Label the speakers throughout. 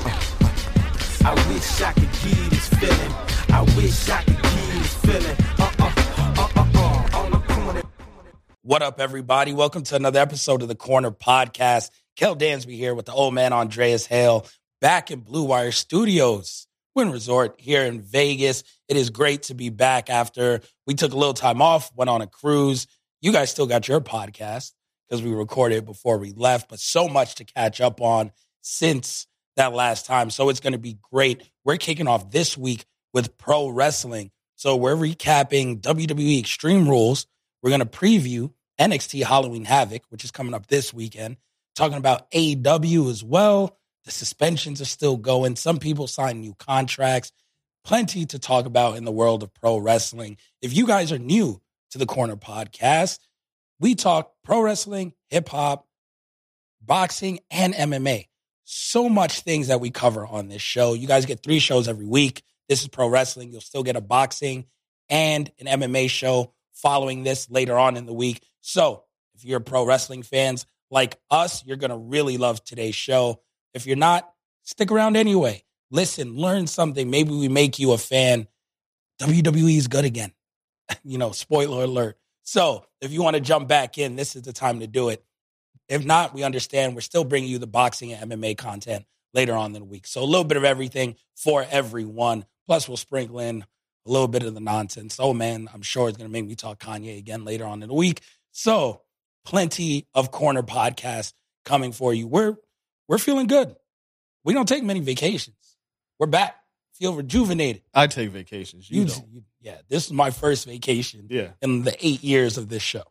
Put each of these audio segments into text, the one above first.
Speaker 1: I wish I could give you this feeling. I wish I could give you this feeling. Uh uh uh uh uh. All the corner.
Speaker 2: What up, everybody? Welcome to another episode of the Corner Podcast. Kel Dansby here with the old man Andreas Hale back in Blue Wire Studios, Win Resort here in Vegas. It is great to be back after we took a little time off, went on a cruise. You guys still got your podcast because we recorded it before we left, but so much to catch up on since that last time. So it's going to be great. We're kicking off this week with pro wrestling. So we're recapping WWE Extreme Rules. We're going to preview NXT Halloween Havoc, which is coming up this weekend. Talking about AEW as well. The suspensions are still going. Some people sign new contracts. Plenty to talk about in the world of pro wrestling. If you guys are new to the Corner Podcast, we talk pro wrestling, hip hop, boxing, and MMA. So much things that we cover on this show. You guys get three shows every week. This is pro wrestling. You'll still get a boxing and an MMA show following this later on in the week. So if you're pro wrestling fans like us, you're going to really love today's show. If you're not, stick around anyway. Listen, learn something. Maybe we make you a fan. WWE is good again. you know, spoiler alert. So if you want to jump back in, this is the time to do it. If not, we understand. We're still bringing you the boxing and MMA content later on in the week. So a little bit of everything for everyone. Plus, we'll sprinkle in a little bit of the nonsense. Oh man, I'm sure it's going to make me talk Kanye again later on in the week. So plenty of corner podcasts coming for you. We're we're feeling good. We don't take many vacations. We're back. Feel rejuvenated.
Speaker 3: I take vacations. You,
Speaker 2: You-
Speaker 3: don't.
Speaker 2: you- yeah, this is my first vacation
Speaker 3: Yeah.
Speaker 2: in the eight years of this show.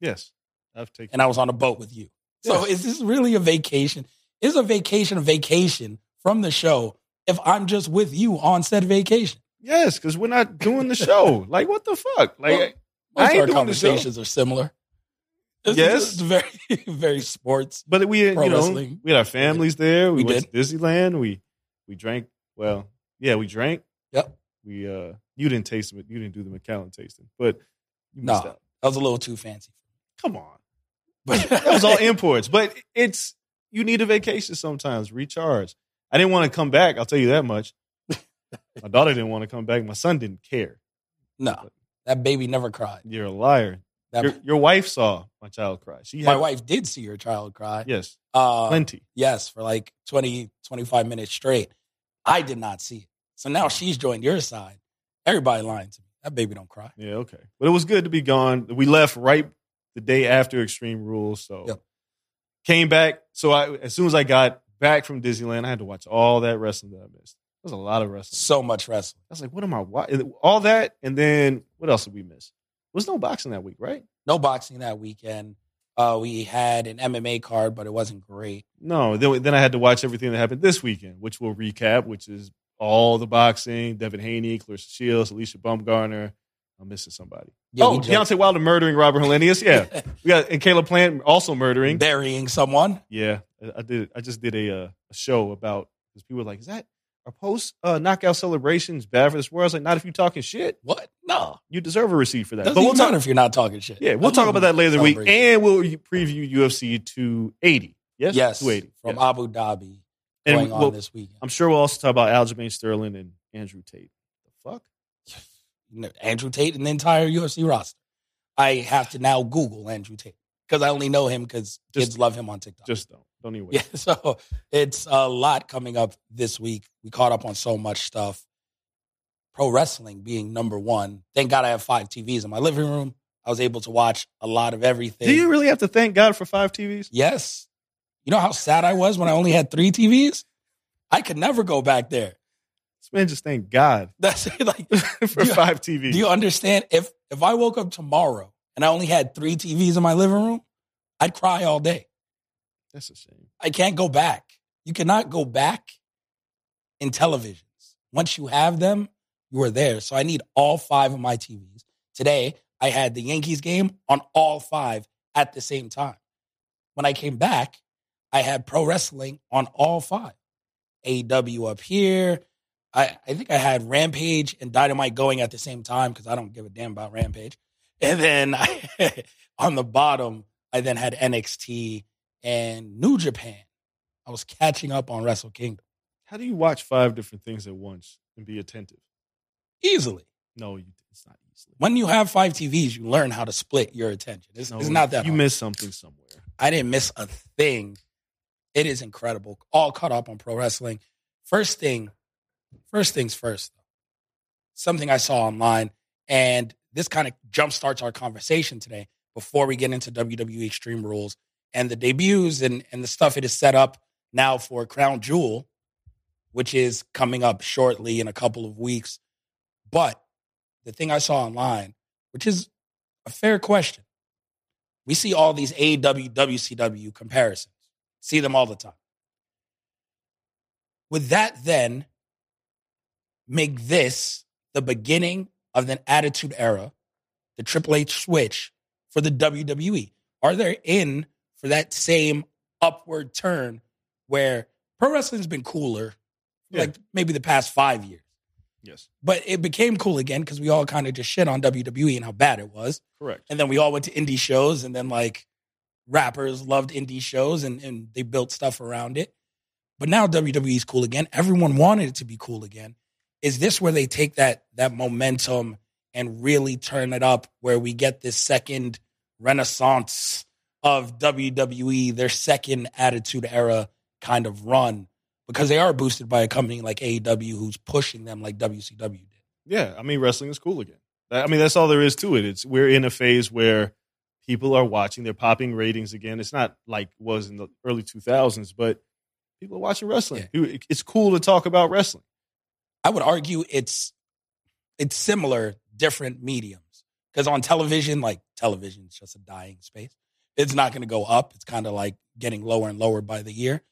Speaker 3: Yes. I've taken.
Speaker 2: and I was on a boat with you. So is this really a vacation? Is a vacation a vacation from the show if I'm just with you on said vacation?
Speaker 3: yes, because we're not doing the show. like what the fuck? Like
Speaker 2: Most of
Speaker 3: I ain't
Speaker 2: our
Speaker 3: doing the show.
Speaker 2: conversations are similar. This
Speaker 3: Yes.
Speaker 2: is- this is very very sports.
Speaker 3: But we, you
Speaker 2: Pro
Speaker 3: know,
Speaker 2: wrestling.
Speaker 3: we had our families there. We,
Speaker 2: We
Speaker 3: went to Disneyland. We we drank. Well, yeah, we drank.
Speaker 2: Yep.
Speaker 3: We uh, you didn't taste it. You didn't do the McAllen tasting, but you missed
Speaker 2: Nah.
Speaker 3: out.
Speaker 2: That was a little too fancy.
Speaker 3: Come on,
Speaker 2: But
Speaker 3: that was all imports. But it's you need a vacation sometimes. Recharge. I didn't want to come back. I'll tell you that much. My daughter didn't want to come back. My son didn't care.
Speaker 2: no. That baby never cried.
Speaker 3: You're a liar.
Speaker 2: That,
Speaker 3: Your, your wife saw my child cry. She
Speaker 2: my
Speaker 3: had-
Speaker 2: wife did see your child cry.
Speaker 3: Yes,
Speaker 2: Uh,
Speaker 3: plenty.
Speaker 2: Yes, for like 20, 25 minutes straight. I did not see it. So now she's joined your side. Everybody lying to me. That baby don't cry.
Speaker 3: Yeah, okay. But it was good to be gone. We left right the day after Extreme Rules, so
Speaker 2: Yep.
Speaker 3: came back. So I, as soon as I got back from Disneyland, I had to watch all that wrestling that I missed. There was a lot of wrestling.
Speaker 2: So much wrestling.
Speaker 3: I was like, what am I watching? All that, and then what else did we miss? There was no boxing that week, right?
Speaker 2: No boxing that weekend. Uh, we had an MMA card, but it wasn't great.
Speaker 3: No. Then, then I had to watch everything that happened this weekend, which we'll recap, which is all the boxing: Devin Haney, Clarissa Shields, Alicia Bumgarner. I'm missing somebody.
Speaker 2: Yeah,
Speaker 3: oh,
Speaker 2: we joked.
Speaker 3: Deontay Wilder murdering Robert Hellenius. Yeah, we got and Caleb Plant also murdering.
Speaker 2: burying someone.
Speaker 3: Yeah, I- I did. I just did a, uh, a show about because people were like, "Is that are post uh, knockout celebrations bad for this world?" I was like, "Not if you talking shit.
Speaker 2: What? No.
Speaker 3: You deserve a receipt for that."
Speaker 2: Doesn't
Speaker 3: But we'll
Speaker 2: even matter
Speaker 3: talk.
Speaker 2: if you're not talking shit.
Speaker 3: Yeah, we'll
Speaker 2: That's
Speaker 3: talk
Speaker 2: not
Speaker 3: about that later in the week,
Speaker 2: celebration.
Speaker 3: and we'll preview UFC 280, Yes,
Speaker 2: Yes,
Speaker 3: two eighty
Speaker 2: from
Speaker 3: yes.
Speaker 2: Abu Dhabi
Speaker 3: And
Speaker 2: going
Speaker 3: we'll-
Speaker 2: on this weekend.
Speaker 3: I'm sure we'll also talk about Aljamain Sterling and Andrew Tate. The fuck?
Speaker 2: No, Andrew Tate and the entire UFC roster. I have to now Google Andrew Tate because I only know him because
Speaker 3: Just-
Speaker 2: kids love him on TikTok.
Speaker 3: Just don't. Don't even.
Speaker 2: yeah,
Speaker 3: Wait.
Speaker 2: so it's a lot coming up this week. We caught up on so much stuff. Pro wrestling being number one. Thank God I have five TVs in my living room. I was able to watch a lot of everything.
Speaker 3: Do you really have to thank God for five TVs?
Speaker 2: Yes. You know how sad I was when I only had three TVs? I could never go back there.
Speaker 3: This man just thank God
Speaker 2: That's like
Speaker 3: for
Speaker 2: Do you-
Speaker 3: five TVs.
Speaker 2: Do you understand? If if I woke up tomorrow and I only had three TVs in my living room, I'd cry all day.
Speaker 3: That's a shame.
Speaker 2: I can't go back. You cannot go back in televisions. Once you have them, you are there. So I need all five of my TVs. Today, I had the Yankees game on all five at the same time. When I came back, I had pro wrestling on all five. AEW up here. I, I think I had Rampage and Dynamite going at the same time because I don't give a damn about Rampage. And then I, on the bottom, I then had NXT and New Japan. I was catching up on Wrestle Kingdom
Speaker 3: How do you watch five different things at once and be attentive?
Speaker 2: easily.
Speaker 3: No, you, it's not easily.
Speaker 2: When you have five TVs, you learn how to split your attention. It's,
Speaker 3: No,
Speaker 2: it's not that
Speaker 3: you
Speaker 2: hard.
Speaker 3: missed something somewhere.
Speaker 2: I didn't miss a thing. It is incredible. All caught up on pro wrestling. First thing, first things first, though. Something I saw online, and this kind of jumpstarts our conversation today before we get into WWE Extreme Rules and the debuts and, and the stuff it is set up now for Crown Jewel, which is coming up shortly in a couple of weeks. But the thing I saw online, which is a fair question we see all these AEW, WCW comparisons. See them all the time. Would that then make this the beginning of the Attitude Era, the Triple H switch for the WWE? Are they in for that same upward turn where pro wrestling's been cooler,
Speaker 3: Yeah.
Speaker 2: like maybe the past five years?
Speaker 3: Yes,
Speaker 2: But it became cool again because we all kind of just shit on WWE and how bad it was
Speaker 3: correct.
Speaker 2: and then we all went to indie shows and then like rappers loved indie shows and, and they built stuff around it but now wwe's cool again everyone wanted it to be cool again is this where they take that that momentum and really turn it up where we get this second renaissance of wwe their second attitude era kind of run because they are boosted by a company like AEW who's pushing them like WCW did.
Speaker 3: Yeah, I mean, wrestling is cool again. That- I mean, that's all there is to it. It's we're in a phase where people are watching. They're popping ratings again. It's not like it was in the early two thousands, but people are watching wrestling. It- It's cool to talk about wrestling.
Speaker 2: I would argue it's it's similar, different mediums. Because on television, like television is just a dying space. It's not going to go up. It's kind of like getting lower and lower by the year.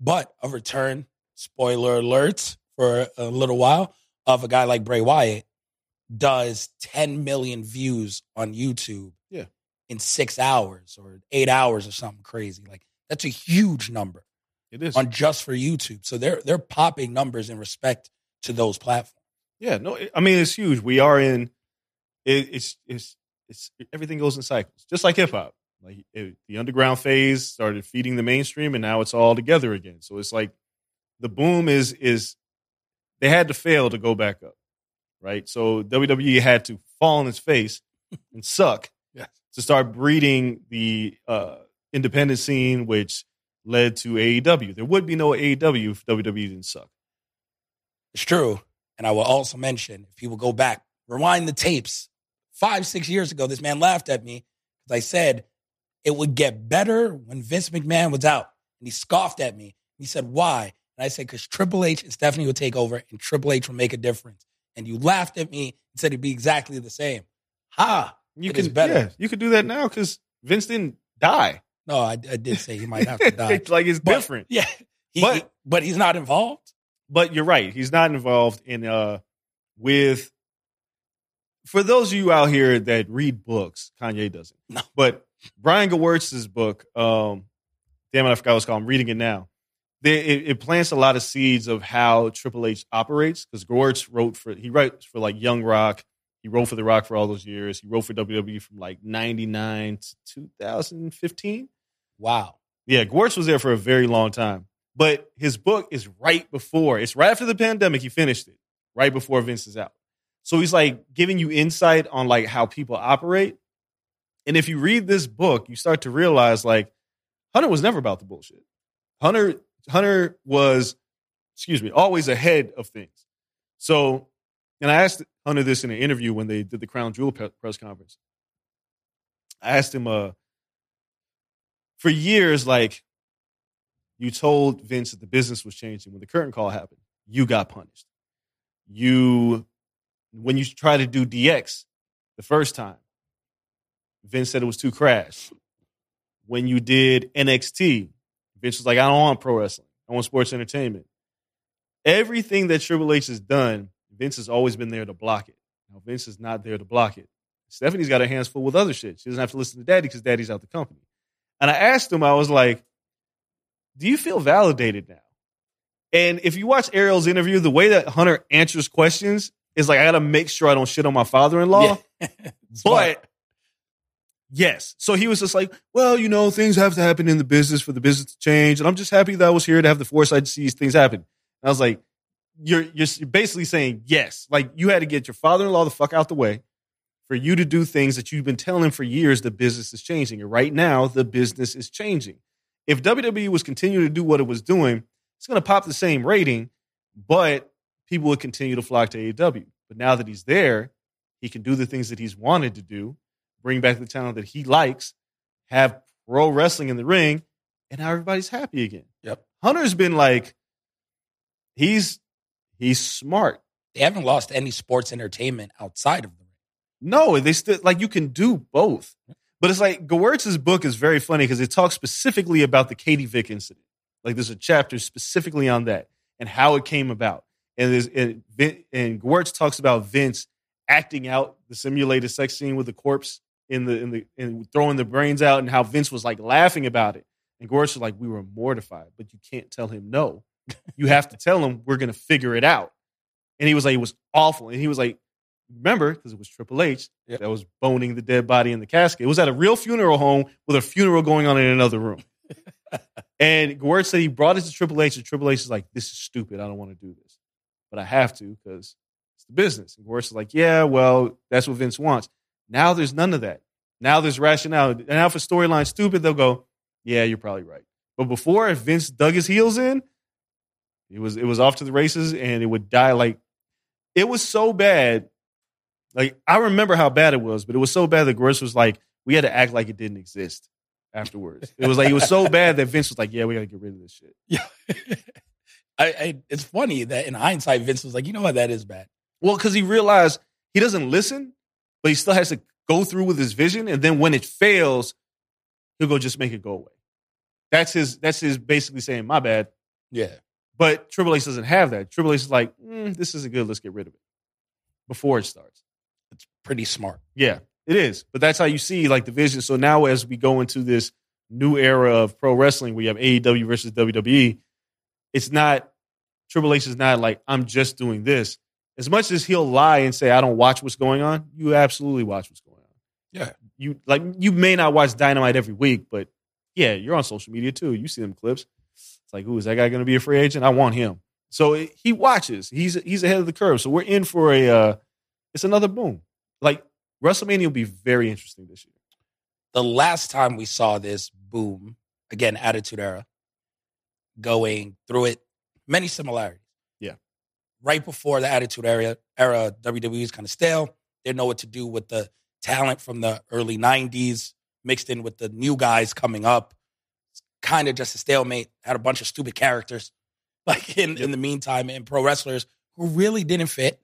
Speaker 2: But a return, spoiler alerts, for a little while of a guy like Bray Wyatt does 10 million views on YouTube
Speaker 3: Yeah.
Speaker 2: in six hours or eight hours or something crazy. Like that's a huge number
Speaker 3: It is.
Speaker 2: on just for YouTube. So they're they're popping numbers in respect to those platforms.
Speaker 3: Yeah, no, it- I mean it's huge. We are in. It, it's it's it's everything goes in cycles, just like hip hop. Like it, the underground phase started feeding the mainstream, and now it's all together again. So it's like the boom is is they had to fail to go back up, right? So WWE had to fall on its face and suck
Speaker 2: Yes.
Speaker 3: to start breeding the uh, independent scene, which led to AEW. There would be no AEW if WWE didn't suck.
Speaker 2: It's true. And I will also mention if people go back, rewind the tapes. Five, six years ago, this man laughed at me because I said it would get better when Vince McMahon was out. And he scoffed at me. He said, Why? And I said, Because Triple H and Stephanie would take over and Triple H will make a difference. And you laughed at me and said it'd be exactly the same. Ha!
Speaker 3: You
Speaker 2: It
Speaker 3: can
Speaker 2: is better.
Speaker 3: Yeah, you could do that now because Vince didn't die.
Speaker 2: No, I, I did say he might have to die.
Speaker 3: It's like it's
Speaker 2: But-
Speaker 3: different.
Speaker 2: Yeah. He-
Speaker 3: But-
Speaker 2: he- but he's not involved.
Speaker 3: But you're right. He's not involved in uh with for those of you out here that read books, Kanye doesn't.
Speaker 2: No.
Speaker 3: But Brian Gewurz's book, um, damn it, I forgot what it's called. I'm reading it now. They, it, it plants a lot of seeds of how Triple H operates because Gewurz wrote for he writes for like Young Rock. He wrote for The Rock for E all those years. He wrote for WWE from like 99 to 2015.
Speaker 2: Wow.
Speaker 3: Yeah, Gwartz was there for a very long time. But his book is right before, it's right after the pandemic, he finished it, right before Vince is out. So he's like giving you insight on like how people operate. And if you read this book, you start to realize like Hunter was never about the bullshit. Hunter Hunter was, excuse me, always ahead of things. So, and I asked Hunter this in an interview when they did the Crown Jewel pe- press conference. I asked him, uh, for years, like you told Vince that the business was changing. When the curtain call happened, you got punished. You, when you tried to do DX the first time, Vince said it was too crash. When you did NXT, Vince was like, I don't want pro wrestling. I want sports entertainment. Everything that Triple H has done, Vince has always been there to block it. Now, Vince is not there to block it. Stephanie's got her hands full with other shit. She doesn't have to listen to daddy because daddy's out the company. And I asked him, I was like, do you feel validated now? And if you watch Ariel's interview, the way that Hunter answers questions is like, I got to make sure I don't shit on my father in law.
Speaker 2: Yeah.
Speaker 3: But yes. So he was just like, well, you know, things have to happen in the business for the business to change. And I'm just happy that I was here to have the foresight to see these things happen. And I was like, you're, you're basically saying yes. Like you had to get your father in law the fuck out the way for you to do things that you've been telling for years the business is changing. And right now, the business is changing. If WWE was continuing to do what it was doing, it's going to pop the same rating, but people would continue to flock to AEW. But now that he's there, he can do the things that he's wanted to do, bring back the talent that he likes, have pro wrestling in the ring, and now everybody's happy again.
Speaker 2: Yep.
Speaker 3: Hunter's been like, he's he's smart.
Speaker 2: they haven't lost any sports entertainment outside of them.
Speaker 3: No, they still like you can do both. But it's like Gewurz's book is very funny because it talks specifically about the Katie Vick incident. Like there's a chapter specifically on that and how it came about. And there's and, Vin, and Gewurz talks about Vince acting out the simulated sex scene with the corpse in the in the and throwing the brains out and how Vince was like laughing about it. And Gewurz was like, we were mortified, but you can't tell him no. You have to tell him we're gonna figure it out. And he was like, it was awful. And he was like, remember, because it was Triple H
Speaker 2: Yep.
Speaker 3: that was boning the dead body in the casket. It was at a real funeral home with a funeral going on in another room. and Gwert said he brought it to Triple H, and Triple H is like, this is stupid. I don't want to do this. But I have to because it's the business. And Gwert is like, yeah, well, that's what Vince wants. Now there's none of that. Now there's rationale. And now if a storyline's stupid, they'll go, yeah, you're probably right. But before, if Vince dug his heels in, it was it was off to the races, and it would die like it was so bad like I remember how bad it was, but it was so bad that Gross was like, we had to act like it didn't exist afterwards. It was like it was so bad that Vince was like, yeah, we got to get rid of this shit.
Speaker 2: Yeah. I, I, it's funny that in hindsight, Vince was like, you know what, that is bad.
Speaker 3: Well, because he realized he doesn't listen, but he still has to go through with his vision, and then when it fails, he'll go just make it go away. That's his. That's his basically saying, my bad.
Speaker 2: Yeah.
Speaker 3: But Triple H doesn't have that. Triple H is like, mm, this isn't good. Let's get rid of it before it starts.
Speaker 2: It's pretty smart.
Speaker 3: Yeah, it is. But that's how you see like the vision. So now as we go into this new era of pro wrestling where you have AEW versus WWE, it's not Triple H is not like I'm just doing this. As much as he'll lie and say I don't watch what's going on, you absolutely watch what's going on.
Speaker 2: Yeah.
Speaker 3: You like you may not watch Dynamite every week, but yeah, you're on social media too. You see them clips. It's like, ooh, is that guy going to be a free agent? I want him. So it- he watches. He's he's ahead of the curve. So we're in for a uh, it's another boom. Like WrestleMania will be very interesting this year.
Speaker 2: The last time we saw this boom, again, Attitude Era, going through it, many similarities.
Speaker 3: Yeah.
Speaker 2: Right before the Attitude Era, era WWE is kind of stale. They know what to do with the talent from the early 90s mixed in with the new guys coming up. It's kind of just a stalemate, had a bunch of stupid characters. Like in, in the meantime, and pro wrestlers who really didn't fit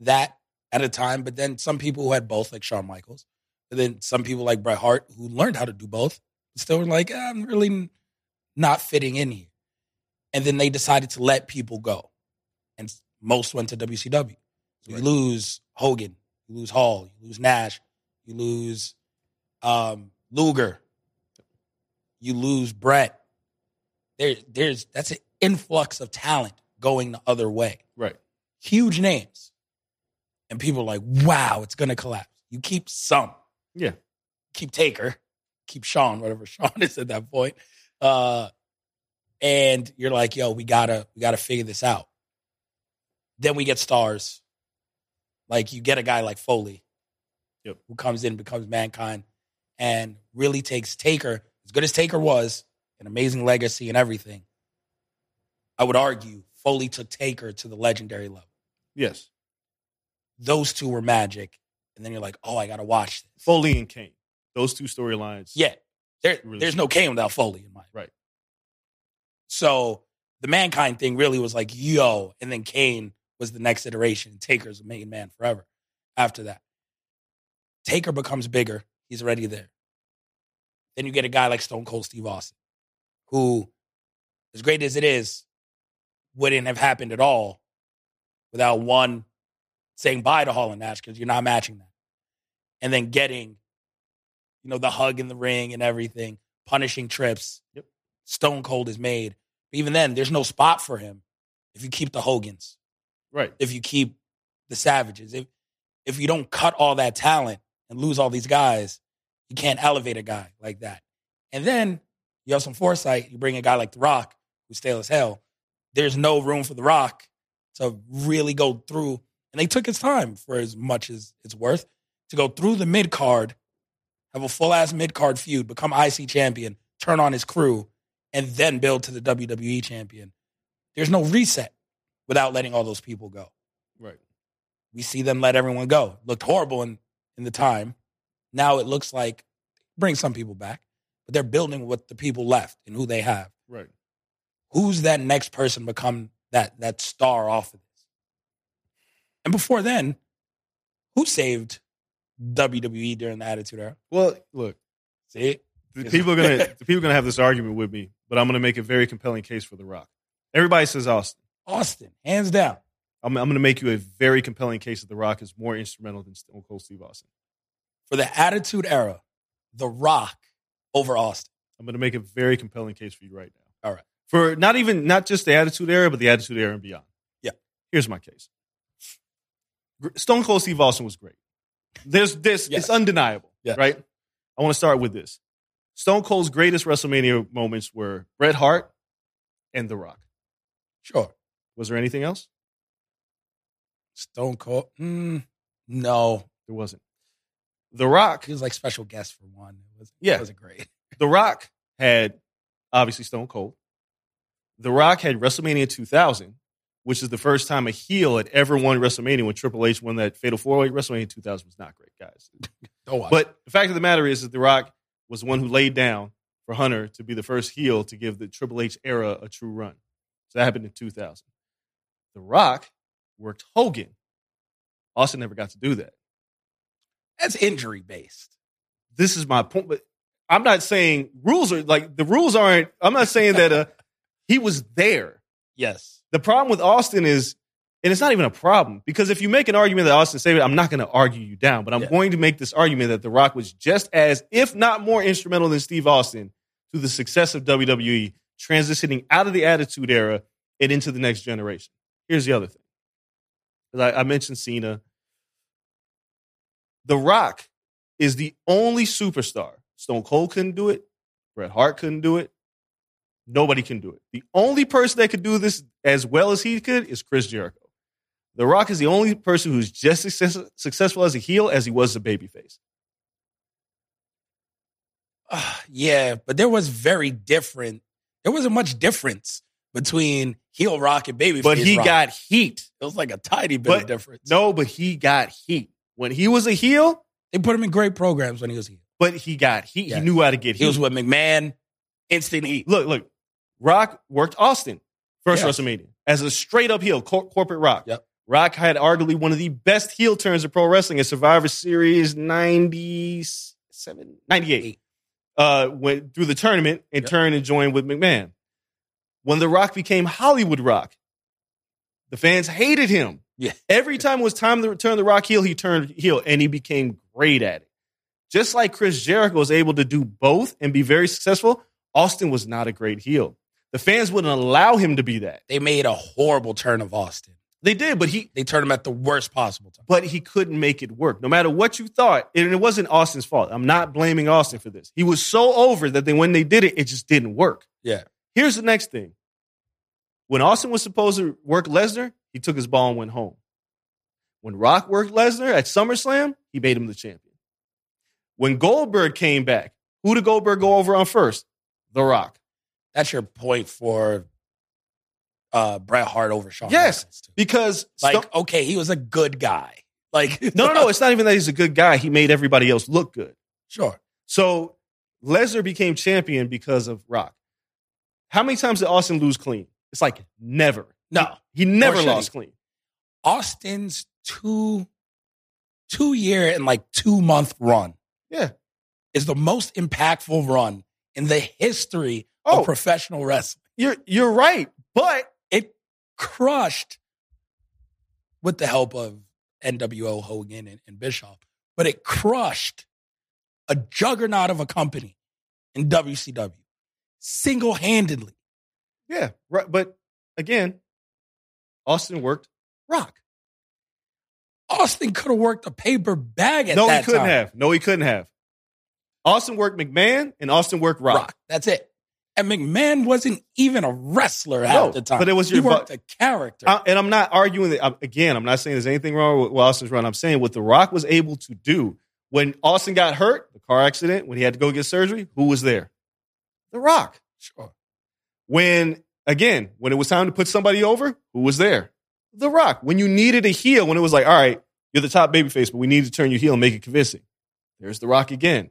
Speaker 2: that at a time. But then some people who had both, like Shawn Michaels, and then some people like Bret Hart who learned how to do both, still were like, "Eh, I'm really not fitting in here. And then they decided to let people go. And s- most went to WCW. So you
Speaker 3: Right.
Speaker 2: lose Hogan, you lose Hall, you lose Nash, you lose um, Luger, you lose Brett. There, there's that's an influx of talent going the other way
Speaker 3: Right.
Speaker 2: huge names. And people are like, wow, it's going to collapse. You keep some.
Speaker 3: Yeah.
Speaker 2: Keep Taker, keep Sean, whatever Sean is at that point. Uh, and you're like, yo, we gotta we gotta figure this out. Then we get stars. Like you get a guy like Foley,
Speaker 3: Yep.
Speaker 2: who comes in and becomes mankind and really takes Taker, as good as Taker was, an amazing legacy and everything. I would argue Foley took Taker to the legendary level.
Speaker 3: Yes.
Speaker 2: Those two were magic. And then you're like, oh, I gotta watch this.
Speaker 3: Foley and Kane. Those two storylines.
Speaker 2: Yeah. There,
Speaker 3: Really
Speaker 2: there's no Kane without Foley in my
Speaker 3: Right.
Speaker 2: So the mankind thing really was like, yo, and then Kane was the next iteration. Taker's the main man forever after that. Taker becomes bigger. He's already there. Then you get a guy like Stone Cold Steve Austin, who, as great as it is, wouldn't have happened at all without one saying bye to Hall and Nash because you're not matching that. And then getting, you know, the hug in the ring and everything, punishing trips.
Speaker 3: Yep.
Speaker 2: Stone Cold is made. But even then, there's no spot for him if you keep the Hogans,
Speaker 3: Right.
Speaker 2: if you keep the Savages, if if you don't cut all that talent and lose all these guys, you can't elevate a guy like that. And then you have some foresight. You bring a guy like The Rock, who's stale as hell. There's no room for The Rock to really go through. And they took his time for as much as it's worth to go through the mid card, have a full ass mid card feud, become IC champion, turn on his crew, and then build to the WWE champion. There's no reset without letting all those people go
Speaker 3: Right.
Speaker 2: we see them let everyone go. Looked horrible in, in the time. Now it looks like bring some people back, but they're building what the people left and who they have.
Speaker 3: Right.
Speaker 2: Who's that next person become that that star off of this? And before then, who saved WWE during the Attitude Era?
Speaker 3: Well, look,
Speaker 2: See,
Speaker 3: the
Speaker 2: Yes.
Speaker 3: people are gonna the people are gonna have this argument with me, but I'm gonna make a very compelling case for The Rock. Everybody says Austin.
Speaker 2: Austin, hands down.
Speaker 3: I'm, I'm gonna make you a very compelling case that The Rock is more instrumental than Stone Cold Steve Austin.
Speaker 2: For the Attitude Era, The Rock over Austin.
Speaker 3: I'm gonna make a very compelling case for you right now.
Speaker 2: All right.
Speaker 3: For not even not just the Attitude Era, but the Attitude Era and beyond.
Speaker 2: Yeah.
Speaker 3: Here's my case. Gr- Stone Cold Steve Austin was great. There's this.
Speaker 2: Yes.
Speaker 3: It's undeniable.
Speaker 2: Yes.
Speaker 3: Right. I want to start with this. Stone Cold's greatest WrestleMania moments were Bret Hart and The Rock.
Speaker 2: Sure.
Speaker 3: Was there anything else?
Speaker 2: Stone Cold. Mm, no,
Speaker 3: There wasn't. The Rock.
Speaker 2: he was like special guest for one. It was,
Speaker 3: Yeah.
Speaker 2: it wasn't great.
Speaker 3: The Rock had obviously Stone Cold. The Rock had WrestleMania 2000, which is the first time a heel had ever won WrestleMania when Triple H won that Fatal Four Way. WrestleMania 2000 was not great, guys.
Speaker 2: Don't watch.
Speaker 3: But the fact of the matter is that The Rock was the one who laid down for Hunter to be the first heel to give the Triple H era a true run. So that happened in 2000. The Rock worked Hogan. Austin never got to do that.
Speaker 2: that's injury based.
Speaker 3: this is my point. But I'm not saying rules are like the rules aren't. I'm not saying that uh, he was there.
Speaker 2: Yes.
Speaker 3: The problem with Austin is, and it's not even a problem because if you make an argument that Austin saved it, I'm not going to argue you down. But I'm
Speaker 2: Yeah.
Speaker 3: going to make this argument that The Rock was just as, if not more, instrumental than Steve Austin to the success of WWE, transitioning out of the Attitude Era and into the next generation. Here's the other thing, 'Cause I, I mentioned Cena. The Rock is the only superstar. Stone Cold couldn't do it. Bret Hart couldn't do it. Nobody can do it. The only person that could do this as well as he could is Chris Jericho. The Rock is the only person who's just success- successful as a heel as he was a babyface.
Speaker 2: Uh, yeah, but there was very different. There wasn't much difference between heel rock and baby.
Speaker 3: But he got heat.
Speaker 2: it was like a tiny bit
Speaker 3: But-
Speaker 2: of difference.
Speaker 3: No, but he got heat. When he was a heel,
Speaker 2: they put him in great programs when he was heel.
Speaker 3: but he got heat.
Speaker 2: Yes.
Speaker 3: He knew how to get heat.
Speaker 2: He was with McMahon, instant heat.
Speaker 3: look, look. Rock worked Austin first
Speaker 2: Yes.
Speaker 3: WrestleMania as a straight up heel, cor- corporate Rock.
Speaker 2: Yep.
Speaker 3: Rock had arguably one of the best heel turns of pro wrestling at Survivor Series 97, 98,
Speaker 2: Eight.
Speaker 3: uh, went through the tournament and
Speaker 2: Yep.
Speaker 3: turned and joined with McMahon. When The Rock became Hollywood Rock, the fans hated him.
Speaker 2: Yeah.
Speaker 3: Every time it was time to turn The Rock heel, he turned heel and he became great at it. Just like Chris Jericho was able to do both and be very successful, Austin was not a great heel. The fans wouldn't allow him to be that.
Speaker 2: They made a horrible turn of Austin.
Speaker 3: They did, but he
Speaker 2: They turned him at the worst possible time.
Speaker 3: but he couldn't make it work. No matter what you thought, and it wasn't Austin's fault. I'm not blaming Austin for this. He was so over that then when they did it, it just didn't work.
Speaker 2: Yeah.
Speaker 3: Here's the next thing. When Austin was supposed to work Lesnar, he took his ball and went home. When Rock worked Lesnar at SummerSlam, he made him the champion. When Goldberg came back, who did Goldberg go over on first? The Rock.
Speaker 2: That's your point for uh, Bret Hart over Shawn.
Speaker 3: Yes.
Speaker 2: Michaels, too.
Speaker 3: Because
Speaker 2: Like,
Speaker 3: Stone-
Speaker 2: okay, he was a good guy. Like,
Speaker 3: no, no, no. It's not even that he's a good guy. He made everybody else look good.
Speaker 2: sure.
Speaker 3: So Lesnar became champion because of Rock. How many times did Austin lose clean? It's like never.
Speaker 2: No.
Speaker 3: He never
Speaker 2: should
Speaker 3: lost
Speaker 2: he?
Speaker 3: clean.
Speaker 2: Austin's two two year and like two month run.
Speaker 3: Yeah.
Speaker 2: Is the most impactful run in the history
Speaker 3: Oh,
Speaker 2: of professional wrestling.
Speaker 3: you're you're right. But
Speaker 2: It crushed with the help of NWO Hogan and, and Bischoff, but it crushed a juggernaut of a company in WCW single handedly.
Speaker 3: yeah, right. But again, Austin worked Rock.
Speaker 2: Austin could have worked a paper bag at
Speaker 3: no,
Speaker 2: that
Speaker 3: he couldn't
Speaker 2: time.
Speaker 3: have. No, he couldn't have. Austin worked McMahon and Austin worked Rock.
Speaker 2: Rock. That's it. And McMahon wasn't even a wrestler half
Speaker 3: No,
Speaker 2: the time.
Speaker 3: but it was
Speaker 2: he
Speaker 3: your bu- Uh,
Speaker 2: worked a character.
Speaker 3: I- and I'm not arguing that. I'm, again, I'm not saying there's anything wrong with what Austin's run. I'm saying what The Rock was able to do when Austin got hurt, the car accident, when he had to go get surgery. Who was there? The Rock.
Speaker 2: sure.
Speaker 3: When again, when it was time to put somebody over, who was there? The Rock. When you needed a heel, when it was like, all right, you're the top babyface, but we need to turn you heel and make it convincing. There's The Rock again.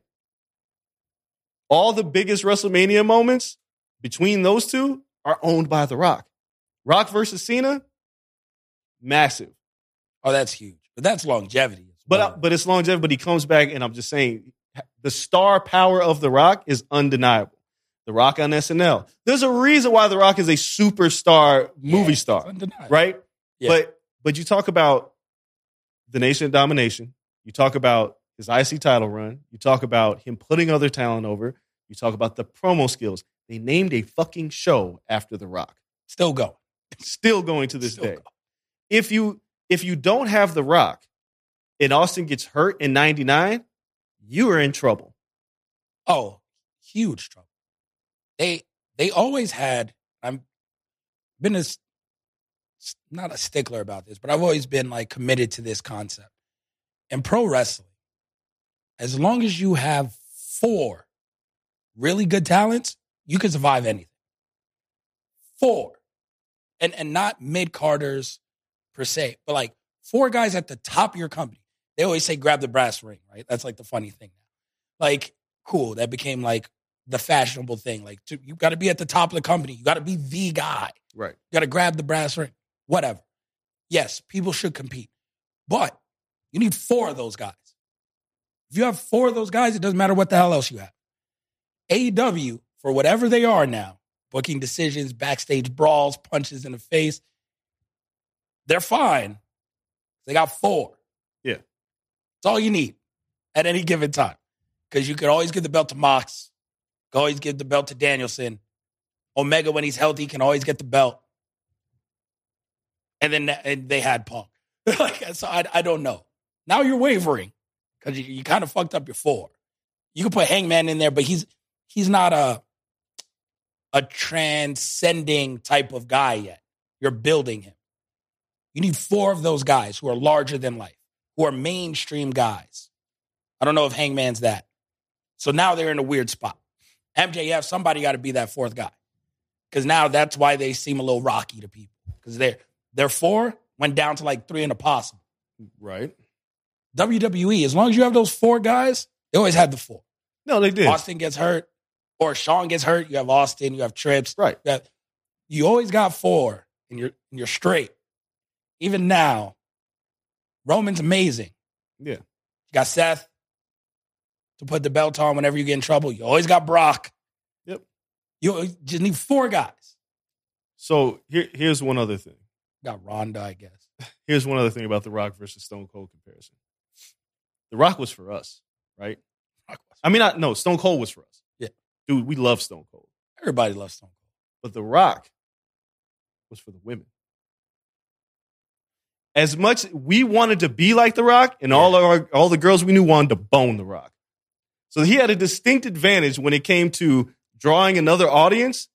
Speaker 3: All the biggest WrestleMania moments between those two are owned by The Rock. Rock versus Cena, massive.
Speaker 2: Oh, that's huge. But that's longevity. as
Speaker 3: But uh,
Speaker 2: well.
Speaker 3: but it's longevity. But he comes back, and I'm just saying, the star power of The Rock is undeniable. The Rock on SNL. There's a reason why The Rock is a superstar movie
Speaker 2: Yeah, it's
Speaker 3: star,
Speaker 2: undeniable.
Speaker 3: right?
Speaker 2: Yeah.
Speaker 3: But but you talk about the Nation of Domination. You talk about his IC title run. You talk about him putting other talent over. You talk about the promo skills. They named a fucking show after The Rock
Speaker 2: Still going.
Speaker 3: still going to this
Speaker 2: Still
Speaker 3: day.
Speaker 2: going.
Speaker 3: If you if you don't have The Rock and Austin gets hurt in 99, you are in trouble.
Speaker 2: Oh, huge trouble. They they always had. I'm been a s- s- not a stickler about this, but I've always been like committed to this concept. In pro wrestling, as long as you have four really good talents, you can survive anything. Four, and and not mid carders per se, but like four guys at the top of your company. They always say grab the brass ring, right? That's like the funny thing. Like cool. That became like the fashionable thing. Like to, you got to be at the top of the company. You got to be the guy.
Speaker 3: Right.
Speaker 2: You got to grab the brass ring. Whatever. Yes, people should compete, but you need four of those guys. If you have four of those guys, it doesn't matter what the hell else you have. AEW for whatever they are now, booking decisions, backstage brawls, punches in the face, they're fine. They got four.
Speaker 3: Yeah.
Speaker 2: it's all you need at any given time because you could always give the belt to Mox, can always give the belt to Danielson. Omega, when he's healthy, can always get the belt. And then and they had Punk. like, so I, I don't know. Now you're wavering because you, you kind of fucked up your four. You can put Hangman in there, but he's he's not a a transcending type of guy yet. You're building him. You need four of those guys who are larger than life, who are mainstream guys. I don't know if Hangman's that. So now they're in a weird spot. MJF, somebody got to be that fourth guy. Cause now that's why they seem a little rocky to people. Cause they're, their four went down to like three and a possible.
Speaker 3: Right.
Speaker 2: WWE, E, as long as you have those four guys, they always had the four.
Speaker 3: No, they did.
Speaker 2: Austin gets hurt or Sean gets hurt. You have Austin, you have Trips.
Speaker 3: Right.
Speaker 2: You, have- you always got four and you're, and you're straight. Even now, Roman's amazing.
Speaker 3: Yeah.
Speaker 2: You got Seth to put the belt on whenever you get in trouble. You always got Brock.
Speaker 3: Yep.
Speaker 2: You always- just need four guys.
Speaker 3: So here, here's one other thing.
Speaker 2: You got Ronda, I guess.
Speaker 3: Here's one other thing about The Rock versus Stone Cold comparison. The Rock was for us, right? I mean, I, no, Stone Cold was for us.
Speaker 2: Yeah.
Speaker 3: Dude, we love Stone Cold.
Speaker 2: Everybody loves Stone Cold.
Speaker 3: But The Rock was for the women. as much we wanted to be like The Rock, and all of our all the girls we knew wanted to bone The Rock. So he had a distinct advantage when it came to drawing another audience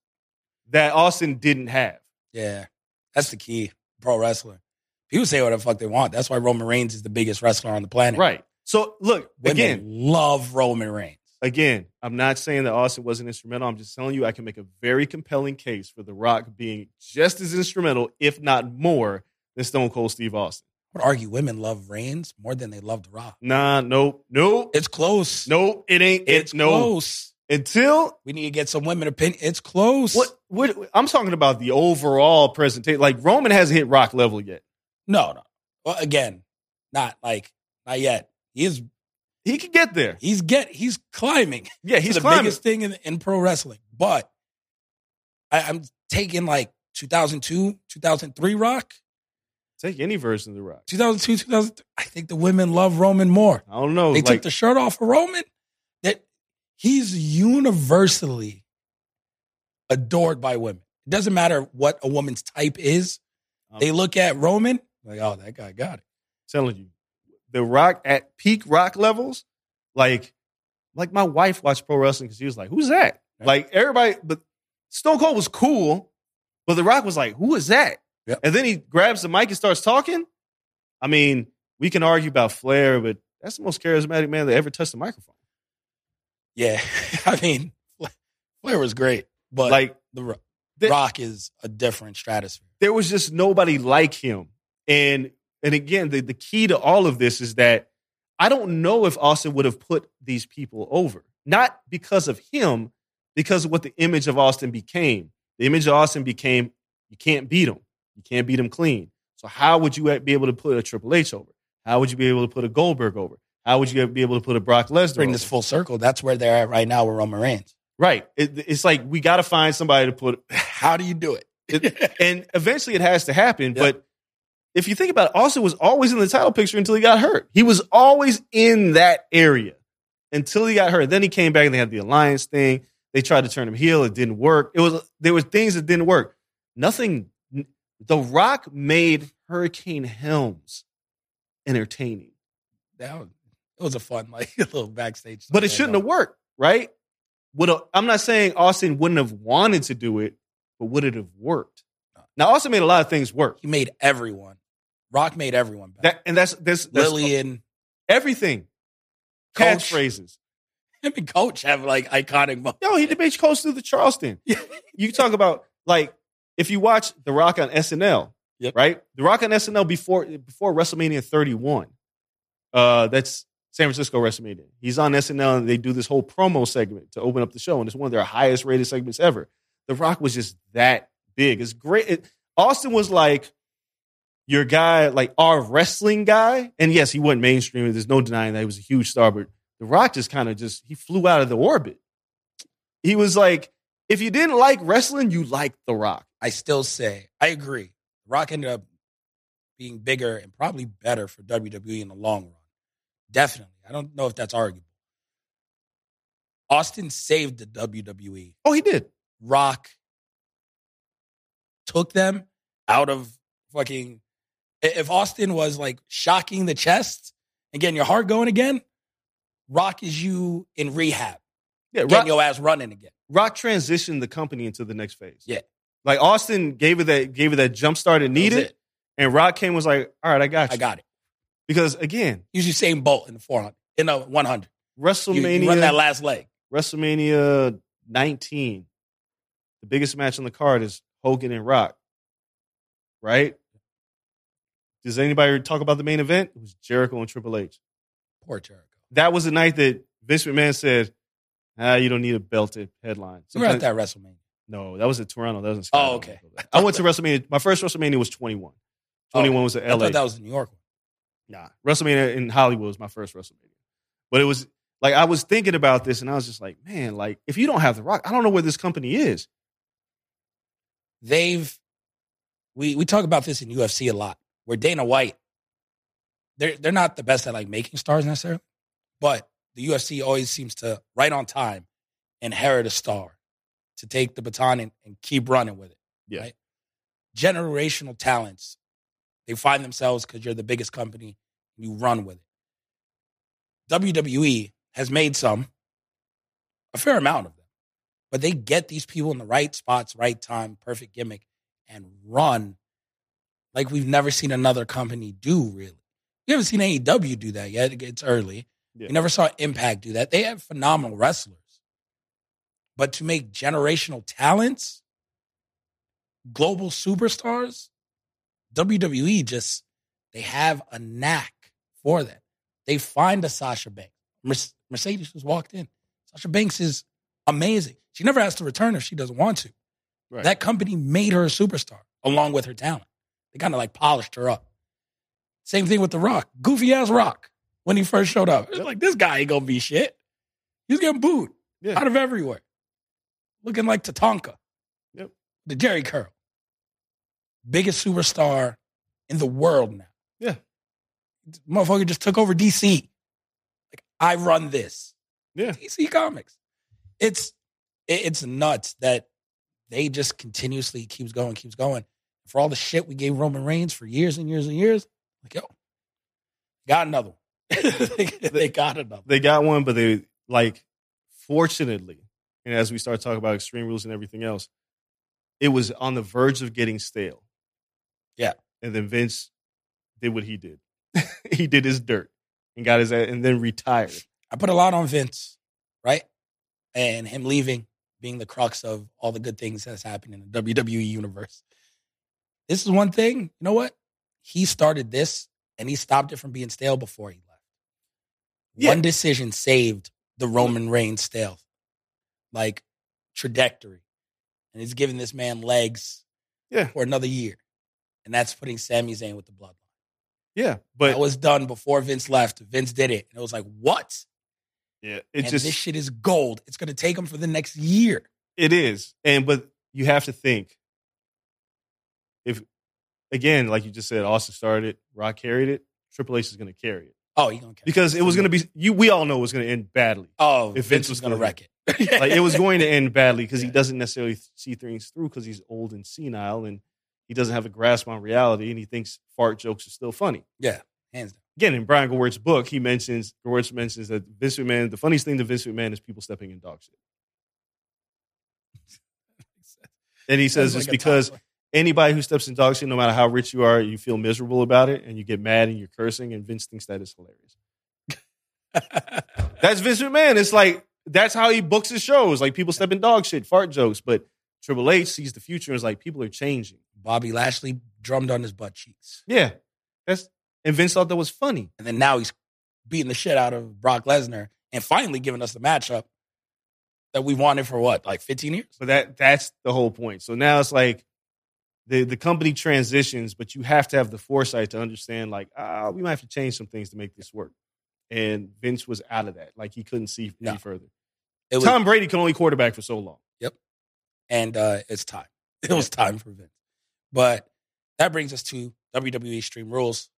Speaker 3: that Austin didn't have.
Speaker 2: Yeah, that's the key. Pro wrestler. People say what the fuck they want. That's why Roman Reigns is the biggest wrestler on the planet.
Speaker 3: Right. So look
Speaker 2: Women
Speaker 3: again,
Speaker 2: love Roman Reigns.
Speaker 3: again. I'm not saying that Austin wasn't instrumental. I'm just telling you I can make a very compelling case for The Rock being just as instrumental, if not more, than Stone Cold Steve Austin.
Speaker 2: I would argue women love Reigns more than they love The Rock.
Speaker 3: Nah, nope, nope,
Speaker 2: It's close.
Speaker 3: nope. It ain't.
Speaker 2: it's
Speaker 3: It's no
Speaker 2: close.
Speaker 3: until
Speaker 2: We need to get some women opinion. It's close.
Speaker 3: What, what I'm talking about the overall presentation. Like Roman hasn't hit rock level yet.
Speaker 2: No, no. Well, again, not like not yet. He is
Speaker 3: He could get there.
Speaker 2: he's get he's climbing.
Speaker 3: Yeah,
Speaker 2: He's
Speaker 3: he's
Speaker 2: the
Speaker 3: climbing.
Speaker 2: biggest thing in, in pro wrestling. But I, I'm taking like 2002, 2003 Rock,
Speaker 3: Take any version of the rock.
Speaker 2: 2002, 2003. I think the women love Roman more.
Speaker 3: I don't know.
Speaker 2: They
Speaker 3: like
Speaker 2: took the shirt off of Roman. That he's universally adored by women. It doesn't matter what a woman's type is.
Speaker 3: I'm
Speaker 2: They look at Roman like, oh, that guy got it.
Speaker 3: telling you, the rock at peak rock levels. Like, like my wife watched pro wrestling because she was like, "Who's that?"
Speaker 2: Yeah.
Speaker 3: Like everybody, but Stone Cold was cool, but the Rock was like, "Who is that?"
Speaker 2: Yep.
Speaker 3: And then he grabs the mic and starts talking. I mean, we can argue about Flair, but that's the most charismatic man that ever touched the microphone.
Speaker 2: Yeah, I mean, Flair was great, but like
Speaker 3: like
Speaker 2: the Ro-
Speaker 3: the-
Speaker 2: Rock is a different stratosphere.
Speaker 3: there was just nobody like him. And and again, the, the key to all of this is that I don't know if Austin would have put these people over. Not because of him, because of what the image of Austin became. The image of Austin became you can't beat him. You can't beat him clean. So how would you be able to put a Triple H over? How would you be able to put a Goldberg over? How would you be able to put a Brock Lesnar?
Speaker 2: Bring
Speaker 3: over?
Speaker 2: this full circle. That's where they're at right now with Roman Reigns.
Speaker 3: right. It, it's like we got to find somebody to put
Speaker 2: How do you do it?
Speaker 3: and eventually it has to happen.
Speaker 2: Yeah.
Speaker 3: But if you think about it, Austin was always in the title picture until he got hurt. He was always in that area until he got hurt. Then he came back and they had the alliance thing. They tried to turn him heel. It didn't work. It was there were things that didn't work. Nothing. The Rock made Hurricane Helms entertaining,
Speaker 2: That was, it was a fun like little backstage.
Speaker 3: but it shouldn't have worked, right? Would a, I'm not saying Austin wouldn't have wanted to do it, but would it have worked? Now Austin made a lot of things work.
Speaker 2: He made everyone. Rock made everyone better.
Speaker 3: That and that's that's, that's
Speaker 2: Lillian,
Speaker 3: everything.
Speaker 2: Coach.
Speaker 3: Catchphrases.
Speaker 2: him and Coach have like iconic moments.
Speaker 3: Yo, he debates Coach through the Charleston.
Speaker 2: Yeah.
Speaker 3: You talk about like if you watch The Rock on SNL,
Speaker 2: Yep.
Speaker 3: right? The Rock on SNL before before WrestleMania 31. Uh, that's San Francisco WrestleMania. He's on SNL and they do this whole promo segment to open up the show, and it's one of their highest rated segments ever. The Rock was just that big. It's great. It, Austin was like your guy, like our wrestling guy. And yes, he wasn't mainstream. There's no denying that he was a huge star, but The Rock just kind of just he flew out of the orbit. He was like, if you didn't like wrestling, you liked The Rock.
Speaker 2: I still say I agree. Rock ended up being bigger and probably better for WWE in the long run. Definitely. I don't know if that's arguable. Austin saved the E. WWE.
Speaker 3: Oh, he did.
Speaker 2: Rock took them out of fucking. i- If Austin was like shocking the chest and getting your heart going again, Rock is you in rehab,
Speaker 3: Yeah,
Speaker 2: getting
Speaker 3: Rock,
Speaker 2: your ass running again.
Speaker 3: Rock transitioned the company into the next phase.
Speaker 2: Yeah.
Speaker 3: Like Austin gave it that gave it that jump start it
Speaker 2: That was
Speaker 3: needed,
Speaker 2: it.
Speaker 3: and Rock came and was like, "All right, I got you."
Speaker 2: I got it.
Speaker 3: because again,
Speaker 2: Usually, same bolt in the 400, in the 100. You-
Speaker 3: WrestleMania,
Speaker 2: you run that last leg.
Speaker 3: WrestleMania 19, the biggest match on the card is Hogan and Rock. Right? Does anybody talk about the main event? It was Jericho and Triple H.
Speaker 2: Poor Jericho.
Speaker 3: That was the night that Vince McMahon said, "Ah, you don't need a belted headline."
Speaker 2: So we're at
Speaker 3: Sometimes-
Speaker 2: that WrestleMania.
Speaker 3: No, that was in Toronto. That was in
Speaker 2: Oh,
Speaker 3: Scotland.
Speaker 2: okay.
Speaker 3: I went to WrestleMania. My first WrestleMania was 21. 21 was in
Speaker 2: I
Speaker 3: LA.
Speaker 2: thought that was the New York one.
Speaker 3: nah, WrestleMania in Hollywood was my first WrestleMania. But it was like I was thinking about this, and I was just like, man, like if you don't have The Rock, I don't know where this company is.
Speaker 2: They've we we talk about this in UFC a lot. Where Dana White, they're they're not the best at like making stars necessarily, but the UFC always seems to right on time inherit a star to take the baton and, and keep running with it.
Speaker 3: Yeah.
Speaker 2: Right? Generational talents They find themselves because you're the biggest company. You run with it. WWE E has made some, a fair amount of them, but they get these people in the right spots, right time, perfect gimmick, and run like we've never seen another company do, really. We haven't seen AEW do that yet. It's early.
Speaker 3: Yeah.
Speaker 2: We never saw Impact do that. They have phenomenal wrestlers. But to make generational talents, global superstars, WWE just, they have a knack for that. They find a Sasha Banks. Merce- Mercedes just walked in. Sasha Banks is amazing. She never has to return if she doesn't want to.
Speaker 3: Right.
Speaker 2: That company made her a superstar along with her talent. They kind of like polished her up. Same thing with The Rock. Goofy ass Rock when he first showed up. It's
Speaker 3: Yep.
Speaker 2: like, this guy ain't gonna be shit. He's getting booed
Speaker 3: Yeah.
Speaker 2: out of everywhere. Looking like Tatanka.
Speaker 3: Yep.
Speaker 2: The Jerry Curl. Biggest superstar in the world now.
Speaker 3: Yeah.
Speaker 2: Motherfucker just took over DC. Like, I run this.
Speaker 3: Yeah.
Speaker 2: DC Comics. It's it- it's nuts that they just continuously keeps going, keeps going. For all the shit we gave Roman Reigns for years and years and years, like yo, got another one. they, they got another.
Speaker 3: They got one, but they like fortunately, and as we start talking about extreme rules and everything else, it was on the verge of getting stale.
Speaker 2: Yeah.
Speaker 3: And then Vince did what he did. he did his dirt and got his and then retired.
Speaker 2: I put a lot on Vince, right? And him leaving being the crux of all the good things that's happened in the WWE universe. This is one thing, you know what? He started this and he stopped it from being stale before he left.
Speaker 3: Yeah.
Speaker 2: One decision saved the Roman Reigns stale, like trajectory. And it's giving this man legs
Speaker 3: Yeah.
Speaker 2: for another year. And that's putting Sami Zayn with the bloodline.
Speaker 3: Yeah.
Speaker 2: That
Speaker 3: But
Speaker 2: was done before Vince left. Vince did it. And it was like, what?
Speaker 3: yeah, it
Speaker 2: and
Speaker 3: just
Speaker 2: this shit is gold. It's gonna take them for the next year.
Speaker 3: It is. And but you have to think if again, like you just said, Austin started, Rock carried it, Triple H is gonna carry it.
Speaker 2: Oh, you gonna catch
Speaker 3: Because it was gonna be you we all know it was gonna end badly.
Speaker 2: Oh,
Speaker 3: if
Speaker 2: if
Speaker 3: Vince
Speaker 2: Vince
Speaker 3: was
Speaker 2: was gonna
Speaker 3: gonna-
Speaker 2: wreck it.
Speaker 3: Like it was going to end badly because he
Speaker 2: Yeah.
Speaker 3: doesn't necessarily see things through because he's old and senile and he doesn't have a grasp on reality and he thinks fart jokes are still funny.
Speaker 2: yeah, hands down.
Speaker 3: Again, in Brian Gowert's book, he mentions Gowertz mentions that Vince McMahon, the funniest thing to Vince McMahon is people stepping in dog shit. And he says
Speaker 2: Sounds
Speaker 3: it's
Speaker 2: like a
Speaker 3: because
Speaker 2: toddler.
Speaker 3: anybody who steps in dog shit, no matter how rich you are, you feel miserable about it and you get mad and you're cursing, and Vince thinks that is hilarious. That's Vince McMahon. It's like that's how he books his shows. Like people step in dog shit, fart jokes, but Triple H sees the future and is like, people are changing.
Speaker 2: Bobby Lashley drummed on his butt cheeks,
Speaker 3: Yeah. That's and Vince thought that was funny.
Speaker 2: and then now he's beating the shit out of Brock Lesnar, and finally giving us the matchup that we wanted for what, like fifteen years?
Speaker 3: But that that's the whole point. So now it's like the, the company transitions, but you have to have the foresight to understand, like, ah, we might have to change some things to make this work. And Vince was out of that. Like he couldn't see any
Speaker 2: No.
Speaker 3: further.
Speaker 2: It was,
Speaker 3: Tom Brady can only quarterback for so long.
Speaker 2: and uh, it's time. It was time for Vince. But that brings us to WWE Stream Rules.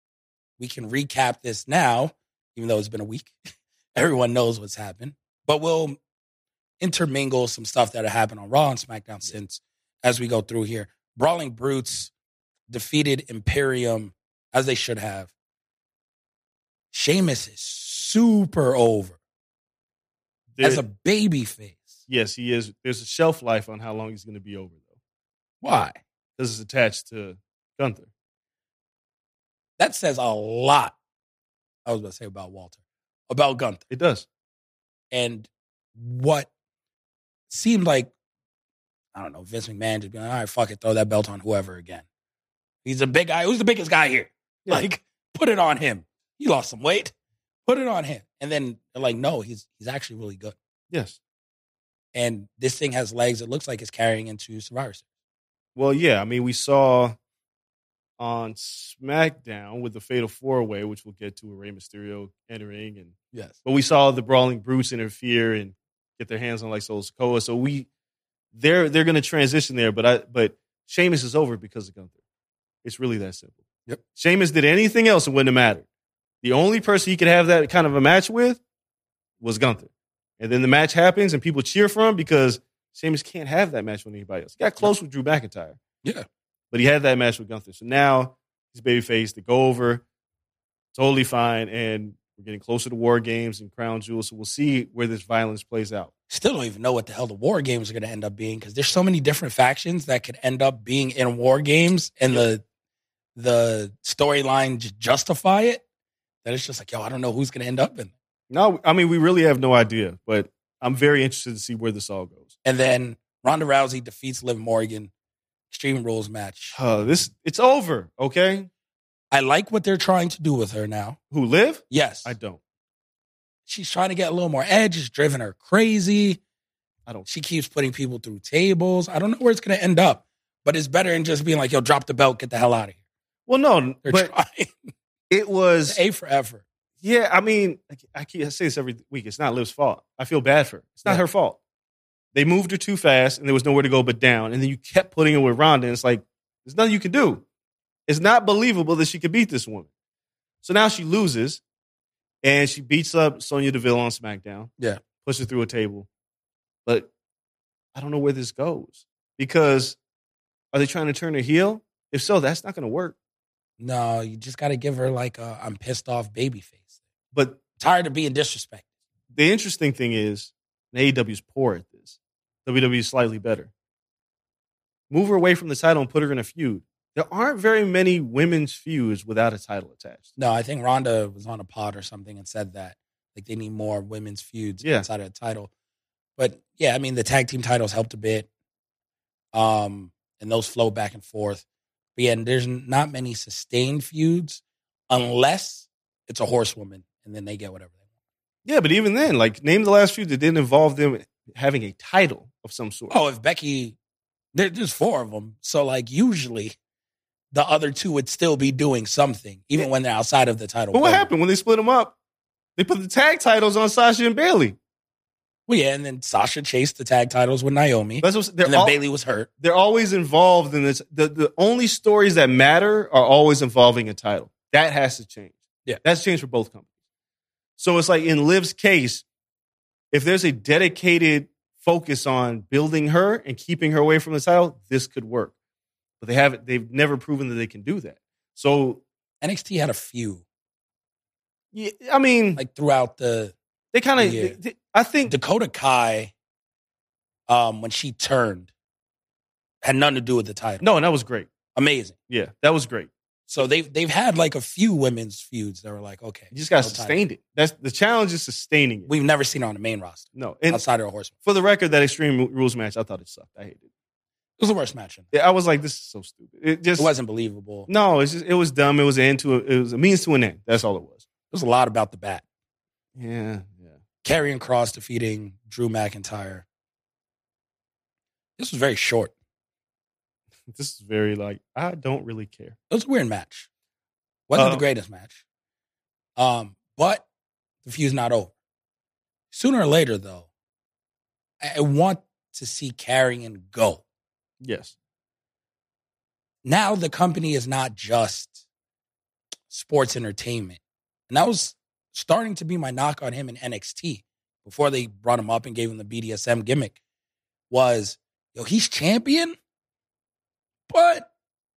Speaker 2: We can recap this now, even though it's been a week. Everyone knows what's happened, but we'll intermingle some stuff that happened on Raw and SmackDown since as we go through here. Brawling Brutes defeated Imperium as they should have. Sheamus is super over as
Speaker 3: There-
Speaker 2: a baby face.
Speaker 3: yes, he is. There's a shelf life on how long he's going to be over though,
Speaker 2: Why?
Speaker 3: because it's attached to Gunther.
Speaker 2: That says a lot. I was about to say about Walter, about Gunther,
Speaker 3: It does.
Speaker 2: and what seemed like I don't know Vince McMahon just being like, all right, fuck it, throw that belt on whoever again. He's a big guy. Who's the biggest guy here?
Speaker 3: Yeah.
Speaker 2: Like, put it on him. He lost some weight. Put it on him, and then they're like, no, he's he's actually really good.
Speaker 3: Yes.
Speaker 2: And this thing has legs. It looks like it's carrying into Survivor Series.
Speaker 3: Well, yeah. I mean, we saw on SmackDown with the Fatal Four Way, which we'll get to, with Rey Mysterio entering, and
Speaker 2: Yes,
Speaker 3: but we saw the Brawling Brutes interfere and get their hands on like Sol Sokoa. So we they're they're going to transition there, but I but Sheamus is over because of Gunther. It's really that simple.
Speaker 2: Yep.
Speaker 3: Sheamus did anything else, it wouldn't have mattered. The only person he could have that kind of a match with was Gunther. And then the match happens and people cheer for him because Sheamus can't have that match with anybody else. He got close with Drew McIntyre.
Speaker 2: Yeah.
Speaker 3: But he had that match with Gunther. So now He's babyface to go over. Totally fine. And we're getting closer to war games and crown jewel. So we'll see where this violence plays out.
Speaker 2: Still don't even know what the hell the war games are going to end up being because there's so many different factions that could end up being in war games, and the the storyline j- justify it. That it's just like, yo, I don't know who's going to end up in.
Speaker 3: No, I mean, we really have no idea, but I'm very interested to see where this all goes.
Speaker 2: And then Ronda Rousey defeats Liv Morgan, Extreme Rules match.
Speaker 3: Uh, this It's over, okay?
Speaker 2: I like what they're trying to do with her now.
Speaker 3: Who live?
Speaker 2: Yes,
Speaker 3: I don't.
Speaker 2: she's trying to get a little more edge. It's driven her crazy.
Speaker 3: I don't.
Speaker 2: She keeps putting people through tables. I don't know where it's going to end up, but it's better than just being like, yo, drop the belt, get the hell out of here.
Speaker 3: Well, no,
Speaker 2: They're
Speaker 3: but
Speaker 2: trying.
Speaker 3: it was.
Speaker 2: It's A for effort.
Speaker 3: Yeah, I mean, I ke- I keep I say this every week. It's not Liv's fault. I feel bad for her. It's not
Speaker 2: Yeah.
Speaker 3: her fault. They moved her too fast, and there was nowhere to go but down. And then you kept putting her with Ronda, and it's like there's nothing you can do. It's not believable that she could beat this woman. So now she loses, and she beats up Sonya Deville on SmackDown.
Speaker 2: Yeah.
Speaker 3: pushes her through a table. But I don't know where this goes because are they trying to turn her heel? If so, that's not going to work.
Speaker 2: No, you just got to give her like a I'm pissed off baby face.
Speaker 3: But
Speaker 2: Tired of being disrespected.
Speaker 3: the interesting thing is and AEW's poor at this. WWE is slightly better. Move her away from the title and put her in a feud. There aren't very many women's feuds without a title attached.
Speaker 2: No, I think Ronda was on a pod or something and said that. Like they need more women's feuds
Speaker 3: Yeah.
Speaker 2: outside of the title. But yeah, I mean the tag team titles helped a bit. Um, and those flow back and forth. But yeah, and there's not many sustained feuds unless it's a horsewoman and then they get whatever they want.
Speaker 3: Yeah, but even then, like name the last feud that didn't involve them having a title of some sort.
Speaker 2: Oh, if Becky, there, there's four of them. So, like, usually the other two would still be doing something, even when they're outside of the title.
Speaker 3: but what
Speaker 2: picture.
Speaker 3: happened when they split them up? They put the tag titles on Sasha and Bailey.
Speaker 2: Well, yeah, and then Sasha chased the tag titles with Naomi,
Speaker 3: That's what
Speaker 2: and
Speaker 3: they're,
Speaker 2: then
Speaker 3: all,
Speaker 2: Bailey was hurt.
Speaker 3: they're always involved in this. The, the only stories that matter are always involving a title. That has to change.
Speaker 2: Yeah.
Speaker 3: That's changed for both companies. So it's like in Liv's case, if there's a dedicated focus on building her and keeping her away from the title, this could work. But they haven't, they've never proven that they can do that. So,
Speaker 2: NXT had a few
Speaker 3: yeah, I mean,
Speaker 2: like throughout the
Speaker 3: they kind of,
Speaker 2: yeah.
Speaker 3: I think,
Speaker 2: Dakota Kai, um, when she turned, had nothing to do with the title.
Speaker 3: no, and that was great.
Speaker 2: Amazing.
Speaker 3: Yeah, that was great.
Speaker 2: So they've they've had like a few women's feuds that were like, okay,
Speaker 3: You just got
Speaker 2: no
Speaker 3: to
Speaker 2: title.
Speaker 3: sustain it. That's the challenge is sustaining it.
Speaker 2: We've never seen it on the main roster
Speaker 3: no, and
Speaker 2: outside of a horseman.
Speaker 3: for the record, that Extreme Rules match, I thought it sucked. I hated it.
Speaker 2: It was the worst match. In
Speaker 3: Yeah, I was like, this is so stupid. It just
Speaker 2: It wasn't believable. It
Speaker 3: No, it's just it was dumb. It was an end to a, it was a means to an end. That's all it was.
Speaker 2: was a lot about the bat.
Speaker 3: Yeah, yeah.
Speaker 2: Karrion Cross defeating Drew McIntyre. This was very short.
Speaker 3: This is very like I don't really care.
Speaker 2: It was a weird match. Wasn't the
Speaker 3: Uh-oh.
Speaker 2: greatest match. Um, but the feud's not over. Sooner or later, though, I, I want to see Karrion go.
Speaker 3: Yes,
Speaker 2: now the company is not just sports entertainment. And that was starting to be my knock on him in NXT before they brought him up and gave him the BDSM gimmick was, yo, he's champion, but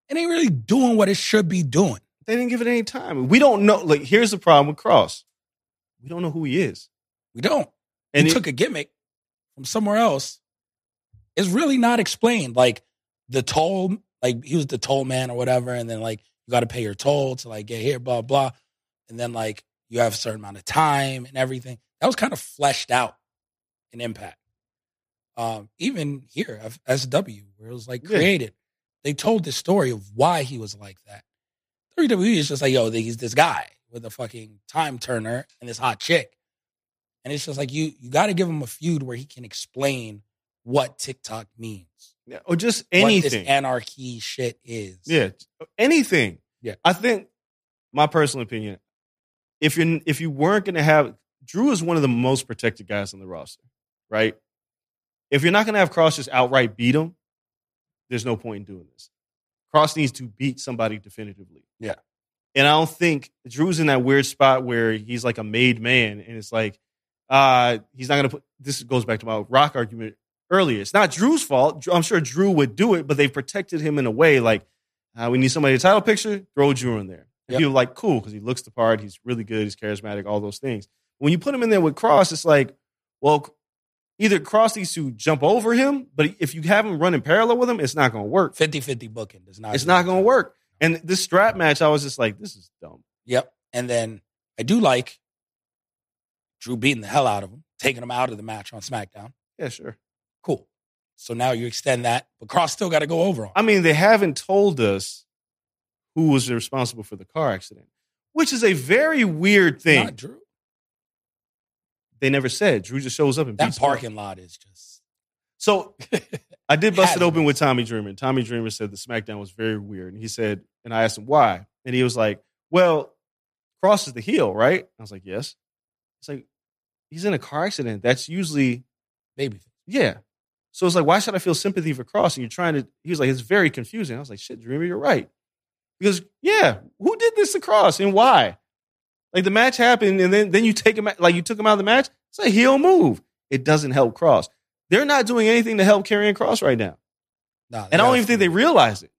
Speaker 2: it ain't really doing what it should be doing.
Speaker 3: they didn't give it any time. We don't know. Like here's the problem with Cross. We don't know who he is.
Speaker 2: We don't.
Speaker 3: And
Speaker 2: he
Speaker 3: it-
Speaker 2: took a gimmick from somewhere else. It's really not explained. Like the toll, like he was the toll man or whatever, and then like you got to pay your toll to like get here, blah blah, and then like you have a certain amount of time and everything. That was kind of fleshed out in Impact. Um, even here F- SW, where it was like
Speaker 3: Yeah.
Speaker 2: created, they told the story of why he was like that. WWE is just like, yo, he's this guy with a fucking time turner and this hot chick. And it's just like you you gotta give him a feud where he can explain what TikTok means.
Speaker 3: yeah, or just
Speaker 2: What this
Speaker 3: anything.
Speaker 2: anarchy shit is.
Speaker 3: Yeah, uh, anything.
Speaker 2: Yeah.
Speaker 3: I think my personal opinion. If you are if you weren't going to have Drew is one of the most protected guys on the roster, right? If you're not going to have Cross just outright beat him, there's no point in doing this. Cross needs to beat somebody definitively.
Speaker 2: Yeah.
Speaker 3: And I don't think Drew's in that weird spot where he's like a made man and it's like uh he's not going to put this goes back to my rock argument earlier. It's not Drew's fault. Drew- I'm sure Drew would do it, but they protected him in a way like Uh, we need somebody to title picture, throw Drew in there. And
Speaker 2: Yep.
Speaker 3: People are like, cool, because he looks the part, he's really good, he's charismatic, all those things. When you put him in there with Cross, it's like, well, either Cross needs to jump over him, but if you have him running parallel with him, it's not going to work.
Speaker 2: 50-50 booking does not.
Speaker 3: It's not going to work. And this strap match, I was just like, this is dumb.
Speaker 2: Yep. And then I do like Drew beating the hell out of him, taking him out of the match on SmackDown.
Speaker 3: Yeah, sure.
Speaker 2: Cool. So now you extend that, but Cross still got to go over on.
Speaker 3: I mean, they haven't told us who was responsible for the car accident, which is a very weird
Speaker 2: him.
Speaker 3: thing.
Speaker 2: Not Drew.
Speaker 3: they never said. Drew just shows up and
Speaker 2: That
Speaker 3: beats him up.
Speaker 2: parking lot is just
Speaker 3: So I did bust
Speaker 2: Had
Speaker 3: it
Speaker 2: to
Speaker 3: open with Tommy Dreamer. And Tommy Dreamer said the SmackDown was very weird. And he said, and I asked him why. And he was like, well, Cross is the heel, right? I was like, yes. It's like, he's in a car accident. That's usually,
Speaker 2: baby.
Speaker 3: yeah. So it's like, why should I feel sympathy for Cross? And you're trying to, he was like, it's very confusing. I was like, shit, Dreamer, you're right. Because, yeah, who did this to Cross and why? Like the match happened and then, then you take him, out- like you took him out of the match. It's a heel move. It doesn't help Cross. They're not doing anything to help Karrion Cross right now.
Speaker 2: Nah,
Speaker 3: And I don't even think they realized it.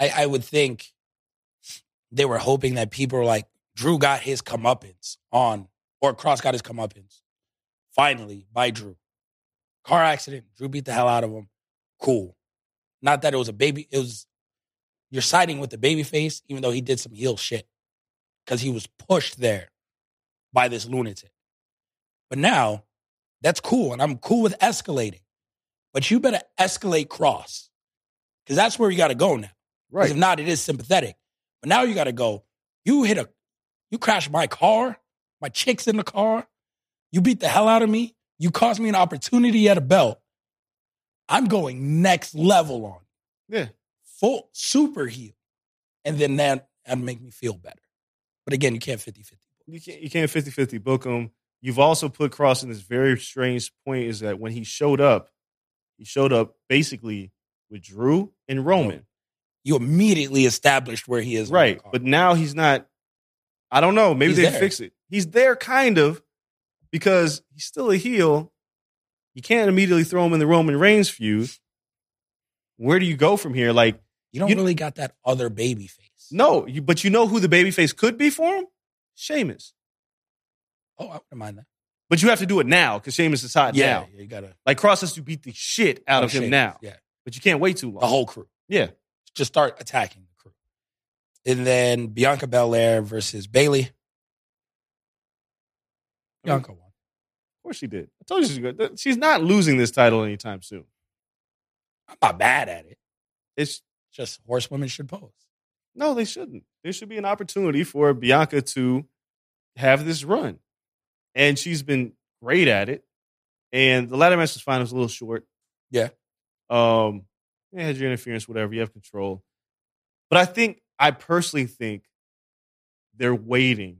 Speaker 2: I, I would think they were hoping that people were like, Drew got his comeuppance on, or Cross got his comeuppance finally by Drew. Car accident, Drew beat the hell out of him. Cool. Not that it was a baby, it was you're siding with the baby face, even though he did some heel shit because he was pushed there by this lunatic. But now that's cool, and I'm cool with escalating. But you better escalate Cross because that's where you got to go now. 'Cause If not, it is sympathetic. But now you got to go. You hit a, you crashed my car. My chick's in the car. You beat the hell out of me. You cost me an opportunity at a belt. I'm going next level on. you.
Speaker 3: Yeah.
Speaker 2: Full super heel. And then that, that make me feel better. But again, you can't 50 50.
Speaker 3: You can't you can't 50-50 book him. You've also put Cross in this very strange point is that when he showed up, he showed up basically with Drew and Roman.
Speaker 2: You immediately established where he is. on the
Speaker 3: Right.
Speaker 2: card.
Speaker 3: But now he's not I don't know. Maybe
Speaker 2: He's
Speaker 3: they
Speaker 2: there.
Speaker 3: fix it. He's there kind of because he's still a heel. You can't immediately throw him in the Roman Reigns feud. Where do you go from here? Like,
Speaker 2: you don't
Speaker 3: you-
Speaker 2: really got that other baby face.
Speaker 3: no, you, but you know who the babyface could be for him? Sheamus.
Speaker 2: Oh, I wouldn't mind that.
Speaker 3: But you have to do it now because Sheamus is hot now.
Speaker 2: yeah you got to.
Speaker 3: Like Cross has to beat the shit out of him now,
Speaker 2: Yeah.
Speaker 3: but you can't wait too long.
Speaker 2: The whole crew.
Speaker 3: yeah,
Speaker 2: just start attacking the crew. And then Bianca Belair versus Bailey.
Speaker 3: Mm-hmm.
Speaker 2: Bianca won.
Speaker 3: of course she did. I told you she's good. She's not losing this title anytime soon.
Speaker 2: I'm not bad at it.
Speaker 3: It's
Speaker 2: Just horsewomen should pose.
Speaker 3: no, they shouldn't. There should be an opportunity for Bianca to have this run, and she's been great at it. And the latter match was fine. It was a little short.
Speaker 2: Yeah.
Speaker 3: Um, you had your interference, whatever. You have control. But I think I personally think they're waiting,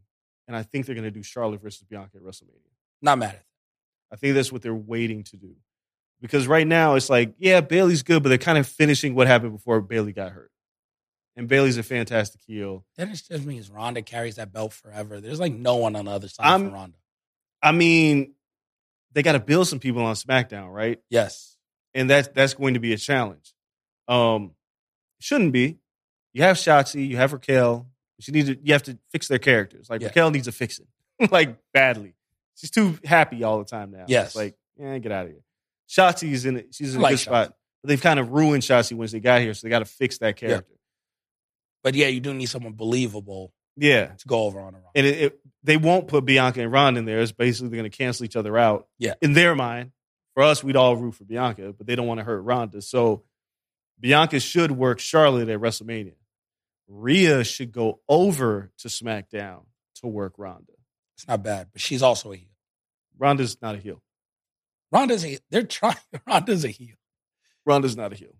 Speaker 3: and I think they're going to do Charlotte versus Bianca at WrestleMania.
Speaker 2: Not mad at it.
Speaker 3: I think that's what they're waiting to do. Because right now it's like, yeah, Bailey's good, but they're kind of finishing what happened before Bailey got hurt. And Bailey's a fantastic heel.
Speaker 2: That just tells me is Ronda carries that belt forever. There's like no one on the other side
Speaker 3: I'm-
Speaker 2: for Ronda.
Speaker 3: I mean, they got to build some people on SmackDown, right?
Speaker 2: Yes.
Speaker 3: And that's that's going to be a challenge. Um, shouldn't be. You have Shotzi, you have Raquel. But you need to you have to fix their characters. Like
Speaker 2: Yeah.
Speaker 3: Raquel needs a fixing, like badly. She's too happy all the time now.
Speaker 2: Yes.
Speaker 3: It's like, yeah, get out of here. Shotzi's in it. She's in a
Speaker 2: Like
Speaker 3: good spot. But they've kind of ruined Shotzi once they got here, so they got to fix that
Speaker 2: Yeah.
Speaker 3: character.
Speaker 2: But yeah, you do need someone believable
Speaker 3: Yeah.
Speaker 2: to go over on a Ronda.
Speaker 3: And it, it, they won't put Bianca and Ronda in there. It's basically they're going to cancel each other out.
Speaker 2: Yeah.
Speaker 3: In their mind, for us, we'd all root for Bianca, but they don't want to hurt Ronda. So Bianca should work Charlotte at WrestleMania. Rhea should go over to SmackDown to work Ronda.
Speaker 2: it's not bad, but she's also a heel.
Speaker 3: Ronda's not a heel.
Speaker 2: Ronda's a they're trying Ronda's a heel.
Speaker 3: Ronda's not a heel.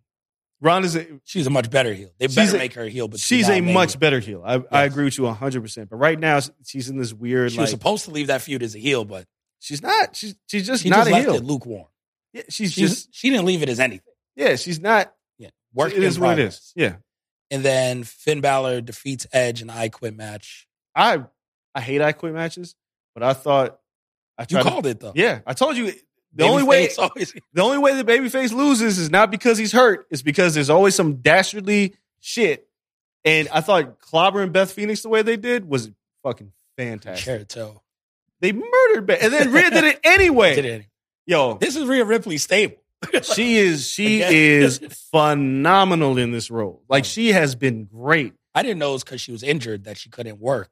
Speaker 3: Ronda's a,
Speaker 2: She's a much better heel. They
Speaker 3: She's
Speaker 2: better
Speaker 3: a-
Speaker 2: make her a heel, but
Speaker 3: she's
Speaker 2: now
Speaker 3: a
Speaker 2: made
Speaker 3: much
Speaker 2: it.
Speaker 3: better heel. I, I agree with you 100%. But right now, she's in this weird,
Speaker 2: She
Speaker 3: like,
Speaker 2: was supposed to leave that feud as a heel, but
Speaker 3: she's not. She's, she's just
Speaker 2: she
Speaker 3: not
Speaker 2: just
Speaker 3: a
Speaker 2: left it
Speaker 3: heel.
Speaker 2: lukewarm.
Speaker 3: Yeah, she's,
Speaker 2: She's-
Speaker 3: just,
Speaker 2: she didn't leave it as anything.
Speaker 3: yeah, she's not.
Speaker 2: Work
Speaker 3: it
Speaker 2: in
Speaker 3: is what it
Speaker 2: progress.
Speaker 3: is. Yeah.
Speaker 2: And then Finn Balor defeats Edge in an I Quit match.
Speaker 3: I I hate I quit matches, but I thought I
Speaker 2: You
Speaker 3: tried. to-
Speaker 2: called it though.
Speaker 3: yeah, I told you the
Speaker 2: Babyface
Speaker 3: only way
Speaker 2: always
Speaker 3: the only way the babyface loses is not because he's hurt. It's because there's always some dastardly shit. And I thought Clobber and Beth Phoenix the way they did was fucking fantastic.
Speaker 2: Charito.
Speaker 3: They murdered Beth, and then Rhea did it anyway.
Speaker 2: Did it.
Speaker 3: Yo,
Speaker 2: This is Rhea Ripley's stable.
Speaker 3: she is she
Speaker 2: Again.
Speaker 3: is phenomenal in this role. Like she has been great.
Speaker 2: I didn't know it was because she was injured that she couldn't work.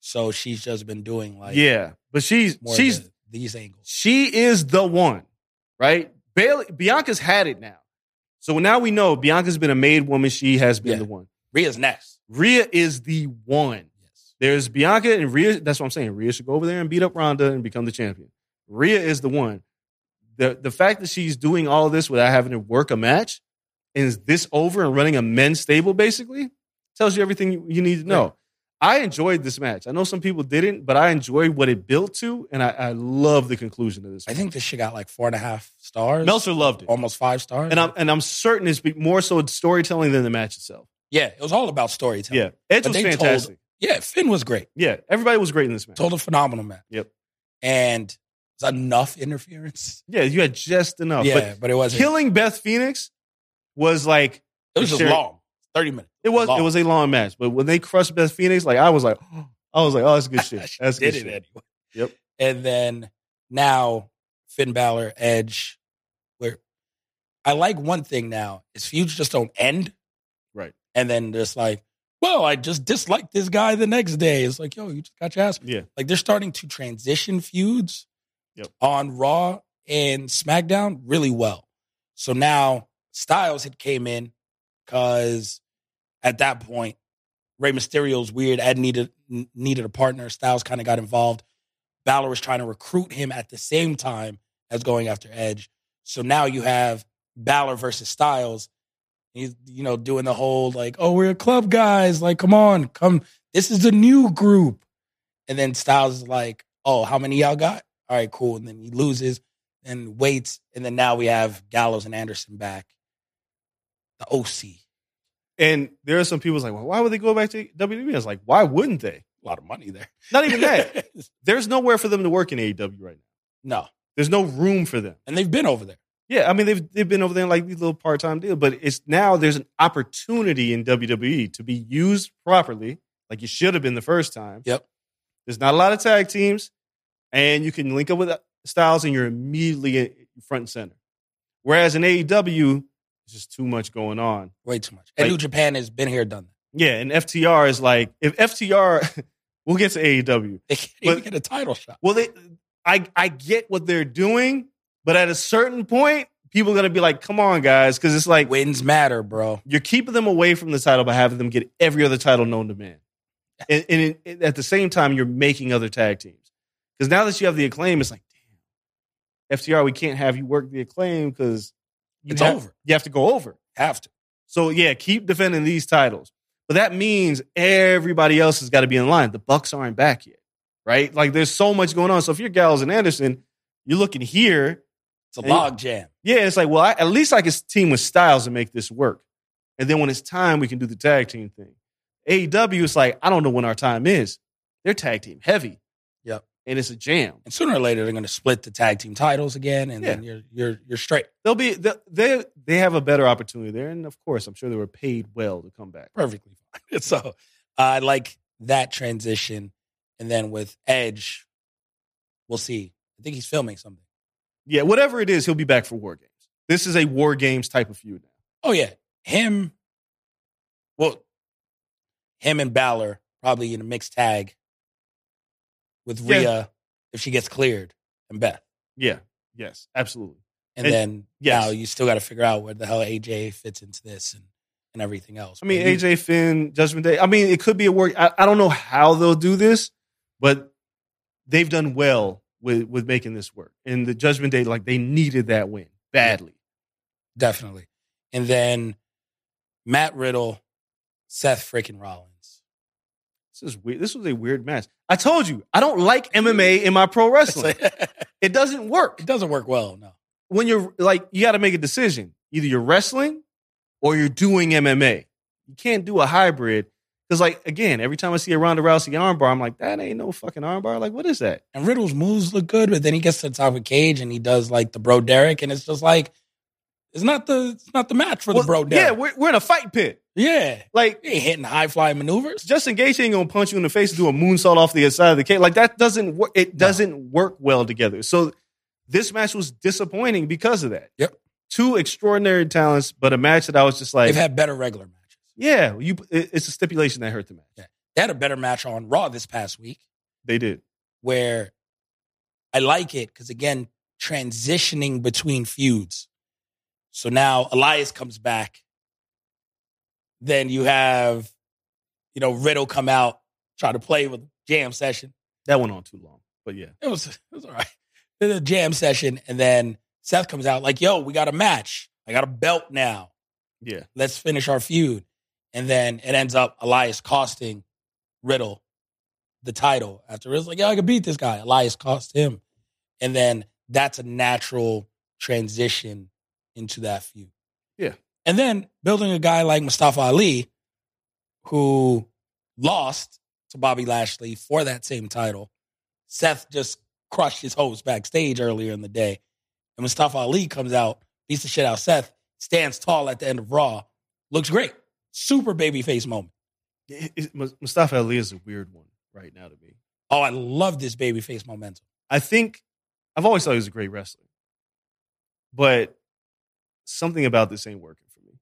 Speaker 2: So she's just been doing like
Speaker 3: yeah, but she's
Speaker 2: more
Speaker 3: she's
Speaker 2: she's, these angles.
Speaker 3: she is the one, right? Bailey, Bianca's had it now. So now we know Bianca's been a made woman. She has been
Speaker 2: Yeah.
Speaker 3: the one.
Speaker 2: Rhea's next.
Speaker 3: Rhea is the one.
Speaker 2: Yes.
Speaker 3: There's Bianca and Rhea. That's what I'm saying. Rhea should go over there and beat up Ronda and become the champion. Rhea is the one. The the fact that she's doing all this without having to work a match and is this over and running a men's stable basically tells you everything you- you need to know. I enjoyed this match. I know some people didn't, but I enjoyed what it built to, and I, I love the conclusion of this.
Speaker 2: I think this shit got like four and a half stars.
Speaker 3: Meltzer loved it,
Speaker 2: almost five stars.
Speaker 3: and I'm and I'm certain it's be- more so it's storytelling than the match itself.
Speaker 2: yeah, it was all about storytelling.
Speaker 3: Yeah, Edge
Speaker 2: But
Speaker 3: was
Speaker 2: they told-
Speaker 3: fantastic.
Speaker 2: Yeah, Finn was great.
Speaker 3: yeah, everybody was great in this match.
Speaker 2: Told a phenomenal match.
Speaker 3: Yep.
Speaker 2: And it's enough interference.
Speaker 3: yeah, you had just enough. Oh, but
Speaker 2: yeah, but, it wasn't.
Speaker 3: killing Beth Phoenix was like
Speaker 2: it was just
Speaker 3: Sherry-
Speaker 2: long. Thirty minutes.
Speaker 3: it was
Speaker 2: Long.
Speaker 3: it was a long match, but when they crushed Beth Phoenix, like I was like I was like, oh, that's good shit.
Speaker 2: She
Speaker 3: That's good
Speaker 2: did it
Speaker 3: shit.
Speaker 2: anyway.
Speaker 3: Yep.
Speaker 2: And then now Finn Balor, Edge, where I like one thing now is feuds just don't end.
Speaker 3: Right.
Speaker 2: And then just like, well, I just disliked this guy the next day. It's like, yo, you just got your ass.
Speaker 3: Yeah,
Speaker 2: Like they're starting to transition feuds
Speaker 3: Yep.
Speaker 2: on Raw and SmackDown really well. So now Styles had came in because at that point, Rey Mysterio's weird. Ed needed n- needed a partner. Styles kind of got involved. Balor was trying to recruit him at the same time as going after Edge. So now you have Balor versus Styles. He's you know doing the whole like, oh, we're club guys. Like, come on, come. This is the new group. And then Styles is like, oh, how many y'all got? All right, cool. And then he loses and waits. And then now we have Gallows and Anderson back. The OC.
Speaker 3: and there are some people who's like, well, why would they go back to WWE? I was like, why wouldn't they?
Speaker 2: A lot of money there.
Speaker 3: Not even that. There's nowhere for them to work in AEW right now.
Speaker 2: no.
Speaker 3: There's no room for them.
Speaker 2: And they've been over there.
Speaker 3: Yeah, I mean they've they've been over there in like these little part time deal, but it's now there's an opportunity in WWE to be used properly, like you should have been the first time.
Speaker 2: Yep.
Speaker 3: There's not a lot of tag teams, and you can link up with uh, Styles, and you're immediately in- front and center. Whereas in AEW, it's just too much going on.
Speaker 2: Way too much. And
Speaker 3: Like-
Speaker 2: New Japan has been here, done that.
Speaker 3: Yeah, and FTR is like if FTR, we'll get to AEW.
Speaker 2: They can't
Speaker 3: But-
Speaker 2: even get a title shot.
Speaker 3: Well, they, I I get what they're doing, but at a certain point, people are gonna be like, "Come on, guys," because it's like.
Speaker 2: Wins matter, bro.
Speaker 3: you're keeping them away from the title by having them get every other title known to man. And, and it- it- at the same time, you're making other tag teams. Because now that you have the acclaim, it's like, damn, FTR, we can't have you work the acclaim because
Speaker 2: It's over.
Speaker 3: You have to go over.
Speaker 2: Have to.
Speaker 3: So yeah, keep defending these titles. But that means everybody else has got to be in line. The Bucks aren't back yet, right? Like there's so much going on. So if you're Gallows and Anderson, you're looking here
Speaker 2: It's a
Speaker 3: And-
Speaker 2: log jam.
Speaker 3: yeah, it's like, well, I, at least I can team with Styles and make this work. And then when it's time, we can do the tag team thing. AEW is like, I don't know when our time is. They're tag team heavy.
Speaker 2: Yep.
Speaker 3: And it's a jam.
Speaker 2: And sooner or later, they're going to split the tag team titles again. And then you're, you're, you're straight.
Speaker 3: They'll be they they they have a better opportunity there. And of course, I'm sure they were paid well to come back.
Speaker 2: perfectly fine. So uh, I like that transition. And then with Edge, we'll see. I think he's filming something.
Speaker 3: Yeah, whatever it is, he'll be back for war games. This is a war games type of feud now.
Speaker 2: Oh yeah, him. Well, him and Balor probably in a mixed tag with
Speaker 3: Yeah.
Speaker 2: Rhea if she gets cleared and Beth.
Speaker 3: Yeah. Yes, absolutely.
Speaker 2: And,
Speaker 3: And-
Speaker 2: then yeah,
Speaker 3: yes.
Speaker 2: now you still got to figure out where the hell AJ fits into this and, and everything else.
Speaker 3: I mean,
Speaker 2: But you-
Speaker 3: AJ Finn, Judgment Day. I mean, it could be a work. I, I don't know how they'll do this, but they've done well with with making this work. And the Judgment Day, like they needed that win badly.
Speaker 2: Definitely. And then Matt Riddle, Seth freaking Rollins.
Speaker 3: This is weird. This was a weird match. I told you, I don't like MMA in my pro wrestling. It doesn't work
Speaker 2: It doesn't work well, no.
Speaker 3: when you're like you got to make a decision. Either you're wrestling or you're doing MMA. You can't do a hybrid because, like, again, every time I see a Ronda Rousey armbar, I'm like, that ain't no fucking armbar. Like, what is that?
Speaker 2: And Riddle's moves look good, but then he gets to the top of the cage and he does like the bro Derek, and it's just like It's not the it's not the match for
Speaker 3: Well,
Speaker 2: the bro
Speaker 3: Yeah,
Speaker 2: down.
Speaker 3: we're, we're in a fight pit.
Speaker 2: Yeah.
Speaker 3: Like
Speaker 2: He ain't hitting high flying maneuvers.
Speaker 3: Justin Gaethje ain't gonna punch you in the face and do a moonsault off the other side of the cage. Like that doesn't work. It doesn't work well together. So this match was disappointing because of that.
Speaker 2: Yep.
Speaker 3: Two extraordinary talents, but a match that I was just like,
Speaker 2: They've had better regular matches.
Speaker 3: yeah, you. it- it's a stipulation that hurt the match.
Speaker 2: They had a better match on Raw this past week
Speaker 3: They did.
Speaker 2: where I like it because again, transitioning between feuds. So now Elias comes back. Then you have, you know, Riddle come out, try to play with jam session.
Speaker 3: That went on too long, but yeah,
Speaker 2: It was it was all right. Then a jam session, and then Seth comes out like, "Yo, we got a match. I got a belt now.
Speaker 3: yeah.
Speaker 2: Let's finish our feud." And then it ends up Elias costing Riddle the title. After it's like, "Yo, I can beat this guy." Elias cost him, and then that's a natural transition into that feud.
Speaker 3: Yeah.
Speaker 2: and then building a guy like Mustafa Ali, who lost to Bobby Lashley for that same title. Seth just crushed his host backstage earlier in the day. And Mustafa Ali comes out, beats the shit out of Seth, stands tall at the end of Raw, looks great. Super babyface moment.
Speaker 3: It- it- Mus- Mustafa Ali is a weird one right now to me.
Speaker 2: Oh, I love this babyface momentum.
Speaker 3: I think I've always thought he was a great wrestler, but something about this ain't working for me.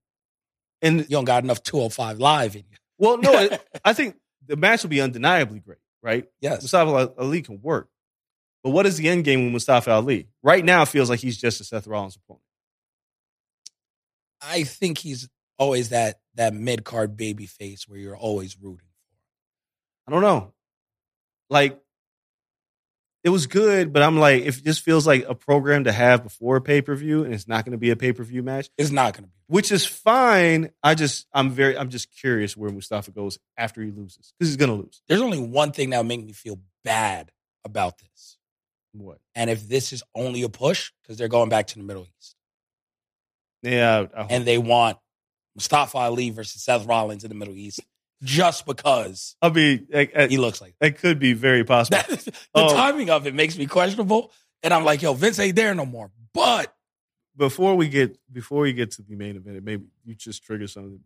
Speaker 3: And
Speaker 2: You don't got enough 205 live in you.
Speaker 3: well, no, I- I think the match will be undeniably great, right?
Speaker 2: yes.
Speaker 3: Mustafa Ali can work, but what is the end game with Mustafa Ali? Right now, it feels like he's just a Seth Rollins opponent.
Speaker 2: I think he's always that that mid card babyface where you're always rooting for.
Speaker 3: I don't know. Like, it was good, but I'm like, it just feels like a program to have before a pay per view, and it's not going to be a pay per view match.
Speaker 2: It's not gonna be.
Speaker 3: which is fine. I just I'm very I'm just curious where Mustafa goes after he loses because he's gonna lose.
Speaker 2: There's only one thing that would make me feel bad about this.
Speaker 3: What?
Speaker 2: And if this is only a push, because they're going back to the Middle East.
Speaker 3: Yeah, I, I hope.
Speaker 2: and they want Mustafa Ali versus Seth Rollins in the Middle East just because
Speaker 3: I mean that- that-
Speaker 2: he looks like
Speaker 3: that could be very possible.
Speaker 2: that. the
Speaker 3: Oh.
Speaker 2: timing of it makes me questionable, and I'm like, yo, Vince ain't there no more. But
Speaker 3: before we get before we get to the main event, it maybe you just trigger something.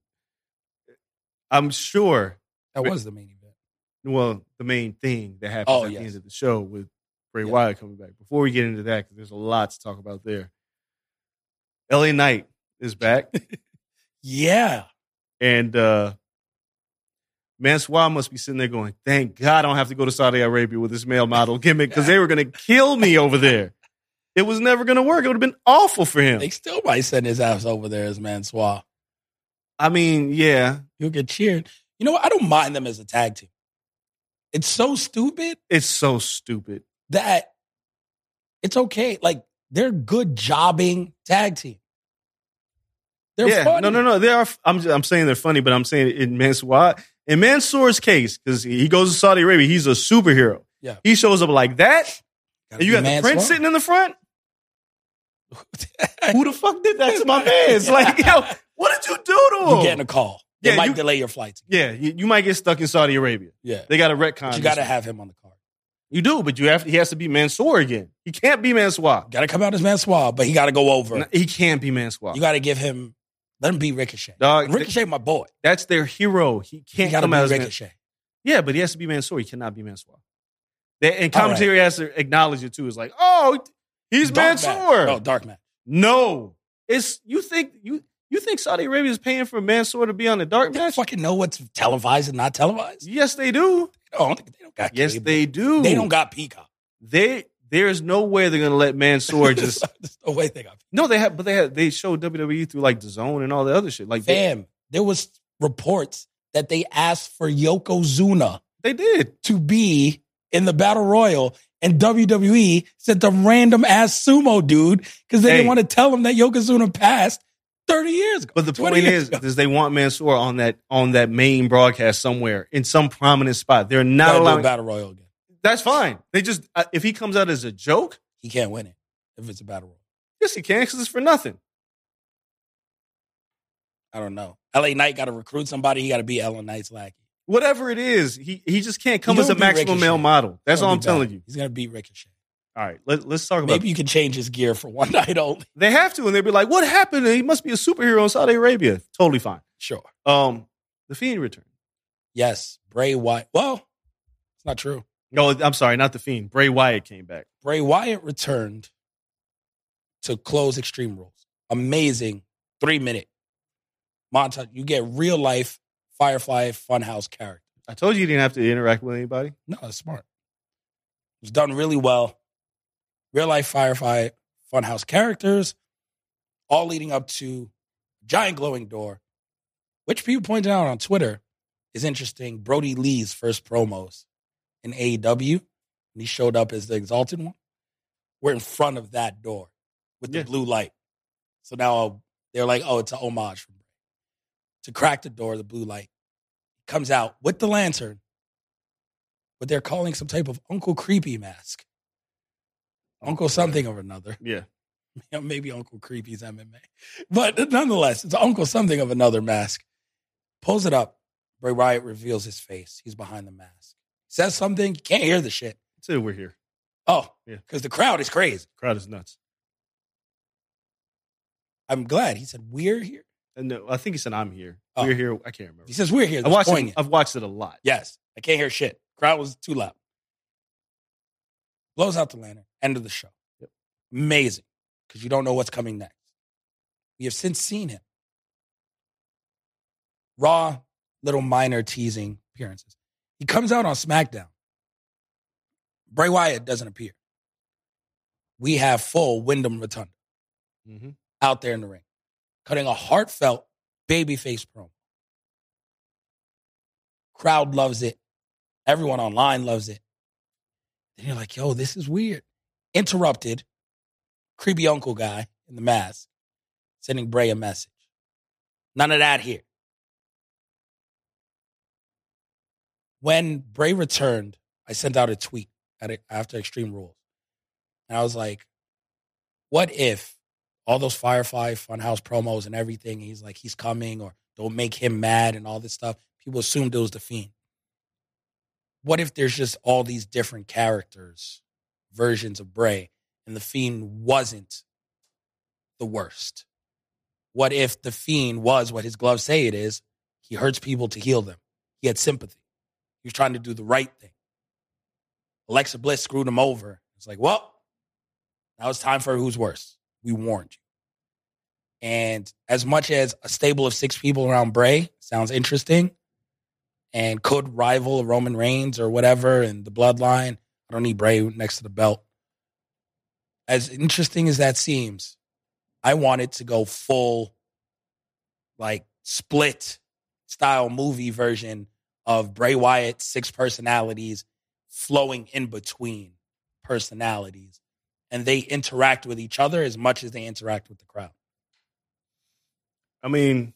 Speaker 3: I'm sure.
Speaker 2: that was the main event.
Speaker 3: Well, the main thing that happens
Speaker 2: Oh,
Speaker 3: at
Speaker 2: yes.
Speaker 3: the end of the show with Bray
Speaker 2: Yeah.
Speaker 3: Wyatt coming back. Before we get into that, because there's a lot to talk about there. La Knight is back.
Speaker 2: Yeah,
Speaker 3: And uh Mansoir must be sitting there going, Thank God I don't have to go to Saudi Arabia with this male model gimmick because they were gonna kill me over there. It was never gonna work. It would have been awful for
Speaker 2: they
Speaker 3: him.
Speaker 2: still might send his ass over there as Mansoir.
Speaker 3: I mean, yeah,
Speaker 2: You'll get cheered. You know what? I don't mind them as a tag team. It's so stupid
Speaker 3: it's so stupid.
Speaker 2: that it's okay. Like they're good jobbing tag team. They're
Speaker 3: yeah,
Speaker 2: funny.
Speaker 3: no, no, no. They are. I'm I'm saying they're funny, but I'm saying in Mansoir, in Mansour's case, because he goes to Saudi Arabia, he's a superhero.
Speaker 2: Yeah.
Speaker 3: he shows up like that, and you got the prince sitting in the front.
Speaker 2: sitting.
Speaker 3: Who the fuck did that to my man's? Like, yo, what did you do to him?
Speaker 2: You're getting a call. They
Speaker 3: Yeah,
Speaker 2: might
Speaker 3: you-
Speaker 2: delay your flights.
Speaker 3: Yeah, you, you might get stuck in Saudi Arabia.
Speaker 2: Yeah.
Speaker 3: They got a retcon.
Speaker 2: But you
Speaker 3: this
Speaker 2: got to
Speaker 3: week.
Speaker 2: have him on the card.
Speaker 3: You do, but you have he has to be Mansoor again. He can't be Mansoor.
Speaker 2: Got to come out as Mansoir, but he got to go over.
Speaker 3: No, He can't be Mansoor.
Speaker 2: You got to give him, let him be Ricochet.
Speaker 3: Dog, th-
Speaker 2: Ricochet, my boy.
Speaker 3: that's their hero. He
Speaker 2: He
Speaker 3: can't
Speaker 2: got to
Speaker 3: come
Speaker 2: be
Speaker 3: out as Man-
Speaker 2: Ricochet.
Speaker 3: Yeah, but he has to be Mansoor. He cannot be Mansoor. They- and
Speaker 2: All right.
Speaker 3: commentary has to acknowledge it too. It's like, oh, he's
Speaker 2: Dark
Speaker 3: Mansoor.
Speaker 2: Match. No, Dark Match.
Speaker 3: No, it's you think you you think Saudi Arabia is paying for Mansoor to be on the dark
Speaker 2: They don't
Speaker 3: match?
Speaker 2: fucking know what's televised and not televised.
Speaker 3: Yes, they do.
Speaker 2: No, I don't think- they don't got
Speaker 3: Yes,
Speaker 2: cable.
Speaker 3: they do.
Speaker 2: They don't got Peacock.
Speaker 3: They there is no way they're gonna let Mansoor just
Speaker 2: There's no way they got
Speaker 3: No, they have, but they had they showed WWE through like the zone and all the other shit. Like they,
Speaker 2: Fam, there was reports that they asked for Yokozuna
Speaker 3: they did.
Speaker 2: to be in the battle royal, and WWE sent the random ass sumo dude because they
Speaker 3: Hey.
Speaker 2: didn't want to tell him that Yokozuna passed 30 years ago.
Speaker 3: But the
Speaker 2: 20
Speaker 3: point
Speaker 2: years
Speaker 3: is,
Speaker 2: ago.
Speaker 3: is they want Mansoor on that on that main broadcast somewhere in some prominent spot. They're
Speaker 2: Gotta
Speaker 3: not
Speaker 2: do a
Speaker 3: allowing.
Speaker 2: battle royal again.
Speaker 3: That's fine. They just uh, if he comes out as a joke,
Speaker 2: He can't win it if it's a battle royal.
Speaker 3: yes, he can because it's for nothing.
Speaker 2: I don't know. LA Knight got to recruit somebody. He got to be LA Knight's lackey.
Speaker 3: Whatever it is, he he just can't come
Speaker 2: He
Speaker 3: as a
Speaker 2: gonna be
Speaker 3: maximum
Speaker 2: Ricochet.
Speaker 3: male model. That's
Speaker 2: He's gonna
Speaker 3: all I'm
Speaker 2: be
Speaker 3: telling
Speaker 2: bad.
Speaker 3: you.
Speaker 2: He's gonna beat Ricochet.
Speaker 3: All right, let, let's talk about.
Speaker 2: Maybe you could change his gear for one night only.
Speaker 3: They have to, and they'd be like, "What happened? He must be a superhero in Saudi Arabia." Totally fine.
Speaker 2: Sure.
Speaker 3: Um, the Fiend returned.
Speaker 2: Yes, Bray Wyatt. Well, it's not true.
Speaker 3: No, I'm sorry, not the Fiend. Bray Wyatt came back.
Speaker 2: Bray Wyatt returned to close Extreme Rules. Amazing three minute montage. You get real life Firefly Funhouse character.
Speaker 3: I told you you didn't have to interact with anybody.
Speaker 2: No, it's smart. It was done really well. Real life Firefly Funhouse characters, all leading up to giant glowing door, which people pointed out on Twitter is interesting. Brody Lee's first promos in AEW, and he showed up as the Exalted One. We're in front of that door with the
Speaker 3: Yeah.
Speaker 2: blue light. So now they're like, oh, it's a homage from to crack the door, the blue light comes out with the lantern, but they're calling some type of Uncle Creepy mask. Uncle something or another.
Speaker 3: Yeah.
Speaker 2: You know, maybe Uncle Creepy's MMA. But nonetheless, it's Uncle something of another mask. Pulls it up. Bray Wyatt reveals his face. He's behind the mask. Says something. You can't hear the shit.
Speaker 3: So we're here.
Speaker 2: Oh,
Speaker 3: Yeah.
Speaker 2: because the crowd is crazy.
Speaker 3: Crowd is nuts.
Speaker 2: I'm glad. He said, We're here.
Speaker 3: And Uh, no, I think he said I'm here.
Speaker 2: Oh.
Speaker 3: We're here. I can't remember.
Speaker 2: He says, We're here.
Speaker 3: I
Speaker 2: They're
Speaker 3: watched
Speaker 2: pointing
Speaker 3: it,
Speaker 2: it.
Speaker 3: I've watched it a lot.
Speaker 2: Yes. I can't hear shit. Crowd was too loud. Blows out the lantern. End of the show. Amazing. Because you don't know what's coming next. We have since seen him. Raw, little minor teasing appearances. He comes out on SmackDown. Bray Wyatt doesn't appear. We have full Wyndham Rotunda
Speaker 3: Mm-hmm.
Speaker 2: out there in the ring, cutting a heartfelt babyface promo. Crowd loves it. Everyone online loves it. And you're like, yo, this is weird. Interrupted, creepy uncle guy in the mask sending Bray a message. None of that here. When Bray returned, I sent out a tweet at after Extreme Rules. And I was like, what if all those Firefly Funhouse promos and everything. He's like, he's coming, or don't make him mad, and all this stuff. People assumed it was the Fiend. What if there's just all these different characters, versions of Bray, and the Fiend wasn't the worst? What if the Fiend was what his gloves say it is? He hurts people to heal them. He had sympathy. He was trying to do the right thing. Alexa Bliss screwed him over. It's like, well, now it's time for who's worse. We warned you. And as much as a stable of six people around Bray sounds interesting and could rival Roman Reigns or whatever and the bloodline, I don't need Bray next to the belt. As interesting as that seems, I wanted to go full, like, split style movie version of Bray Wyatt's six personalities flowing in between personalities and they interact with each other as much as they interact with the crowd.
Speaker 3: I mean,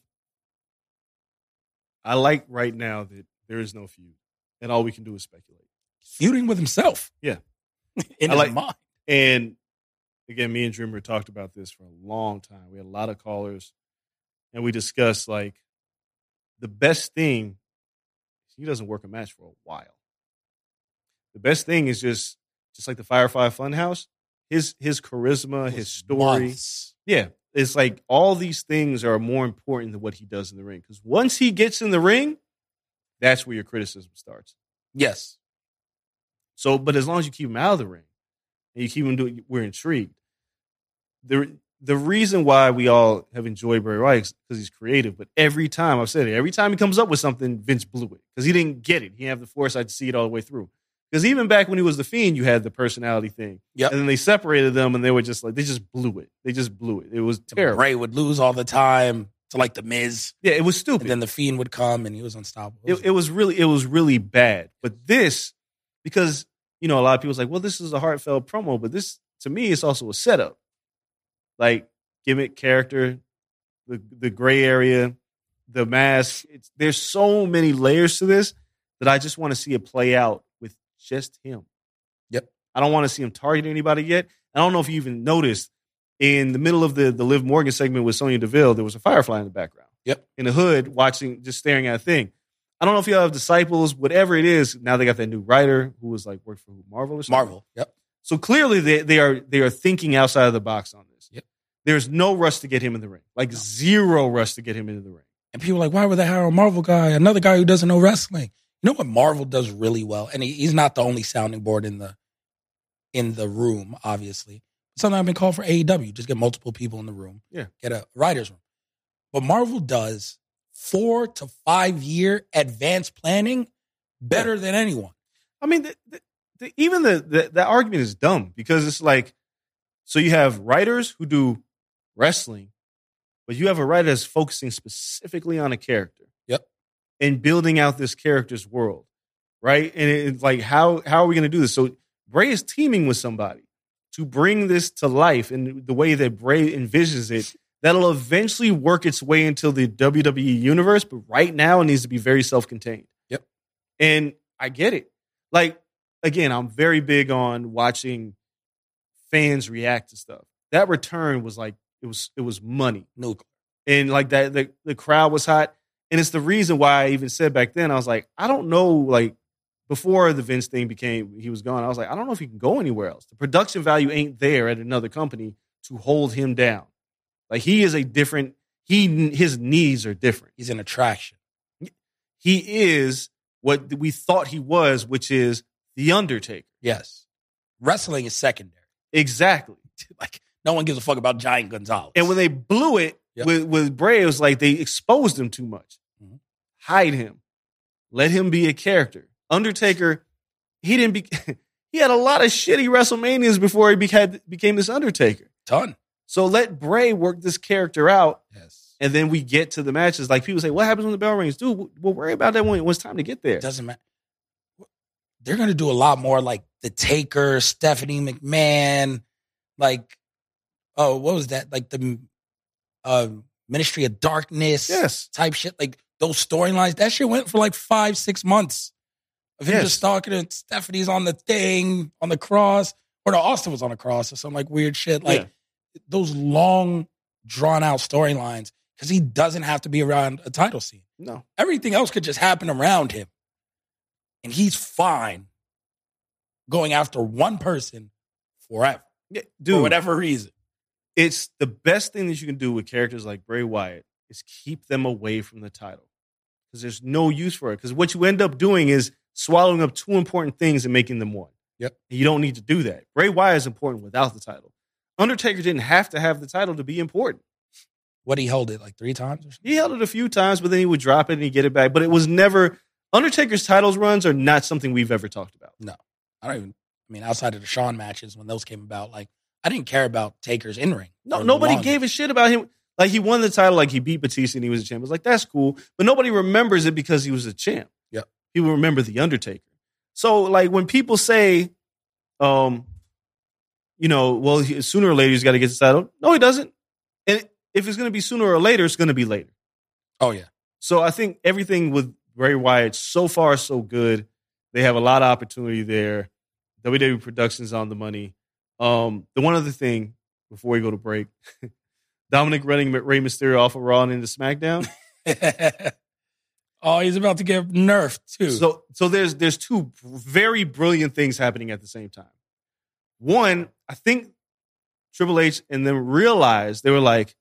Speaker 3: I like right now that there is no feud, and all we can do is speculate.
Speaker 2: Feuding with himself.
Speaker 3: Yeah.
Speaker 2: In
Speaker 3: I
Speaker 2: his
Speaker 3: like-
Speaker 2: mind.
Speaker 3: And again, me and Dreamer talked about this for a long time. We had a lot of callers, and we discussed like the best thing. He doesn't work a match for a while. The best thing is just just like the Firefly Funhouse. His his charisma, his story.
Speaker 2: Months.
Speaker 3: Yeah, it's like all these things are more important than what he does in the ring. Because once he gets in the ring, that's where your criticism starts.
Speaker 2: Yes.
Speaker 3: So, but as long as you keep him out of the ring and you keep him doing, we're intrigued. The the reason why we all have enjoyed Bray Wyatt is because he's creative. But every time I've said it, every time he comes up with something, Vince blew it because he didn't get it. He didn't have the foresight to see it all the way through. Because even back when he was the Fiend, you had the personality thing,
Speaker 2: Yep.
Speaker 3: and then they separated them, and they were just like they just blew it. They just blew it. It was terrible.
Speaker 2: Ray would lose all the time to like the Miz.
Speaker 3: Yeah, it was stupid.
Speaker 2: And then the Fiend would come and he was unstoppable.
Speaker 3: it, it was really it was really bad. But this, because you know, a lot of people's like, well, this is a heartfelt promo, but this to me it's also a setup. Like gimmick character, the the gray area, the mask. It's, there's so many layers to this that I just want to see it play out with just him.
Speaker 2: Yep.
Speaker 3: I don't want to see him target anybody yet. I don't know if you even noticed in the middle of the the Liv Morgan segment with Sonya Deville, there was a firefly in the background.
Speaker 2: Yep.
Speaker 3: In the hood, watching, just staring at a thing. I don't know if y'all have disciples, whatever it is. Now they got that new writer who was like worked for Marvel or something.
Speaker 2: Marvel. Yep.
Speaker 3: So clearly they, they are they are thinking outside of the box on this.
Speaker 2: Yep.
Speaker 3: There's no rush to get him in the ring. Like zero rush to get him into the ring.
Speaker 2: And people are like, why would they hire a Marvel guy? Another guy who doesn't know wrestling. You know what Marvel does really well, and he, he's not the only sounding board in the in the room, obviously. Something I've been called for AEW. Just get multiple people in the room.
Speaker 3: Yeah.
Speaker 2: Get a writer's room. But Marvel does four to five year advanced planning better than anyone.
Speaker 3: I mean, the, the, the, even the, the the argument is dumb because it's like, so you have writers who do wrestling, but you have a writer that's focusing specifically on a character.
Speaker 2: Yep.
Speaker 3: And building out this character's world, right? And it- it's like, how how are we going to do this? So Bray is teaming with somebody to bring this to life in the way that Bray envisions it. That'll eventually work its way into the WWE universe, but right now it needs to be very self-contained.
Speaker 2: Yep.
Speaker 3: And I get it. Like again, I'm very big on watching fans react to stuff. That return was like it was it was money.
Speaker 2: Nuclear.
Speaker 3: And like that the, the crowd was hot. And it's the reason why I even said back then, I was like, I don't know, like before the Vince thing became he was gone, I was like, I don't know if he can go anywhere else. The production value ain't there at another company to hold him down. Like he is a different he his needs are different
Speaker 2: He's an attraction.
Speaker 3: he is what we thought he was, which is the Undertaker.
Speaker 2: Yes. Wrestling is secondary.
Speaker 3: Exactly.
Speaker 2: Like no one gives a fuck about Giant Gonzalez.
Speaker 3: And when they blew it
Speaker 2: Yep.
Speaker 3: with, with Bray, it was like they exposed him too much.
Speaker 2: Mhm.
Speaker 3: Hide him. Let him be a character. Undertaker, he didn't be he had a lot of shitty WrestleManias before he became, became this Undertaker.
Speaker 2: ton.
Speaker 3: So let Bray work this character out,
Speaker 2: Yes.
Speaker 3: and then we get to the matches. Like people say, what happens when the bell rings? Dude, we'll- we'll worry about that when when it's time to get there.
Speaker 2: It doesn't matter. They're gonna do a lot more like the Taker, Stephanie McMahon, like oh, what was that? Like the uh, Ministry of Darkness
Speaker 3: Yes.
Speaker 2: type shit. Like those storylines. That shit went for like five, six months of him
Speaker 3: Yes.
Speaker 2: just talking and Stephanie's on the thing on the cross, or no, Austin was on the cross or some like weird shit. Like
Speaker 3: Yeah.
Speaker 2: those long, drawn out storylines because he doesn't have to be around a title scene
Speaker 3: No.
Speaker 2: everything else could just happen around him. And he's fine going after one person forever
Speaker 3: Yeah,
Speaker 2: for
Speaker 3: Dude,
Speaker 2: whatever reason.
Speaker 3: it's the best thing that you can do with characters like Bray Wyatt is keep them away from the title because there's no use for it. Because what you end up doing is swallowing up two important things and making them one.
Speaker 2: Yep.
Speaker 3: And you don't need to do that. Bray Wyatt is important without the title. Undertaker didn't have to have the title to be important.
Speaker 2: What he held it like three times or something?
Speaker 3: He held it a few times, but then he would drop it and he'd get it back. But it was never Undertaker's titles runs are not something we've ever talked about.
Speaker 2: I don't even. I mean, outside of the Shawn matches when those came about, like I didn't care about Taker's in ring.
Speaker 3: No, nobody gave
Speaker 2: it.
Speaker 3: a shit about him. Like he won the title, like he beat Batista and he was a champ. It was like that's cool, but nobody remembers it because he was a champ.
Speaker 2: Yep.
Speaker 3: people remember the Undertaker. So like when people say, um, you know, well he- sooner or later he's got to get the title. No, he doesn't. And if it's going to be sooner or later, it's going to be later.
Speaker 2: Oh yeah,
Speaker 3: So I think everything with Bray Wyatt so far is so good. They have a lot of opportunity there. WWE Productions on the money. Um, the one other thing before we go to break, Dominic running Rey Mysterio off of Raw and into SmackDown.
Speaker 2: oh, he's about to get nerfed too.
Speaker 3: So so there's there's two very brilliant things happening at the same time. One, I think Triple H and them realized they were like,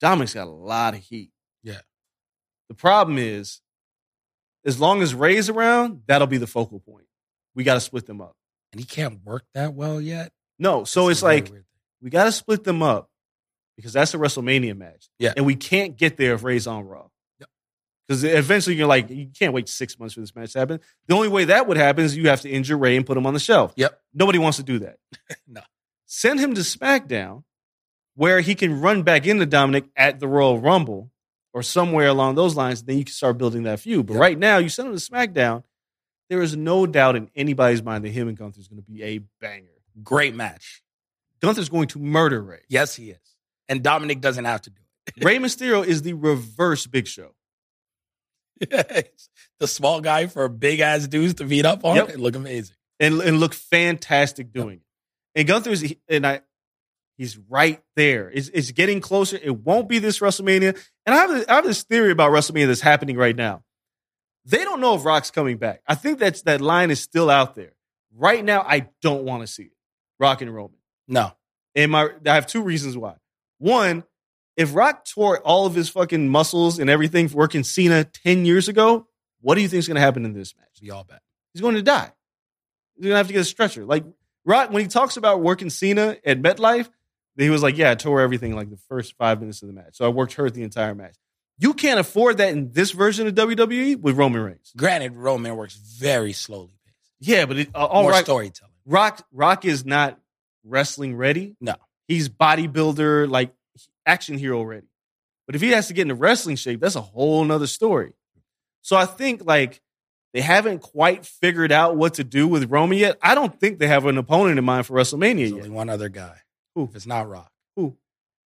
Speaker 3: Dominic's got a lot of heat.
Speaker 2: Yeah.
Speaker 3: The problem is, as long as Ray's around, that'll be the focal point. We got to split them up.
Speaker 2: and he can't work that well yet.
Speaker 3: No, so
Speaker 2: That's
Speaker 3: it's
Speaker 2: a very
Speaker 3: like
Speaker 2: weird thing.
Speaker 3: we got to split them up because that's a WrestleMania match.
Speaker 2: Yeah.
Speaker 3: And we can't get there if Ray's on Raw.
Speaker 2: Yep.
Speaker 3: Because eventually you're like, you can't wait six months for this match to happen. The only way that would happen is you have to injure Ray and put him on the shelf.
Speaker 2: Yep.
Speaker 3: Nobody wants to do that.
Speaker 2: No.
Speaker 3: Send him to SmackDown where he can run back into Dominic at the Royal Rumble or somewhere along those lines. Then you can start building that feud. But
Speaker 2: Yep.
Speaker 3: right now, you send him to SmackDown. There is no doubt in anybody's mind that him and Gunther is going to be a banger.
Speaker 2: great match.
Speaker 3: Gunther's going to murder Ray.
Speaker 2: Yes, he is, and Dominic doesn't have to do
Speaker 3: Ray Mysterio is the reverse Big Show.
Speaker 2: Yes. the small guy for big ass dudes to beat up on
Speaker 3: Yep.
Speaker 2: it look amazing.
Speaker 3: and and look fantastic doing it. And Gunther's and I, he's right there. It's it's getting closer. It won't be this WrestleMania. And I have this, I have this theory about WrestleMania that's happening right now. They don't know if Rock's coming back. I think that's that line is still out there. Right now, I don't want to see it. Rock and Roman.
Speaker 2: No.
Speaker 3: And my I have two reasons why. One, if Rock tore all of his fucking muscles and everything working Cena 10 years ago, what do you think is going to happen in this match?
Speaker 2: We all bet.
Speaker 3: He's going to die. He's going to have to get a stretcher. Like Rock, when he talks about working Cena at MetLife, he was like, "Yeah, I tore everything like the first five minutes of the match, so I worked hurt the entire match." You can't afford that in this version of WWE with Roman Reigns.
Speaker 2: Granted, Roman works very slowly.
Speaker 3: Yeah, but it, uh, all
Speaker 2: More
Speaker 3: right,
Speaker 2: storytelling.
Speaker 3: Rock Rock is not wrestling ready.
Speaker 2: No.
Speaker 3: He's bodybuilder, like action hero ready. But if he has to get into wrestling shape, that's a whole nother story. So I think like they haven't quite figured out what to do with Roman yet. I don't think they have an opponent in mind for
Speaker 2: There's
Speaker 3: WrestleMania
Speaker 2: only
Speaker 3: yet.
Speaker 2: one other guy.
Speaker 3: Who?
Speaker 2: If it's not Rock.
Speaker 3: Who?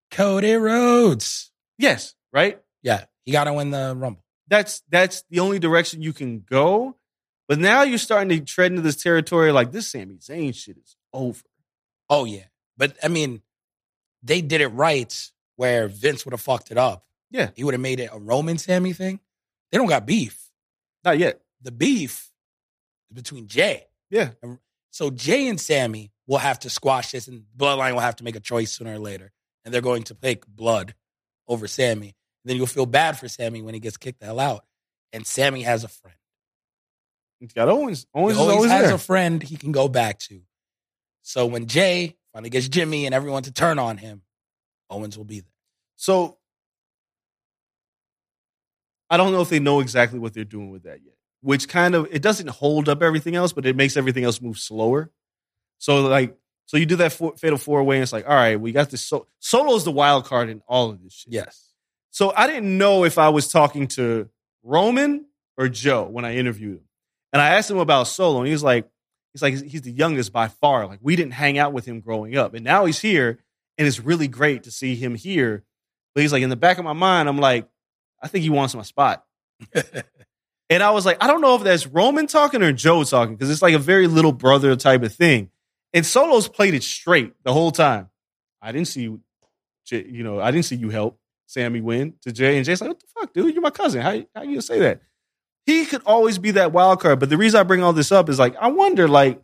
Speaker 2: Cody Rhodes.
Speaker 3: Yes, right?
Speaker 2: Yeah, he got to win the Rumble.
Speaker 3: That's that's the only direction you can go. But now you're starting to tread into this territory like this Sami Zayn shit is over.
Speaker 2: Oh yeah, but I mean, they did it right where Vince would have fucked it up.
Speaker 3: Yeah.
Speaker 2: he would have made it a Roman Sammy thing. They don't got beef.
Speaker 3: Not yet.
Speaker 2: The beef is between Jay.
Speaker 3: Yeah.
Speaker 2: And- So Jay and Sammy will have to squash this, and Bloodline will have to make a choice sooner or later, and they're going to pick Blood over Sammy. then you'll feel bad for Sammy when he gets kicked the hell out, and Sammy has a friend.
Speaker 3: He's got Owens. Owens
Speaker 2: He
Speaker 3: is always
Speaker 2: always has
Speaker 3: there.
Speaker 2: a friend he can go back to. So when Jay finally gets Jimmy and everyone to turn on him, Owens will be there.
Speaker 3: So I don't know if they know exactly what they're doing with that yet, which kind of it doesn't hold up everything else, but it makes everything else move slower. So like, so you do that four, fatal four way, and it's like, all right, we got this. So, Solo's the wild card in all of this shit.
Speaker 2: Yes.
Speaker 3: So I didn't know if I was talking to Roman or Joe when I interviewed him, and I asked him about Solo, and he was like, he's like, he's the youngest by far. Like we didn't hang out with him growing up, and now he's here, and it's really great to see him here. But he's like, in the back of my mind, I'm like, I think he wants my spot. and I was like, I don't know if that's Roman talking or Joe talking because it's like a very little brother type of thing. And Solo's played it straight the whole time. I didn't see, you J- you know, I didn't see you help Sammy win to Jay. And Jay's like, what the fuck, dude? You're my cousin. How, how you gonna say that? He could always be that wild card. But the reason I bring all this up is like, I wonder, like,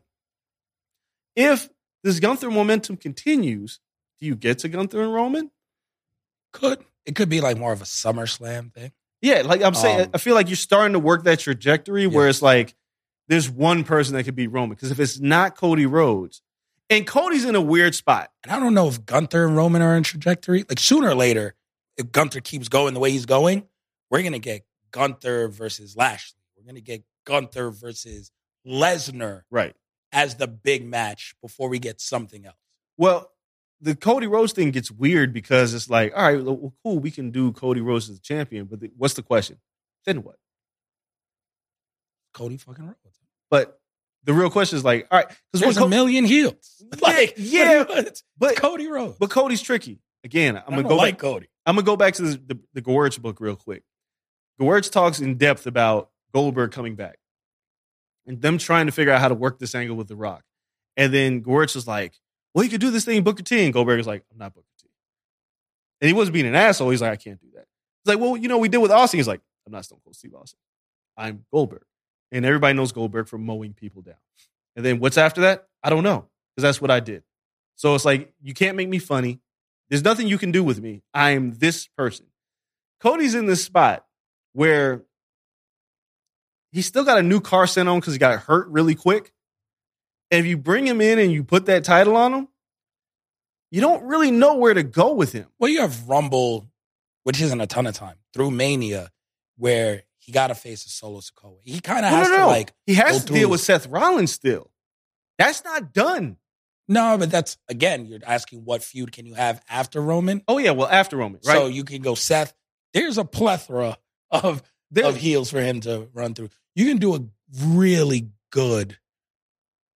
Speaker 3: if this Gunther momentum continues, do you get to Gunther and Roman?
Speaker 2: Could it could be like more of a SummerSlam thing.
Speaker 3: Yeah, like I'm saying,
Speaker 2: Um,
Speaker 3: I feel like you're starting to work that trajectory where
Speaker 2: Yeah.
Speaker 3: it's like there's one person that could be Roman because if it's not Cody Rhodes, and Cody's in a weird spot.
Speaker 2: And I don't know if Gunther and Roman are in trajectory. Like sooner or later, if Gunther keeps going the way he's going, we're gonna get Gunther versus Lashley. We're gonna get Gunther versus Lesnar
Speaker 3: Right.
Speaker 2: as the big match before we get something else.
Speaker 3: Well, the Cody Rhodes thing gets weird because it's like, all right, well, cool, we can do Cody Rhodes as the champion, but the, what's the question? Then what?
Speaker 2: Cody fucking Rhodes.
Speaker 3: But the real question is like, all right, because
Speaker 2: There's a million heels. Like
Speaker 3: yeah,
Speaker 2: it's
Speaker 3: but
Speaker 2: Cody Rhodes.
Speaker 3: but Cody's tricky. Again, I'm
Speaker 2: I
Speaker 3: gonna
Speaker 2: don't
Speaker 3: go
Speaker 2: like
Speaker 3: back.
Speaker 2: Cody.
Speaker 3: I'm gonna go back to the the, the Gorge book real quick. Gorge talks in depth about Goldberg coming back and them trying to figure out how to work this angle with The Rock. And then Gorge was like, "Well, you could do this thing, Booker T." And Goldberg was like, "I'm not Booker T." And he wasn't being an asshole. He's like, "I can't do that." He's like, "Well, you know, we did with Austin." He's like, "I'm not Stone Cold Steve Austin. I'm Goldberg." And everybody knows Goldberg for mowing people down. And then what's after that? I don't know because that's what I did. So it's like you can't make me funny. There's nothing you can do with me. I am this person. Cody's in this spot where he still got a new car sent on because he got hurt really quick. And if you bring him in and you put that title on him, you don't really know where to go with him.
Speaker 2: Well, you have Rumble, which isn't a ton of time, through Mania, where he got to face a solo Sokoa. He kind of
Speaker 3: No,
Speaker 2: has
Speaker 3: no,
Speaker 2: to
Speaker 3: no.
Speaker 2: like,
Speaker 3: he
Speaker 2: go
Speaker 3: has to
Speaker 2: through.
Speaker 3: deal with Seth Rollins still. That's not done.
Speaker 2: no, but that's again, you're asking what feud can you have after Roman?
Speaker 3: Oh yeah, well after Roman, right?
Speaker 2: So you can go Seth. There's a plethora of
Speaker 3: There-
Speaker 2: of heels for him to run through. You can do a really good.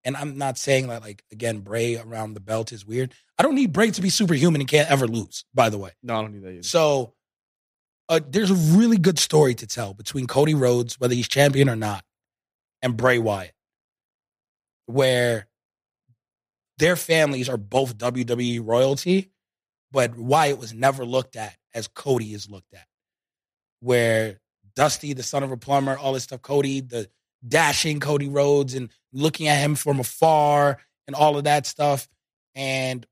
Speaker 2: And I'm not saying that like again, Bray around the belt is weird. I don't need Bray to be superhuman and can't ever lose. By the way.
Speaker 3: no, I don't need that either.
Speaker 2: So uh, there's a really good story to tell between Cody Rhodes, whether he's champion or not, and Bray Wyatt, where their families are both WWE royalty, but Wyatt was never looked at as Cody is looked at. Where Dusty, the son of a plumber, all this stuff, Cody, the dashing Cody Rhodes and looking at him from afar and all of that stuff, and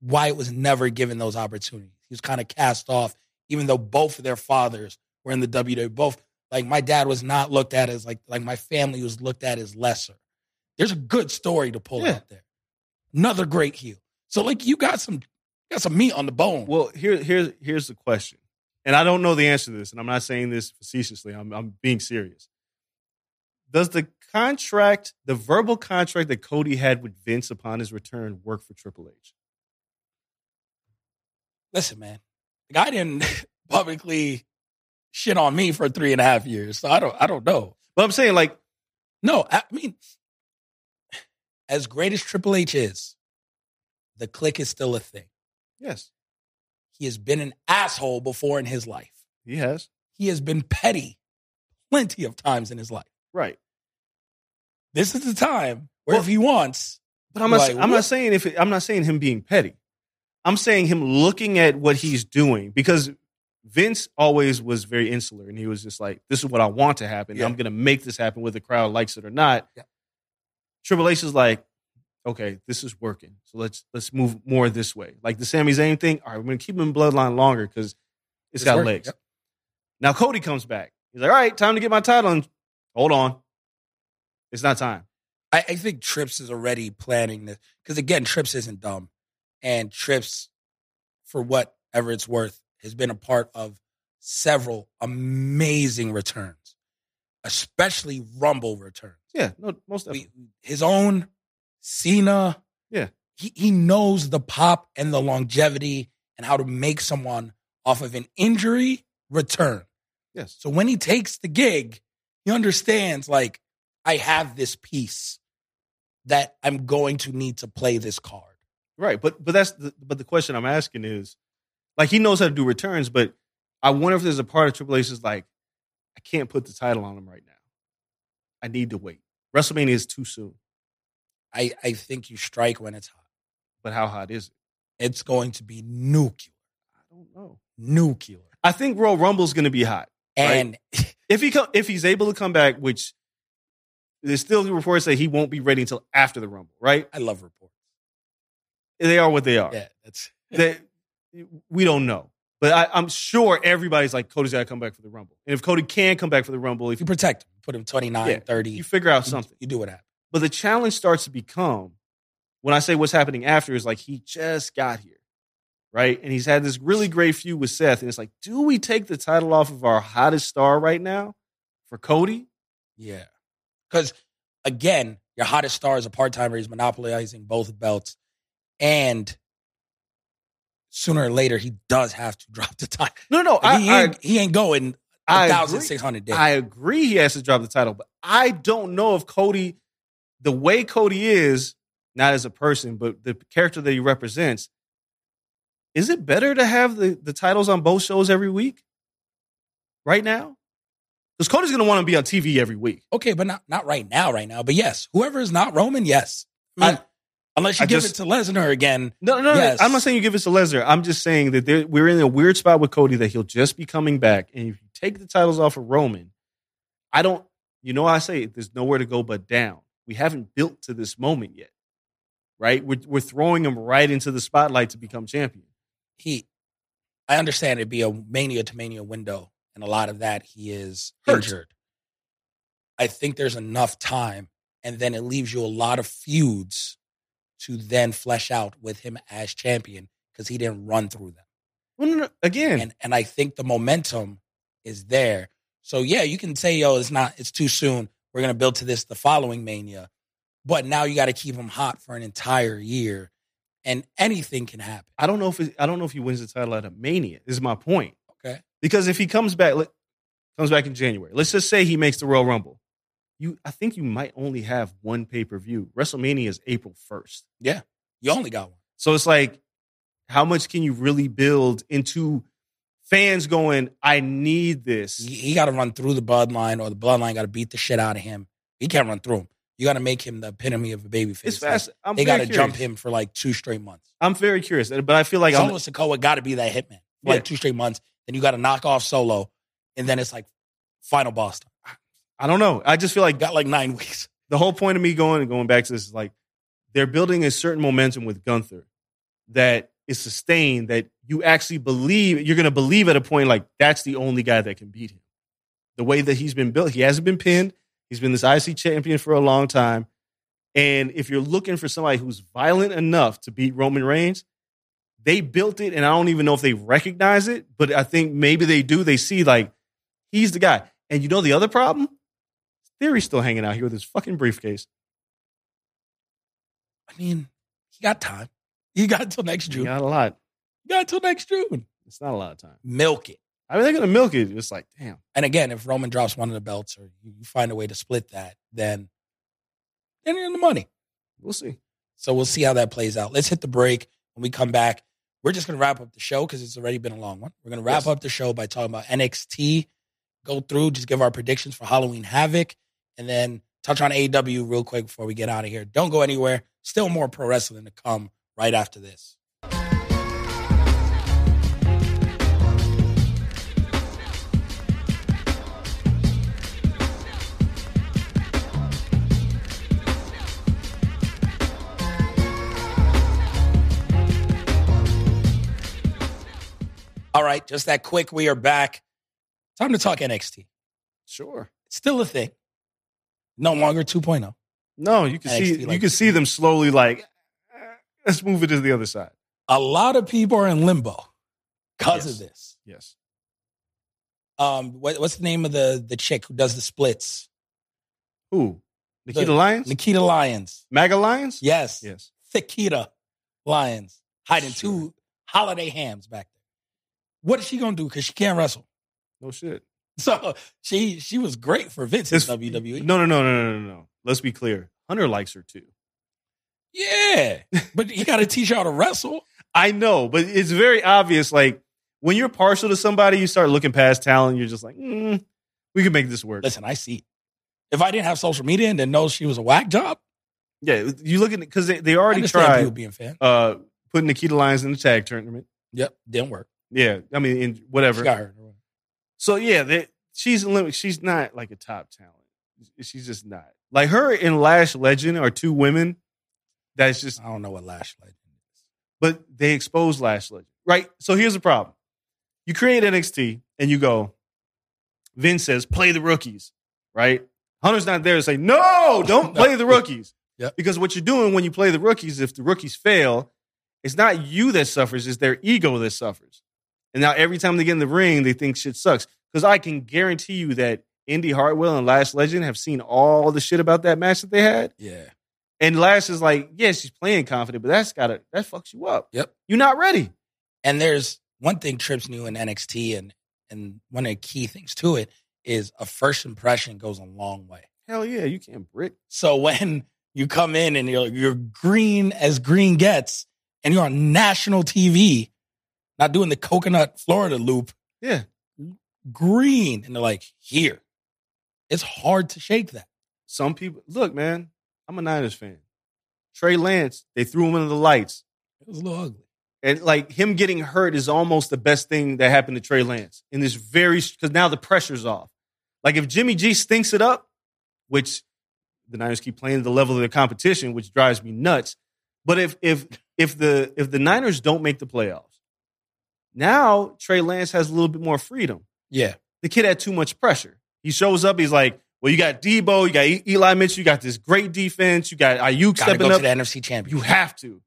Speaker 2: Wyatt was never given those opportunities. He was kind of cast off, even though both of their fathers were in the WWE. Both like my dad was not looked at as like like my family was looked at as lesser. There's a good story to pull
Speaker 3: Yeah.
Speaker 2: out there. Another great heel. So like you got some you got some meat on the bone.
Speaker 3: Well, here, here's here's the question, and I don't know the answer to this, and I'm not saying this facetiously. I'm I'm being serious. Does the contract, the verbal contract that Cody had with Vince upon his return, work for Triple H?
Speaker 2: listen, man, the guy didn't publicly shit on me for three and a half years. So I don't I don't know.
Speaker 3: But I'm saying, like,
Speaker 2: No, I mean, as great as Triple H is, the click is still a thing.
Speaker 3: yes,
Speaker 2: He has been an asshole before in his life.
Speaker 3: he has
Speaker 2: He has been petty plenty of times in his life.
Speaker 3: right.
Speaker 2: This is the time where
Speaker 3: Well-
Speaker 2: if he wants,
Speaker 3: But I'm not,
Speaker 2: Like,
Speaker 3: I'm
Speaker 2: what-
Speaker 3: not saying if it, I'm not saying him being petty. I'm saying him looking at what he's doing because Vince always was very insular and he was just like, "This is what I want to happen.
Speaker 2: Yeah.
Speaker 3: I'm going to make this happen whether the crowd likes it or not."
Speaker 2: Yeah.
Speaker 3: Triple H is like, "Okay, this is working. So let's let's move more this way." Like the Sami Zayn thing. All right, we're going to keep him in Bloodline longer because
Speaker 2: It's
Speaker 3: it's got
Speaker 2: working,
Speaker 3: legs.
Speaker 2: yep.
Speaker 3: Now Cody comes back. He's like, "All right, time to get my title." And hold on, it's not time.
Speaker 2: I, I think Trips is already planning this because again, Trips isn't dumb, and Trips, for whatever it's worth, has been a part of several amazing returns, especially Rumble returns.
Speaker 3: Yeah, no, most definitely.
Speaker 2: We, his own Cena,
Speaker 3: Yeah.
Speaker 2: he he knows the pop and the longevity and how to make someone off of an injury return.
Speaker 3: yes.
Speaker 2: So when he takes the gig, he understands like I have this piece that I'm going to need to play this card.
Speaker 3: Right, but but that's the, but the question I'm asking is, like he knows how to do returns, but I wonder if there's a part of Triple H is like, I can't put the title on him right now. I need to wait. WrestleMania is too soon,
Speaker 2: I, I think you strike when it's hot.
Speaker 3: but how hot is it?
Speaker 2: It's going to be nuclear,
Speaker 3: I don't know.
Speaker 2: nuclear.
Speaker 3: I think Royal Rumble's going to be hot
Speaker 2: And
Speaker 3: if he come, if he's able to come back, which there's still reports that he won't be ready until after the Rumble. Right?
Speaker 2: I love reports.
Speaker 3: They are what they are.
Speaker 2: Yeah, that's
Speaker 3: that we don't know. But I, I'm sure everybody's like, Cody's got to come back for the Rumble. And if Cody can come back for the Rumble, if
Speaker 2: if you protect him, put him 29,
Speaker 3: Yeah,
Speaker 2: 30,
Speaker 3: you figure out
Speaker 2: you-
Speaker 3: something.
Speaker 2: You do what happens.
Speaker 3: But the challenge starts to become when I say what's happening after is like he just got here, right? And he's had this really great feud with Seth, and it's like, do we take the title off of our hottest star right now for Cody?
Speaker 2: Yeah. Because again, your hottest star is a part timer. He's monopolizing both belts. And sooner or later, he does have to drop the title.
Speaker 3: No, no,
Speaker 2: Like, he,
Speaker 3: I,
Speaker 2: ain't, he ain't going
Speaker 3: I, I, agree.
Speaker 2: 1,600 days.
Speaker 3: I agree. He has to drop the title, but I don't know if Cody, the way Cody is, not as a person, but the character that he represents, is it better to have the the titles on both shows every week? Right now, because Cody's going to want to be on TV every week.
Speaker 2: okay, but not, not right now, right now. But yes, whoever is not Roman, yes. I mean,
Speaker 3: I-
Speaker 2: unless you
Speaker 3: I
Speaker 2: give
Speaker 3: just-
Speaker 2: it to Lesnar again.
Speaker 3: No, no, no.
Speaker 2: Yes.
Speaker 3: I'm not saying you give us to Lesnar. I'm just saying that there, we're in a weird spot with Cody that he'll just be coming back. And if you take the titles off of Roman, I don't, you know, I say it, there's nowhere to go but down. We haven't built to this moment yet, right? We're, we're throwing him right into the spotlight to become champion.
Speaker 2: He, I understand it'd be a mania to mania window, and a lot of that he is
Speaker 3: Hurt.
Speaker 2: injured. I think there's enough time, and then it leaves you a lot of feuds to then flesh out with him as champion because he didn't run through them.
Speaker 3: Well, no, no, again,
Speaker 2: and and I think the momentum is there. So yeah, you can say yo, it's not, it's too soon. We're gonna build to this the following mania, but now you got to keep him hot for an entire year, and anything can happen.
Speaker 3: I don't know if it, I don't know if he wins the title at a Mania. Is my point.
Speaker 2: Okay.
Speaker 3: Because if he comes back, let- comes back in January. Let's just say he makes the Royal Rumble. You, I think you might only have one pay per view. WrestleMania is April first,
Speaker 2: You only got one.
Speaker 3: so it's like, how much can you really build into fans going? I need this.
Speaker 2: He, got to run through the bloodline, or the bloodline got to beat the shit out of him. He can't run through him. You got to make him the epitome of a baby face.
Speaker 3: It's fast. I'm
Speaker 2: they got
Speaker 3: very
Speaker 2: to
Speaker 3: curious.
Speaker 2: jump him for like two straight months.
Speaker 3: I'm very curious, but I feel like I'm,
Speaker 2: Solo Sokoa got to be that hitman for like
Speaker 3: Yeah.
Speaker 2: two straight months. Then you got to knock off Solo, and then it's like final boss. time.
Speaker 3: I don't know. I just feel like
Speaker 2: Got like nine weeks.
Speaker 3: the whole point of me going and going back to this is like they're building a certain momentum with Gunther that is sustained that you actually believe you're going to believe at a point like that's the only guy that can beat him. The way that he's been built, he hasn't been pinned. He's been this IC champion for a long time. And if you're looking for somebody who's violent enough to beat Roman Reigns, they built it and I don't even know if they recognize it, but I think maybe they do. They see like he's the guy. And you know the other problem? Theory's still hanging out here with his fucking briefcase.
Speaker 2: I mean, he got time. He got until next
Speaker 3: You
Speaker 2: June.
Speaker 3: Not a lot.
Speaker 2: He got until next June.
Speaker 3: It's not a lot of time.
Speaker 2: Milk it.
Speaker 3: I mean, they're gonna milk it. It's like, damn,
Speaker 2: And again, if Roman drops one of the belts or you you find a way to split that, then then you're in the money.
Speaker 3: we'll see.
Speaker 2: So we'll see how that plays out. Let's hit the break. When we come back, we're just going to wrap up the show because it's already been a long one. We're going to wrap
Speaker 3: Yes.
Speaker 2: up the show by talking about NXT, go through, just give our predictions for Halloween Havoc, and then touch on AEW real quick before we get out of here. Don't go anywhere. Still more pro wrestling to come right after this. All right, just that quick. We are back. Time to talk NXT.
Speaker 3: Sure.
Speaker 2: It's still a thing. No longer oh. 2.0.
Speaker 3: No, you can
Speaker 2: NXT
Speaker 3: see you
Speaker 2: like-
Speaker 3: can see them slowly like eh, let's move it to the other side.
Speaker 2: A lot of people are in limbo because
Speaker 3: Yes.
Speaker 2: of this.
Speaker 3: Yes.
Speaker 2: Um, what, what's the name of the the chick who does the splits?
Speaker 3: Who? Nikita
Speaker 2: The-
Speaker 3: Lyons?
Speaker 2: Nikita Lyons.
Speaker 3: MAGA Lyons?
Speaker 2: Yes.
Speaker 3: Yes.
Speaker 2: Nikita Lyons hiding
Speaker 3: Sure.
Speaker 2: two holiday hams back there. What is she gonna do? Because she can't wrestle.
Speaker 3: No shit.
Speaker 2: So she she was great for Vince in E.
Speaker 3: It's-
Speaker 2: WWE.
Speaker 3: No, no, no, no, no, no, no. Let's be clear. Hunter likes her too.
Speaker 2: Yeah, but you got to teach her how to wrestle.
Speaker 3: I know, but it's very obvious. Like when you're partial to somebody, you start looking past talent. You're just like, mm, we can make this work.
Speaker 2: Listen, I see. If I didn't have social media and didn't know she was a whack job,
Speaker 3: Yeah, you look at because they, they
Speaker 2: I
Speaker 3: already
Speaker 2: understand
Speaker 3: tried
Speaker 2: people being fan.
Speaker 3: uh, putting Nikita Lyons in the tag tournament.
Speaker 2: Yep, didn't work.
Speaker 3: Yeah, I mean, in
Speaker 2: She
Speaker 3: whatever.
Speaker 2: got hurt.
Speaker 3: So yeah, they, she's lim- she's not like a top talent. She's just not like her and Lash Legend are two women. That's just
Speaker 2: I don't know what lash like.
Speaker 3: but they expose Lash Legend, right? So here's the problem: you create NXT and you go. Vin says, "Play the rookies," right? Hunter's not there to say, "No, don't play the rookies,"
Speaker 2: Yep.
Speaker 3: because what you're doing when you play the rookies, if the rookies fail, it's not you that suffers; it's their ego that suffers. And now every time they get in the ring, they think shit sucks. Because I can guarantee you that Indy Hartwell and Lash Legend have seen all the shit about that match that they had.
Speaker 2: Yeah,
Speaker 3: And Lash is like, yeah, she's playing confident, but that's gotta that fucks you up.
Speaker 2: Yep.
Speaker 3: You're not ready.
Speaker 2: And there's one thing Trips knew in NXT, and and one of the key things to it is a first impression goes a long way.
Speaker 3: Hell yeah, you can't brick.
Speaker 2: So when you come in and you're you're green as green gets, and you're on national TV, not doing the coconut Florida loop,
Speaker 3: Yeah.
Speaker 2: green, and they're like, here, it's hard to shake that.
Speaker 3: Some people look, man, I'm a Niners fan. Trey Lance, they threw him under the lights.
Speaker 2: It was a little ugly.
Speaker 3: And like him getting hurt is almost the best thing that happened to Trey Lance in this very because now the pressure's off. Like if Jimmy G stinks it up, which the Niners keep playing at the level of their competition, which drives me nuts. But if if if the if the Niners don't make the playoffs, now Trey Lance has a little bit more freedom.
Speaker 2: Yeah,
Speaker 3: The kid had too much pressure. He shows up, he's like, well, you got Debo, you got E- Eli Mitchell, you got this great defense, you got Ayuk
Speaker 2: gotta
Speaker 3: stepping
Speaker 2: go
Speaker 3: up.
Speaker 2: to the NFC champion.
Speaker 3: You have to.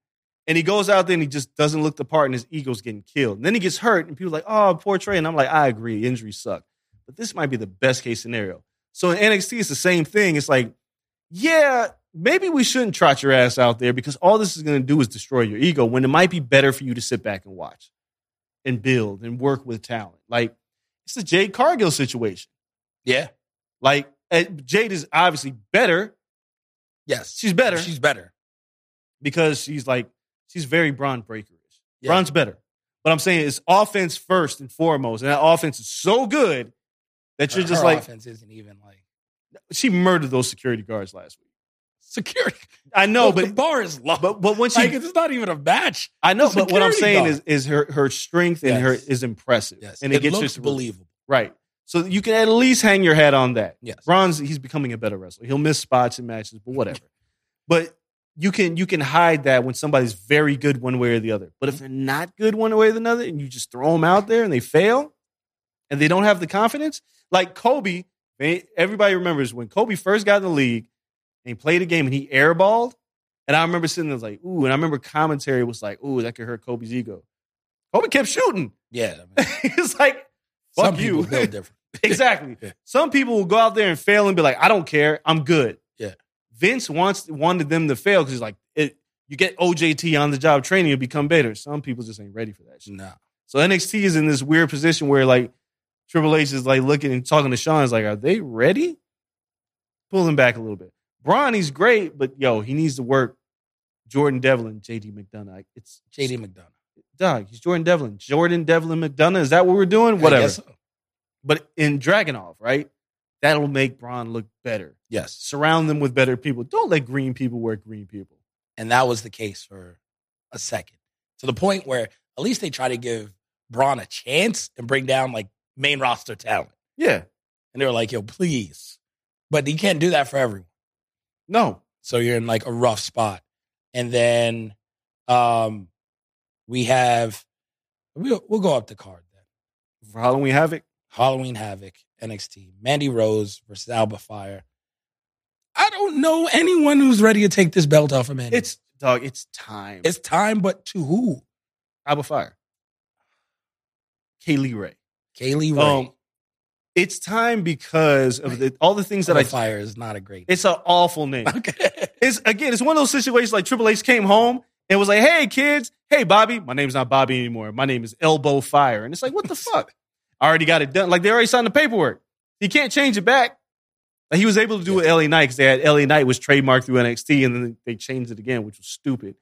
Speaker 3: And he goes out there and he just doesn't look the part, and his ego's getting killed. And then he gets hurt, and people are like, "Oh, poor Trey." And I'm like, "I agree, injuries suck, but this might be the best case scenario." So in NXT, it's the same thing. It's like, yeah, maybe we shouldn't trot your ass out there because all this is going to do is destroy your ego. When it might be better for you to sit back and watch, and build and work with talent. Like it's the Jade Cargill situation.
Speaker 2: yeah,
Speaker 3: Like eh, Jade is obviously better
Speaker 2: yes,
Speaker 3: She's better.
Speaker 2: She's better.
Speaker 3: because she's like she's very Braun breakerish.
Speaker 2: Yeah.
Speaker 3: Braun's better, but I'm saying it's offense first and foremost, and that offense is so good that you're
Speaker 2: Her-
Speaker 3: just
Speaker 2: her
Speaker 3: like
Speaker 2: offense isn't even like
Speaker 3: she murdered those security guards last week.
Speaker 2: security.
Speaker 3: I know,
Speaker 2: Look, the
Speaker 3: but
Speaker 2: bar is low.
Speaker 3: but but once you,
Speaker 2: like it's not even a match.
Speaker 3: I know, but what I'm
Speaker 2: security
Speaker 3: saying
Speaker 2: guard.
Speaker 3: is is her her strength and
Speaker 2: Yes.
Speaker 3: her is impressive,
Speaker 2: Yes,
Speaker 3: and it, gets
Speaker 2: looks
Speaker 3: her through.
Speaker 2: believable.
Speaker 3: right. So you can at least hang your hat on that.
Speaker 2: Yes.
Speaker 3: Ron's he's becoming a better wrestler. He'll miss spots and matches, but whatever. but you can you can hide that when somebody's very good one way or the other. But if they're not good one way or the other, and you just throw them out there and they fail, and they don't have the confidence, like Kobe, man, everybody remembers when Kobe first got in the league and he played a game and he airballed. And I remember sitting there like, ooh, and I remember commentary was like, ooh, that could hurt Kobe's ego. Kobe kept shooting.
Speaker 2: Yeah. I mean,
Speaker 3: it's like, fuck
Speaker 2: some
Speaker 3: you.
Speaker 2: people build different.
Speaker 3: exactly.
Speaker 2: Yeah.
Speaker 3: Some people will go out there and fail and be like, I don't care. I'm good.
Speaker 2: Yeah.
Speaker 3: Vince wants wanted them to fail because he's like, it, you get OJT on the job training, you'll become better. Some people just ain't ready for that shit.
Speaker 2: No.
Speaker 3: So NXT is in this weird position where like Triple H is like looking and talking to Sean. Is like, are they ready? Pull him back a little bit. Braun, he's great, but yo, he needs to work. Jordan Devlin, JD McDonough. Like, It's
Speaker 2: JD McDonough.
Speaker 3: dog. He's Jordan Devlin. Jordan Devlin McDonough. Is that what we're doing?
Speaker 2: I
Speaker 3: Whatever.
Speaker 2: guess so.
Speaker 3: But in Dragonov, right? That'll make Braun look better.
Speaker 2: Yes.
Speaker 3: Surround them with better people. Don't let green people wear green people.
Speaker 2: And that was the case for a second to the point where at least they try to give Braun a chance and bring down like main roster talent.
Speaker 3: Yeah.
Speaker 2: And they were like, yo, please. But you can't do that for everyone.
Speaker 3: No.
Speaker 2: So you're in like a rough spot. And then um we have we'll, we'll go up the card then.
Speaker 3: For Halloween Havoc.
Speaker 2: Halloween Havoc, NXT, Mandy Rose versus Alba Fire. I don't know anyone who's ready to take this belt off of Mandy.
Speaker 3: It's dog, it's time.
Speaker 2: it's time, but to who?
Speaker 3: Alba Fire. Kaylee Ray.
Speaker 2: Kaylee Ray.
Speaker 3: Um, it's time because of the, all the things that
Speaker 2: Alba
Speaker 3: I.
Speaker 2: Fire is not a great.
Speaker 3: It's an awful name.
Speaker 2: okay.
Speaker 3: It's again, it's one of those situations like Triple H came home and was like, "Hey kids, hey Bobby, my name's not Bobby anymore. My name is Elbow Fire." And it's like, "What the fuck? I already got it done. Like they already signed the paperwork. You can't change it back." Like, he was able to do it with LA Knight because they had LA Knight was trademarked through NXT and then they changed it again, which was stupid.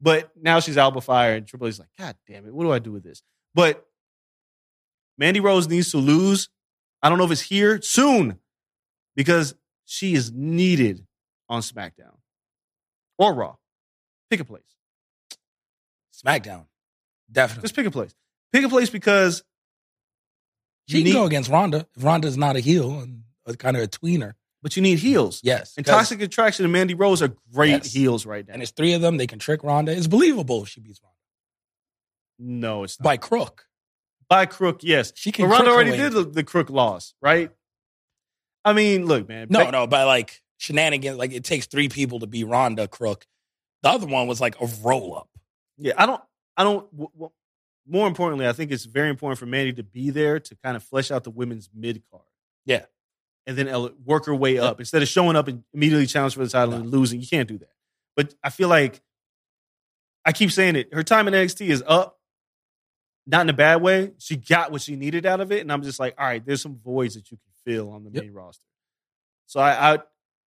Speaker 3: But now she's Alba Fire and Triple H's like, "God damn it, what do I do with this?" But Mandy Rose needs to lose. I don't know if it's here soon because she is needed on SmackDown or Raw. Pick a place.
Speaker 2: SmackDown. Definitely.
Speaker 3: Just pick a place. Pick a place because
Speaker 2: She
Speaker 3: you
Speaker 2: can go
Speaker 3: need,
Speaker 2: against Ronda. If Ronda's not a heel and a, kind of a tweener.
Speaker 3: but you need heels.
Speaker 2: Yes.
Speaker 3: And
Speaker 2: 'cause-
Speaker 3: Toxic Attraction and Mandy Rose are great
Speaker 2: Yes.
Speaker 3: heels right now.
Speaker 2: and it's three of them. They can trick Ronda. It's believable if she beats Ronda.
Speaker 3: no, it's not.
Speaker 2: By crook.
Speaker 3: By crook, yes.
Speaker 2: She can
Speaker 3: But Ronda
Speaker 2: crook her
Speaker 3: already
Speaker 2: way
Speaker 3: did
Speaker 2: into
Speaker 3: the, the crook loss, right? I mean, look, man.
Speaker 2: No,
Speaker 3: Beck-
Speaker 2: no, by like shenanigans, like it takes three people to be Ronda Crook. The other one was like a roll up.
Speaker 3: Yeah, I don't. I don't. W- w- more importantly, I think it's very important for Mandy to be there to kind of flesh out the women's mid card.
Speaker 2: Yeah.
Speaker 3: and then ele- work her way up instead of showing up and immediately challenge for the title and losing. You can't do that. But I feel like I keep saying it. Her time in NXT is up. Not in a bad way. She got what she needed out of it, and I'm just like, all right, there's some voids that you can fill on the
Speaker 2: Yep.
Speaker 3: main roster. So I, I,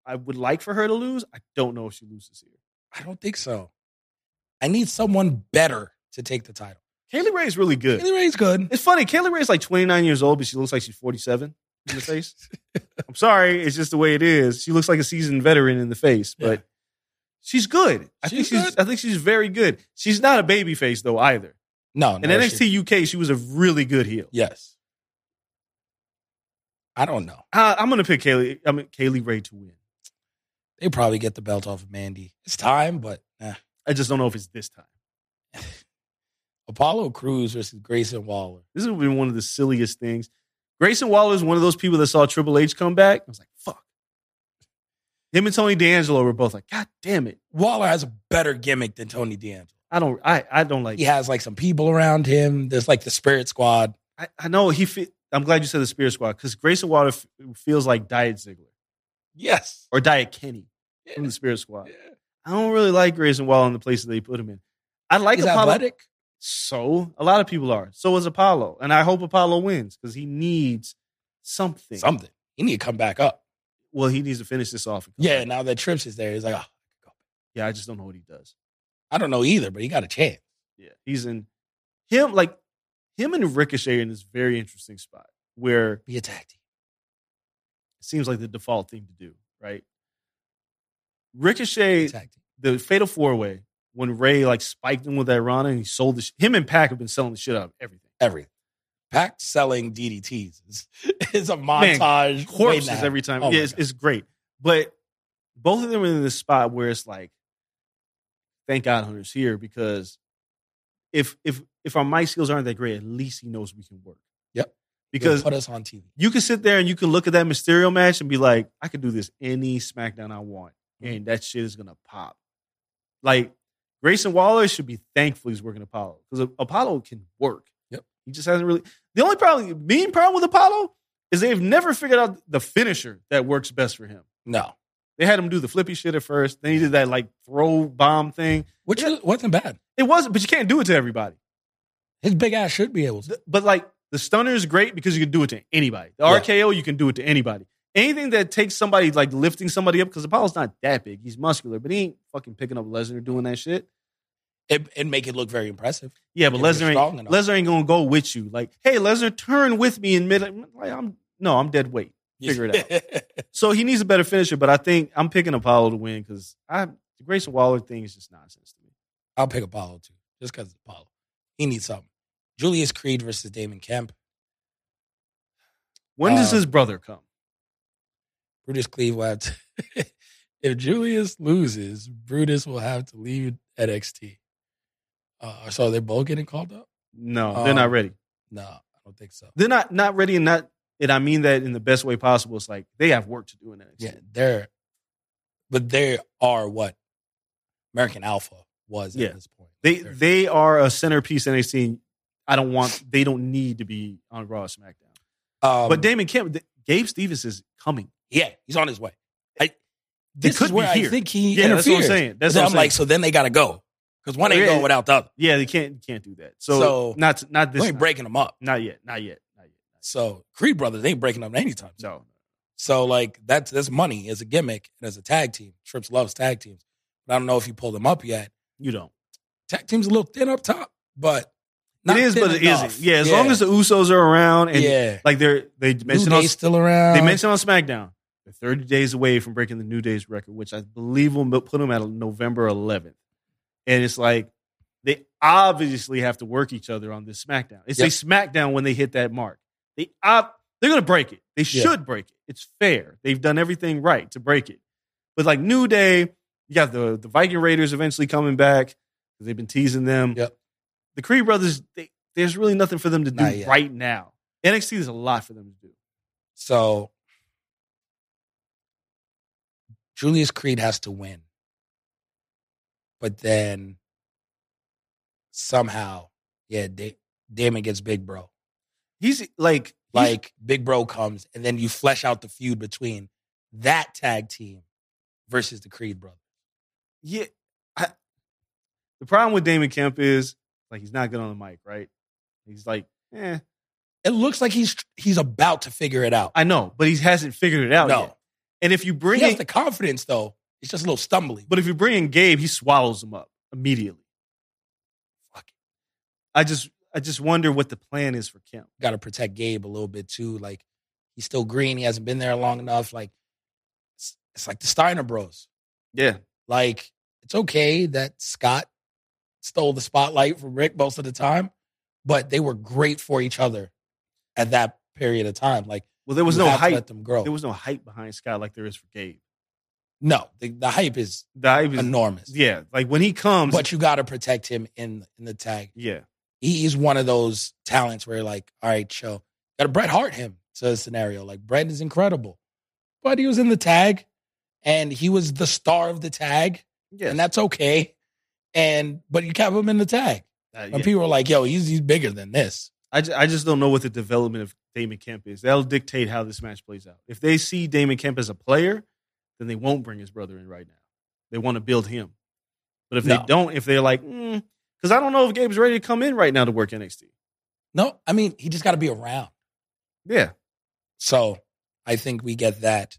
Speaker 3: I would like for her to lose. I don't know if she loses here.
Speaker 2: I don't think so. I need someone better to take the title.
Speaker 3: Kaylee Ray is really good.
Speaker 2: Kaylee Ray's good.
Speaker 3: It's funny. Kayla Ray's like 29 years old, but she looks like she's 47 in the face. I'm sorry. It's just the way it is. She looks like a seasoned veteran in the face, but
Speaker 2: Yeah.
Speaker 3: she's good. I
Speaker 2: She's
Speaker 3: think she's
Speaker 2: good.
Speaker 3: I think she's very good. She's not a baby face though either.
Speaker 2: No,
Speaker 3: In
Speaker 2: no,
Speaker 3: NXT
Speaker 2: she-
Speaker 3: UK, she was a really good heel.
Speaker 2: yes. I don't know.
Speaker 3: I, I'm gonna pick Kaylee. I mean Kaylee Ray to win.
Speaker 2: They probably get the belt off of Mandy. It's time, but eh.
Speaker 3: I just don't know if it's this time.
Speaker 2: Apollo Cruz versus Grayson Waller.
Speaker 3: This has been one of the silliest things. Grayson Waller is one of those people that saw Triple H come back. I was like, fuck. Him and Tony D'Angelo were both like, God damn it.
Speaker 2: Waller has a better gimmick than Tony D'Angelo.
Speaker 3: I don't I, I don't like
Speaker 2: He has like some people around him. There's like the Spirit Squad.
Speaker 3: I, I know he. Fe- I'm glad you said the Spirit Squad because Grayson Water f- feels like Diet Ziggler
Speaker 2: Yes.
Speaker 3: or Diet Kenny from the Spirit Squad. I don't really like Grayson Waller in the places they put him in. I like
Speaker 2: He's
Speaker 3: Apollo.
Speaker 2: athletic.
Speaker 3: So a lot of people are. So is Apollo, and I hope Apollo wins because he needs something.
Speaker 2: Something. He need to come back up.
Speaker 3: well, he needs to finish this off. and come
Speaker 2: Yeah,
Speaker 3: back.
Speaker 2: now that Trips is there, he's like, oh,
Speaker 3: yeah. I just don't know what he does.
Speaker 2: I don't know either, but he got a chance.
Speaker 3: Yeah, he's in him like him and Ricochet in this very interesting spot where it
Speaker 2: Be a tag team.
Speaker 3: seems like the default thing to do, right?
Speaker 2: Be a
Speaker 3: Ricochet
Speaker 2: tag team.
Speaker 3: the fatal four way when Ray like spiked him with that Rana and he sold the sh- him and Pac have been selling the shit out of everything.
Speaker 2: Everything. Pack selling DDTs is, is a montage. waiting to
Speaker 3: corpses
Speaker 2: happen.
Speaker 3: every time.
Speaker 2: Oh my
Speaker 3: yeah, it's,
Speaker 2: God.
Speaker 3: it's great. But both of them are in this spot where it's like, thank God Hunter's here because if if if our mic skills aren't that great, at least he knows we can work.
Speaker 2: Yep.
Speaker 3: Because
Speaker 2: put us on TV.
Speaker 3: you can sit there and you can look at that Mysterio match and be like, I could do this any SmackDown I want, and that shit is gonna pop. Like Grayson Waller should be thankful he's working Apollo because Apollo can work.
Speaker 2: Yep.
Speaker 3: He just hasn't really. The only problem, main problem with Apollo is they've never figured out the finisher that works best for him.
Speaker 2: No,
Speaker 3: They had him do the flippy shit at first, then he did that like throw bomb thing.
Speaker 2: which was- wasn't bad.
Speaker 3: It wasn't, but you can't do it to everybody.
Speaker 2: His big ass should be able to.
Speaker 3: Th- but like the stunner is great because you can do it to anybody. The
Speaker 2: Yeah.
Speaker 3: RKO you can do it to anybody. Anything that takes somebody like lifting somebody up because Apollo's not that big. He's muscular, but he ain't fucking picking up Lesnar doing that shit.
Speaker 2: It, and make it look very impressive.
Speaker 3: Yeah, but
Speaker 2: If you're
Speaker 3: Lesnar
Speaker 2: strong
Speaker 3: ain't
Speaker 2: enough.
Speaker 3: Lesnar ain't gonna go with you. Like, hey, Lesnar, turn with me in mid. Like, I'm no, I'm dead weight. Figure it
Speaker 2: out.
Speaker 3: So he needs a better finisher, but I think I'm picking Apollo to win because I the Grayson Waller thing is just nonsense to me.
Speaker 2: I'll pick Apollo too, just because Apollo. He needs something. Julius Creed versus Damon Kemp.
Speaker 3: When does
Speaker 2: Uh,
Speaker 3: his brother come?
Speaker 2: Brutus Cleve will have to. if Julius loses, Brutus will have to leave NXT. Uh, so they're both getting called up?
Speaker 3: No, they're
Speaker 2: um,
Speaker 3: not ready.
Speaker 2: No, I don't think so.
Speaker 3: They're not not ready, and not and I mean that in the best way possible. It's like they have work to do in NXT.
Speaker 2: Yeah, they're, but they are what American Alpha was
Speaker 3: Yeah.
Speaker 2: at this point.
Speaker 3: They
Speaker 2: They're-
Speaker 3: they are a centerpiece in NXT. and I don't want they don't need to be on Raw or SmackDown.
Speaker 2: um,
Speaker 3: but Damon Kemp, th- Gabe Stevens is coming.
Speaker 2: yeah, he's on his way. I, this
Speaker 3: could
Speaker 2: is where
Speaker 3: be
Speaker 2: I
Speaker 3: here.
Speaker 2: think he
Speaker 3: Yeah,
Speaker 2: interferes.
Speaker 3: that's what I'm saying. That's
Speaker 2: Then
Speaker 3: what
Speaker 2: I'm
Speaker 3: I'm saying.
Speaker 2: like, so then they got to go because one ain't
Speaker 3: Yeah.
Speaker 2: going without the other.
Speaker 3: yeah, they can't you can't do that. So,
Speaker 2: So-
Speaker 3: not
Speaker 2: We
Speaker 3: not this
Speaker 2: ain't
Speaker 3: night.
Speaker 2: breaking them up.
Speaker 3: Not yet. Not yet. Not yet.
Speaker 2: So Creed brothers they ain't breaking up anytime. soon.
Speaker 3: No.
Speaker 2: So like that's that's money as a gimmick and as a tag team. Trips loves tag teams, but I don't know if you pull them up yet.
Speaker 3: You don't.
Speaker 2: Tag team's a little thin up top, but not
Speaker 3: it is,
Speaker 2: thin
Speaker 3: but it
Speaker 2: enough.
Speaker 3: isn't. Yeah, as long as the Usos are around and
Speaker 2: yeah,
Speaker 3: like they're they mentioned
Speaker 2: New
Speaker 3: on
Speaker 2: Day's still around.
Speaker 3: they mentioned on SmackDown, they're 30 days away from breaking the New Day's record, which I believe will put them at November 11th. And it's like they obviously have to work each other on this SmackDown. It's
Speaker 2: Yep.
Speaker 3: a SmackDown when they hit that mark. They ob- they're gonna break it. They
Speaker 2: Yeah.
Speaker 3: should break it. It's fair. They've done everything right to break it. But like New Day, you got the the Viking Raiders eventually coming back because they've been teasing them.
Speaker 2: Yep.
Speaker 3: The Creed brothers, they, there's really nothing for them to do
Speaker 2: Not yet.
Speaker 3: right now. NXT is a lot for them to do.
Speaker 2: so Julius Creed has to win, but then somehow, yeah, da- Damon gets Big Bro.
Speaker 3: He's like he's-
Speaker 2: like Big Bro comes, and then you flesh out the feud between that tag team versus the Creed brother.
Speaker 3: yeah. I, the problem with Damon Kemp is like he's not good on the mic, right? He's like, eh,
Speaker 2: It looks like he's he's about to figure it out.
Speaker 3: I know, but he hasn't figured it out
Speaker 2: No.
Speaker 3: yet. And if you bring
Speaker 2: he has
Speaker 3: in,
Speaker 2: the confidence though. It's just a little stumbling.
Speaker 3: but if you bring in Gabe, he swallows him up immediately.
Speaker 2: Fuck it.
Speaker 3: I just, I just wonder what the plan is for Kemp.
Speaker 2: Got to protect Gabe a little bit too. Like he's still green. He hasn't been there long enough. Like it's, it's like the Steiner Bros.
Speaker 3: Yeah,
Speaker 2: Like it's okay that Scott stole the spotlight from Rick most of the time, but they were great for each other at that period of time. Like
Speaker 3: Well, there was
Speaker 2: you
Speaker 3: no
Speaker 2: have to
Speaker 3: hype.
Speaker 2: Let them grow.
Speaker 3: There was no hype behind Scott like there is for Gabe.
Speaker 2: No, the, the hype is
Speaker 3: The hype is,
Speaker 2: enormous.
Speaker 3: yeah, like when he comes,
Speaker 2: But you got to protect him in in the tag.
Speaker 3: yeah,
Speaker 2: He is one of those talents where you're like, all right, show. Got to Bret Hart him to a scenario. Like Bret is incredible, but he was in the tag, and he was the star of the tag,
Speaker 3: yeah,
Speaker 2: and that's okay. And but you kept him in the tag,
Speaker 3: Uh,
Speaker 2: and
Speaker 3: yeah.
Speaker 2: people are like, yo, he's he's bigger than this.
Speaker 3: I just, I just don't know what the development of Damon Kemp is. That'll dictate how this match plays out. If they see Damon Kemp as a player, then they won't bring his brother in right now. They want to build him. But if
Speaker 2: No.
Speaker 3: they don't, if they're like, because I don't know if Gabe's ready to come in right now to work NXT.
Speaker 2: No, I mean he just got to be around.
Speaker 3: Yeah.
Speaker 2: So I think we get that.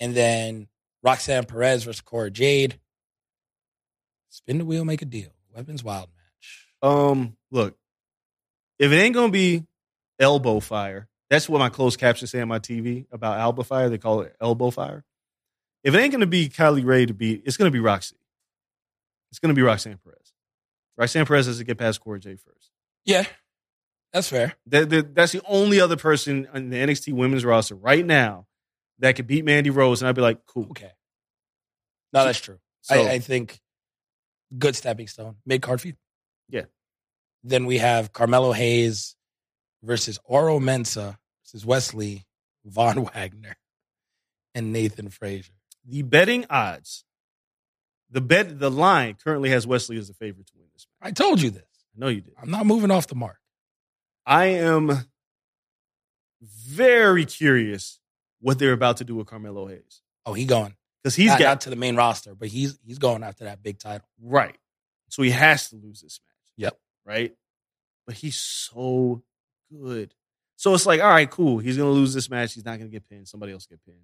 Speaker 2: And then Roxanne Perez versus Cora Jade. Spin the wheel, make a deal. Weapons wild match.
Speaker 3: Um. Look, if it ain't gonna be elbow fire, that's what my closed captions say on my TV about elbow fire. They call it elbow fire. If it ain't gonna be Kylie Ray to be, it's gonna be Roxy. It's gonna be Roxanne Perez. Roxanne Perez has to get past Cora J first.
Speaker 2: Yeah. That's fair.
Speaker 3: That, that- that's the only other person on the NXT women's roster right now that could beat Mandy Rose, and I'd be like, cool.
Speaker 2: Okay. No, that's true.
Speaker 3: So,
Speaker 2: I, I think good stepping stone. Mid card feud.
Speaker 3: Yeah.
Speaker 2: Then we have Carmelo Hayes versus Oro Mensa versus Wesley Von Wagner and Nathan Frazier.
Speaker 3: the betting odds, the bet, the line currently has Wesley as the favorite to win this. match.
Speaker 2: I told you this.
Speaker 3: I know you did.
Speaker 2: I'm not moving off the mark.
Speaker 3: I am very curious what they're about to do with Carmelo Hayes
Speaker 2: Oh, he going.
Speaker 3: because he's
Speaker 2: not,
Speaker 3: got
Speaker 2: not to the main roster, but he's he's going after that big title.
Speaker 3: Right. So he has to lose this match.
Speaker 2: Yep.
Speaker 3: Right. But he's so good. So it's like, all right, cool. He's gonna lose this match. He's not gonna get pinned. Somebody else get pinned.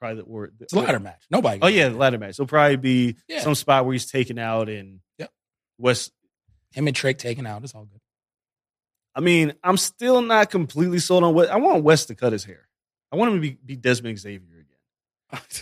Speaker 3: Probably the or the,
Speaker 2: It's a ladder match. Nobody.
Speaker 3: Oh yeah, the ladder match. It'll probably be
Speaker 2: Yeah.
Speaker 3: some spot where he's taken out and
Speaker 2: Yep.
Speaker 3: West.
Speaker 2: Him and Trick taken out. It's all good.
Speaker 3: I mean, I'm still not completely sold on what I want West to cut his hair. I want him to be, be Desmond Xavier again. Um,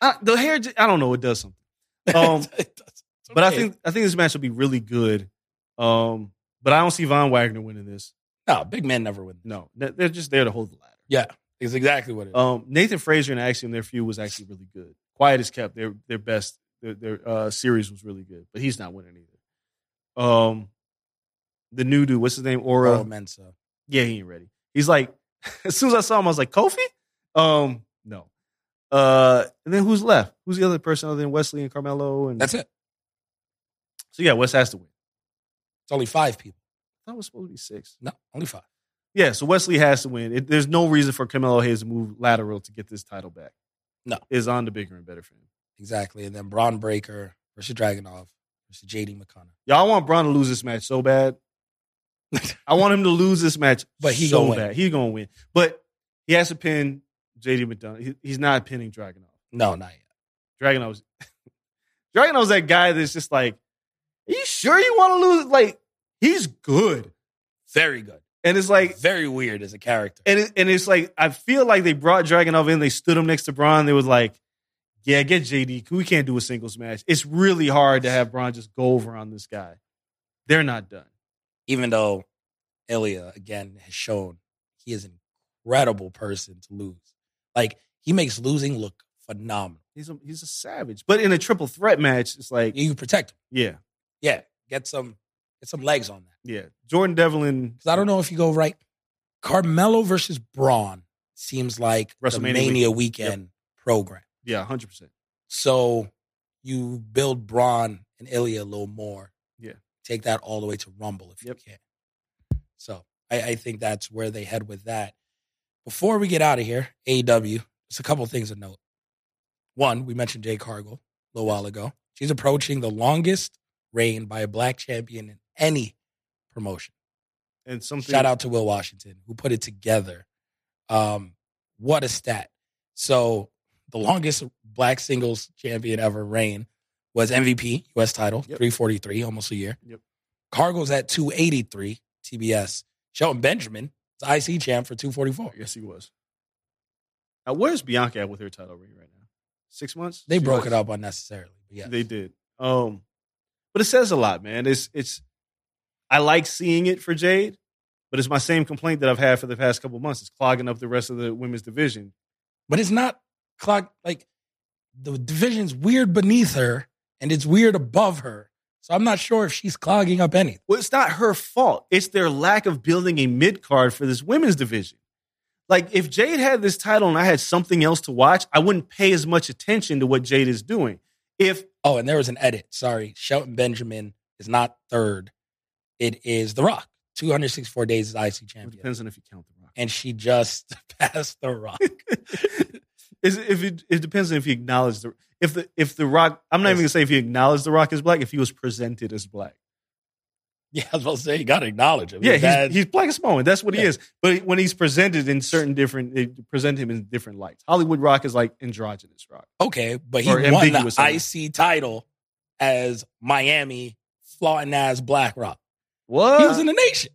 Speaker 3: I, the hair, j- I don't know. It does something. Um,
Speaker 2: It does- it's
Speaker 3: But I
Speaker 2: okay.
Speaker 3: think I think this match will be really good. Um, but I don't see Von Wagner winning this.
Speaker 2: no, big men never win.
Speaker 3: No, they- they're just there to hold the ladder.
Speaker 2: Yeah, it's exactly what it is.
Speaker 3: Um, Nathan Frazier and Axiom, their feud was actually really good. Quiet as kept. Their their best their, their uh, series was really good, but he's not winning either. Um, the new dude, what's his name? Aura.
Speaker 2: Oro Mensa.
Speaker 3: yeah, he ain't ready. He's like, as soon as I saw him, I was like, Kofi? Um, no. Uh, and then who's left? Who's the other person other than Wesley and Carmelo? And
Speaker 2: That's it.
Speaker 3: so yeah, Wes has to win.
Speaker 2: It's only five people.
Speaker 3: That was supposed to be six.
Speaker 2: No, only five.
Speaker 3: Yeah, so Wesley has to win. It, there's no reason for Camelo Hayes to move lateral to get this title back.
Speaker 2: No.
Speaker 3: Is on the bigger and better for him.
Speaker 2: Exactly. And then Braun Breaker versus Dragonov versus JD McConnell.
Speaker 3: Y'all want Braun to lose this match so bad. I want him to lose this match,
Speaker 2: But he
Speaker 3: so
Speaker 2: gonna win.
Speaker 3: bad. He's gonna win. But he has to pin JD McDonough. He- he's not pinning Dragonov.
Speaker 2: No, not yet.
Speaker 3: Dragonov's Dragonov's that guy that's just like, Are you sure you want to lose? Like, he's good.
Speaker 2: Very good.
Speaker 3: And it's like
Speaker 2: very weird as a character.
Speaker 3: and it, and it's like I feel like they brought Dragonov in, they stood him next to Braun. They was like, "Yeah, get JD. We can't do a singles match. It's really hard to have Braun just go over on this guy. They're not done.
Speaker 2: Even though Ilya again has shown he is an incredible person to lose. Like he makes losing look phenomenal.
Speaker 3: He's a, he's a savage. But in a triple threat match, it's like,
Speaker 2: You protect him.
Speaker 3: yeah,
Speaker 2: Yeah, get some get some legs on that.
Speaker 3: yeah. Jordan Devlin.
Speaker 2: Because I don't know if you go right. Carmelo versus Braun seems like the
Speaker 3: WrestleMania
Speaker 2: Mania weekend program.
Speaker 3: Yeah, hundred percent.
Speaker 2: So you build Braun and Ilya a little more.
Speaker 3: Yeah.
Speaker 2: Take that all the way to Rumble if
Speaker 3: Yep.
Speaker 2: you can. So I, I think that's where they head with that. Before we get out of here, AEW, there's a couple things to note. One, we mentioned Jay Cargill a little while ago. She's approaching the longest reign by a black champion in any promotion.
Speaker 3: And something.
Speaker 2: Shout out to Will Washington who put it together. Um, what a stat! So the longest black singles champion ever reign was MVP U.S. title
Speaker 3: Yep.
Speaker 2: 343, almost a year.
Speaker 3: Yep.
Speaker 2: Cargo's at 283 TBS. Shelton Benjamin is IC champ for 244.
Speaker 3: Yes, he was. Now, where's Bianca at with her title ring right now? Six months.
Speaker 2: They
Speaker 3: She
Speaker 2: broke
Speaker 3: was-
Speaker 2: it up unnecessarily. But yeah,
Speaker 3: They did. Um, but it says a lot, man. It's it's I like seeing it for Jade, but it's my same complaint that I've had for the past couple months. It's clogging up the rest of the women's division.
Speaker 2: but it's not clock like the division's weird beneath her and it's weird above her. So I'm not sure if she's clogging up anything.
Speaker 3: Well, it's not her fault. It's their lack of building a mid card for this women's division. Like if Jade had this title and I had something else to watch, I wouldn't pay as much attention to what Jade is doing. If
Speaker 2: Oh, and there was an edit. Sorry. Shelton Benjamin is not third. It is The Rock. 264 days as IC
Speaker 3: it
Speaker 2: champion.
Speaker 3: depends on if you count the rock.
Speaker 2: And she just passed The Rock.
Speaker 3: Is if it, it depends on if you acknowledge the if the if the rock I'm not
Speaker 2: Yes.
Speaker 3: even gonna say if you acknowledge the rock is black, if he was presented as black.
Speaker 2: yeah, I was about to say, you got to acknowledge it.
Speaker 3: Yeah, he's,
Speaker 2: That's-
Speaker 3: he's black as Samoan. That's what he
Speaker 2: Yeah.
Speaker 3: is. But when he's presented in certain different, they present him in different lights. Hollywood Rock is like androgynous rock.
Speaker 2: okay, but he
Speaker 3: Or
Speaker 2: won
Speaker 3: ambiguous, I mean.
Speaker 2: the IC title as Miami flaunting ass Black Rock.
Speaker 3: What?
Speaker 2: he was in the nation.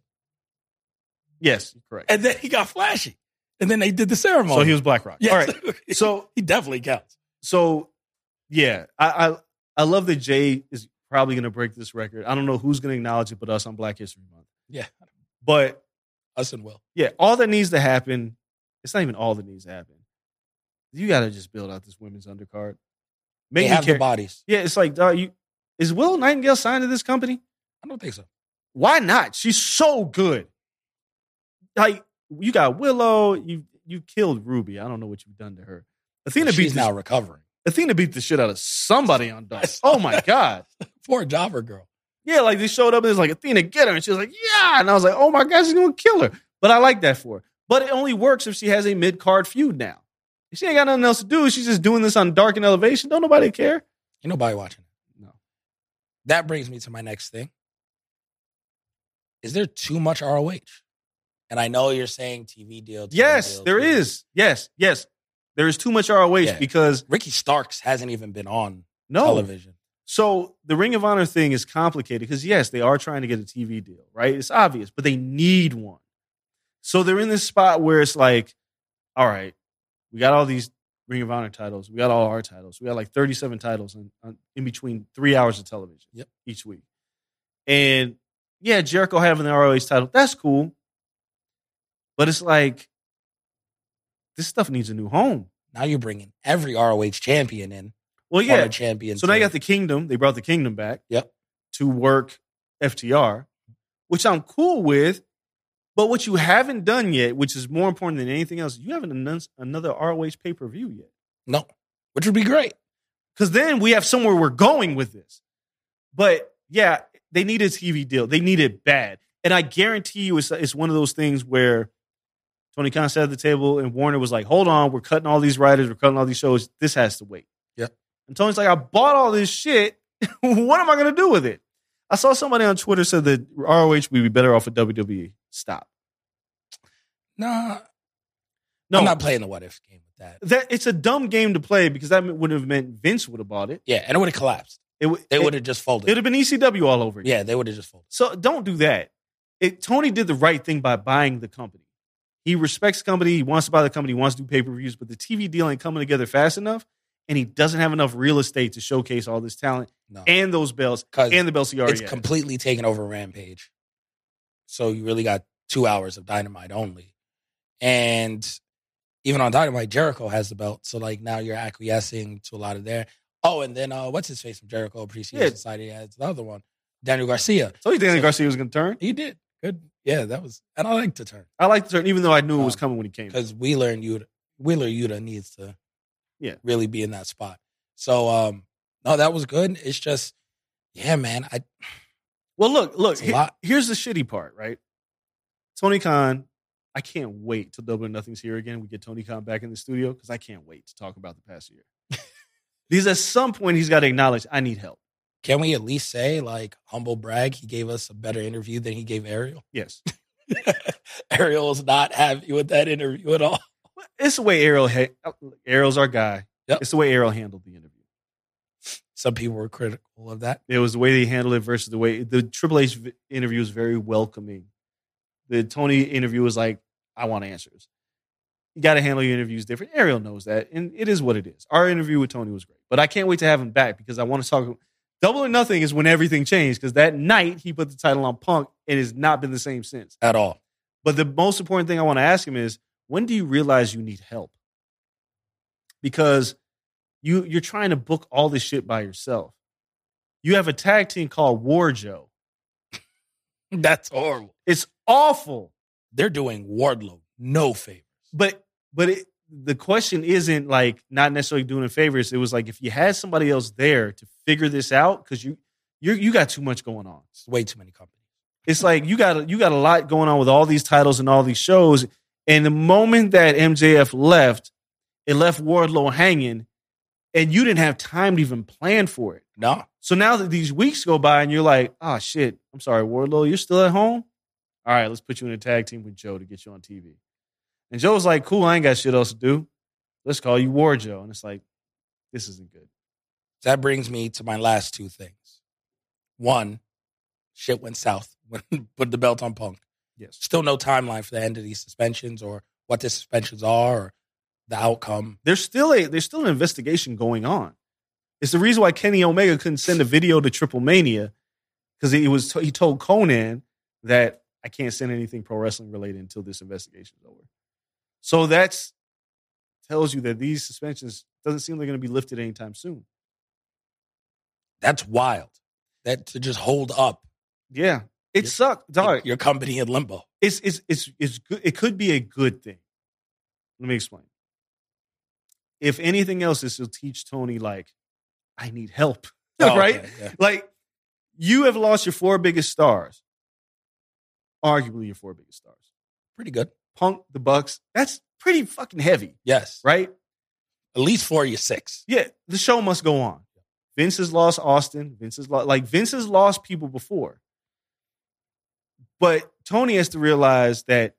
Speaker 3: yes, correct.
Speaker 2: And then he got flashy. And then they did the ceremony.
Speaker 3: so he was black rock.
Speaker 2: Yes.
Speaker 3: All right. So
Speaker 2: he definitely counts.
Speaker 3: so yeah, I I, I love that Jay is probably going to break this record. I don't know who's going to acknowledge it, but us on Black History Month.
Speaker 2: Yeah.
Speaker 3: But
Speaker 2: Us and Will.
Speaker 3: yeah, all that needs to happen, it's not even all that needs to happen. You got to just build out this women's undercard.
Speaker 2: They
Speaker 3: me
Speaker 2: have
Speaker 3: care-
Speaker 2: the bodies.
Speaker 3: Yeah, it's like, dog, you is Will Nightingale signed to this company?
Speaker 2: I don't think so.
Speaker 3: Why not? She's so good. Like you got Willow, you you killed Ruby. I don't know what you've done to her. Athena beat
Speaker 2: She's
Speaker 3: the,
Speaker 2: now recovering.
Speaker 3: Athena beat the shit out of somebody on Dark. Oh my god.
Speaker 2: Poor jobber girl.
Speaker 3: Yeah, like they showed up and it's like Athena, get her, and she was like, yeah, and I was like, oh my god, she's gonna kill her. But I like that for her. But it only works if she has a mid card feud now. If she ain't got nothing else to do, she's just doing this on Dark and Elevation. Don't nobody care.
Speaker 2: Ain't nobody watching.
Speaker 3: No.
Speaker 2: That brings me to my next thing. Is there too much ROH? And I know you're saying TV deal. TV
Speaker 3: Yes,
Speaker 2: deal,
Speaker 3: there
Speaker 2: TV deal.
Speaker 3: is. Yes, yes, there is too much ROH
Speaker 2: Yeah.
Speaker 3: because
Speaker 2: Ricky Starks hasn't even been on
Speaker 3: no,
Speaker 2: television.
Speaker 3: So the Ring of Honor thing is complicated because yes, they are trying to get a TV deal, right? It's obvious, but they need one. So they're in this spot where it's like, all right, we got all these Ring of Honor titles, we got all our titles, we got like 37 titles in, on- in between three hours of television
Speaker 2: Yep.
Speaker 3: each week. And yeah, Jericho having the ROH title, that's cool. But it's like, this stuff needs a new home.
Speaker 2: Now you're bringing every ROH champion in.
Speaker 3: Well,
Speaker 2: Yeah.
Speaker 3: yeah,
Speaker 2: Former champion.
Speaker 3: so now you
Speaker 2: too.
Speaker 3: got the kingdom. They brought the kingdom back.
Speaker 2: Yep.
Speaker 3: To work FTR, which I'm cool with. But what you haven't done yet, which is more important than anything else, you haven't announced another ROH pay per view yet.
Speaker 2: no, which would be great.
Speaker 3: Because then we have somewhere we're going with this. But yeah, they need a TV deal. They need it bad. And I guarantee you, it's, it's one of those things where Tony Khan sat at the table and Warner was like, hold on, we're cutting all these writers, we're cutting all these shows. This has to wait.
Speaker 2: Yep.
Speaker 3: And Tony's like, I bought all this shit. what am I going to do with it? I saw somebody on Twitter said that ROH would be better off with WWE. Stop.
Speaker 2: Nah,
Speaker 3: No,
Speaker 2: I'm not playing the what if game with that.
Speaker 3: that it's a dumb game to play because that would have meant Vince would have bought it.
Speaker 2: Yeah, and it would have collapsed.
Speaker 3: It would
Speaker 2: They would
Speaker 3: it,
Speaker 2: have just folded.
Speaker 3: it'd have been ECW all over again.
Speaker 2: yeah, they would have just folded.
Speaker 3: So don't do that. It, Tony did the right thing by buying the company. He respects the company. He wants to buy the company. He wants to do pay per views, but the TV deal ain't coming together fast enough, and he doesn't have enough real estate to showcase all this talent
Speaker 2: No,
Speaker 3: and those bells
Speaker 2: because
Speaker 3: and the belts he
Speaker 2: it's
Speaker 3: already has.
Speaker 2: completely taken over Rampage. So you really got two hours of Dynamite only, and even on Dynamite, Jericho has the belt. So like now you're acquiescing to a lot of their. Oh, and then uh, what's his face from Jericho Appreciation
Speaker 3: Yeah.
Speaker 2: Society has the other one, Daniel Garcia.
Speaker 3: so you think Danny Garcia was going to turn?
Speaker 2: He did good. Yeah, that was, and I like to turn
Speaker 3: I like the turn, even though I knew it was
Speaker 2: Um,
Speaker 3: coming when he came.
Speaker 2: because Wheeler and Yuta, Wheeler Yuta needs to,
Speaker 3: Yeah.
Speaker 2: really be in that spot. So, um, no, that was good. It's just, yeah, man, I
Speaker 3: Well, look, look.
Speaker 2: It's a
Speaker 3: he-
Speaker 2: lot.
Speaker 3: here's the shitty part, right? Tony Khan, I can't wait till Double or Nothing's here again. We get Tony Khan back in the studio because I can't wait to talk about the past year. because at some point he's got to acknowledge I need help.
Speaker 2: can we at least say like humble brag? He gave us a better interview than he gave Ariel.
Speaker 3: Yes,
Speaker 2: Ariel's not happy with that interview at all.
Speaker 3: it's the way Errol. Ha- Errol's our guy.
Speaker 2: Yep.
Speaker 3: It's the way Errol handled the interview.
Speaker 2: Some people were critical of that.
Speaker 3: It was the way they handled it versus the way the Triple H v- interview was very welcoming. The Tony interview was like, I want answers. You got to handle your interviews different. Ariel knows that, and it is what it is. Our interview with Tony was great, but I can't wait to have him back because I want to talk. Double or Nothing is when everything changed because that night he put the title on Punk, and it's not been the same since.
Speaker 2: At all.
Speaker 3: But the most important thing I want to ask him is when do you realize you need help? Because you you're trying to book all this shit by yourself. You have a tag team called War Joe.
Speaker 2: That's horrible.
Speaker 3: It's awful.
Speaker 2: They're doing Wardlow no favor.
Speaker 3: But but it, the question isn't like not necessarily doing a favors. It was like if you had somebody else there to figure this out because you you you got too much going on.
Speaker 2: It's way too many companies.
Speaker 3: it's like you got you got a lot going on with all these titles and all these shows. And the moment that MJF left, it left Wardlow hanging, and you didn't have time to even plan for it.
Speaker 2: No,
Speaker 3: So now that these weeks go by, and you're like, "Oh shit, I'm sorry, Wardlow, you're still at home. All right, let's put you in a tag team with Joe to get you on TV." And Joe's like, "Cool, I ain't got shit else to do. Let's call you War Joe." And it's like, this isn't good.
Speaker 2: that brings me to my last two things. One, shit went south when put the belt on Punk.
Speaker 3: Yes,
Speaker 2: Still no timeline for the end of these suspensions or what the suspensions are or the outcome.
Speaker 3: there's still a there's still an investigation going on. It's the reason why Kenny Omega couldn't send a video to Triple Mania because he was he told Conan that I can't send anything pro wrestling related until this investigation is over. So that's tells you that these suspensions doesn't seem they're going to be lifted anytime soon.
Speaker 2: That's wild. That to just hold up
Speaker 3: Yeah, it
Speaker 2: Yeah.
Speaker 3: sucked, dog.
Speaker 2: your company in limbo.
Speaker 3: It's it's it's it's good. It could be a good thing. Let me explain. If anything else, this will teach Tony like, I need help, right?
Speaker 2: okay, yeah.
Speaker 3: Like, you have lost your four biggest stars, arguably your four biggest stars.
Speaker 2: Pretty good.
Speaker 3: Punk, the Bucks. That's pretty fucking heavy,
Speaker 2: Yes.
Speaker 3: right?
Speaker 2: At least four of your six.
Speaker 3: Yeah, the show must go on. Vince has lost Austin. Vince has lost like Vince has lost people before. But Tony has to realize that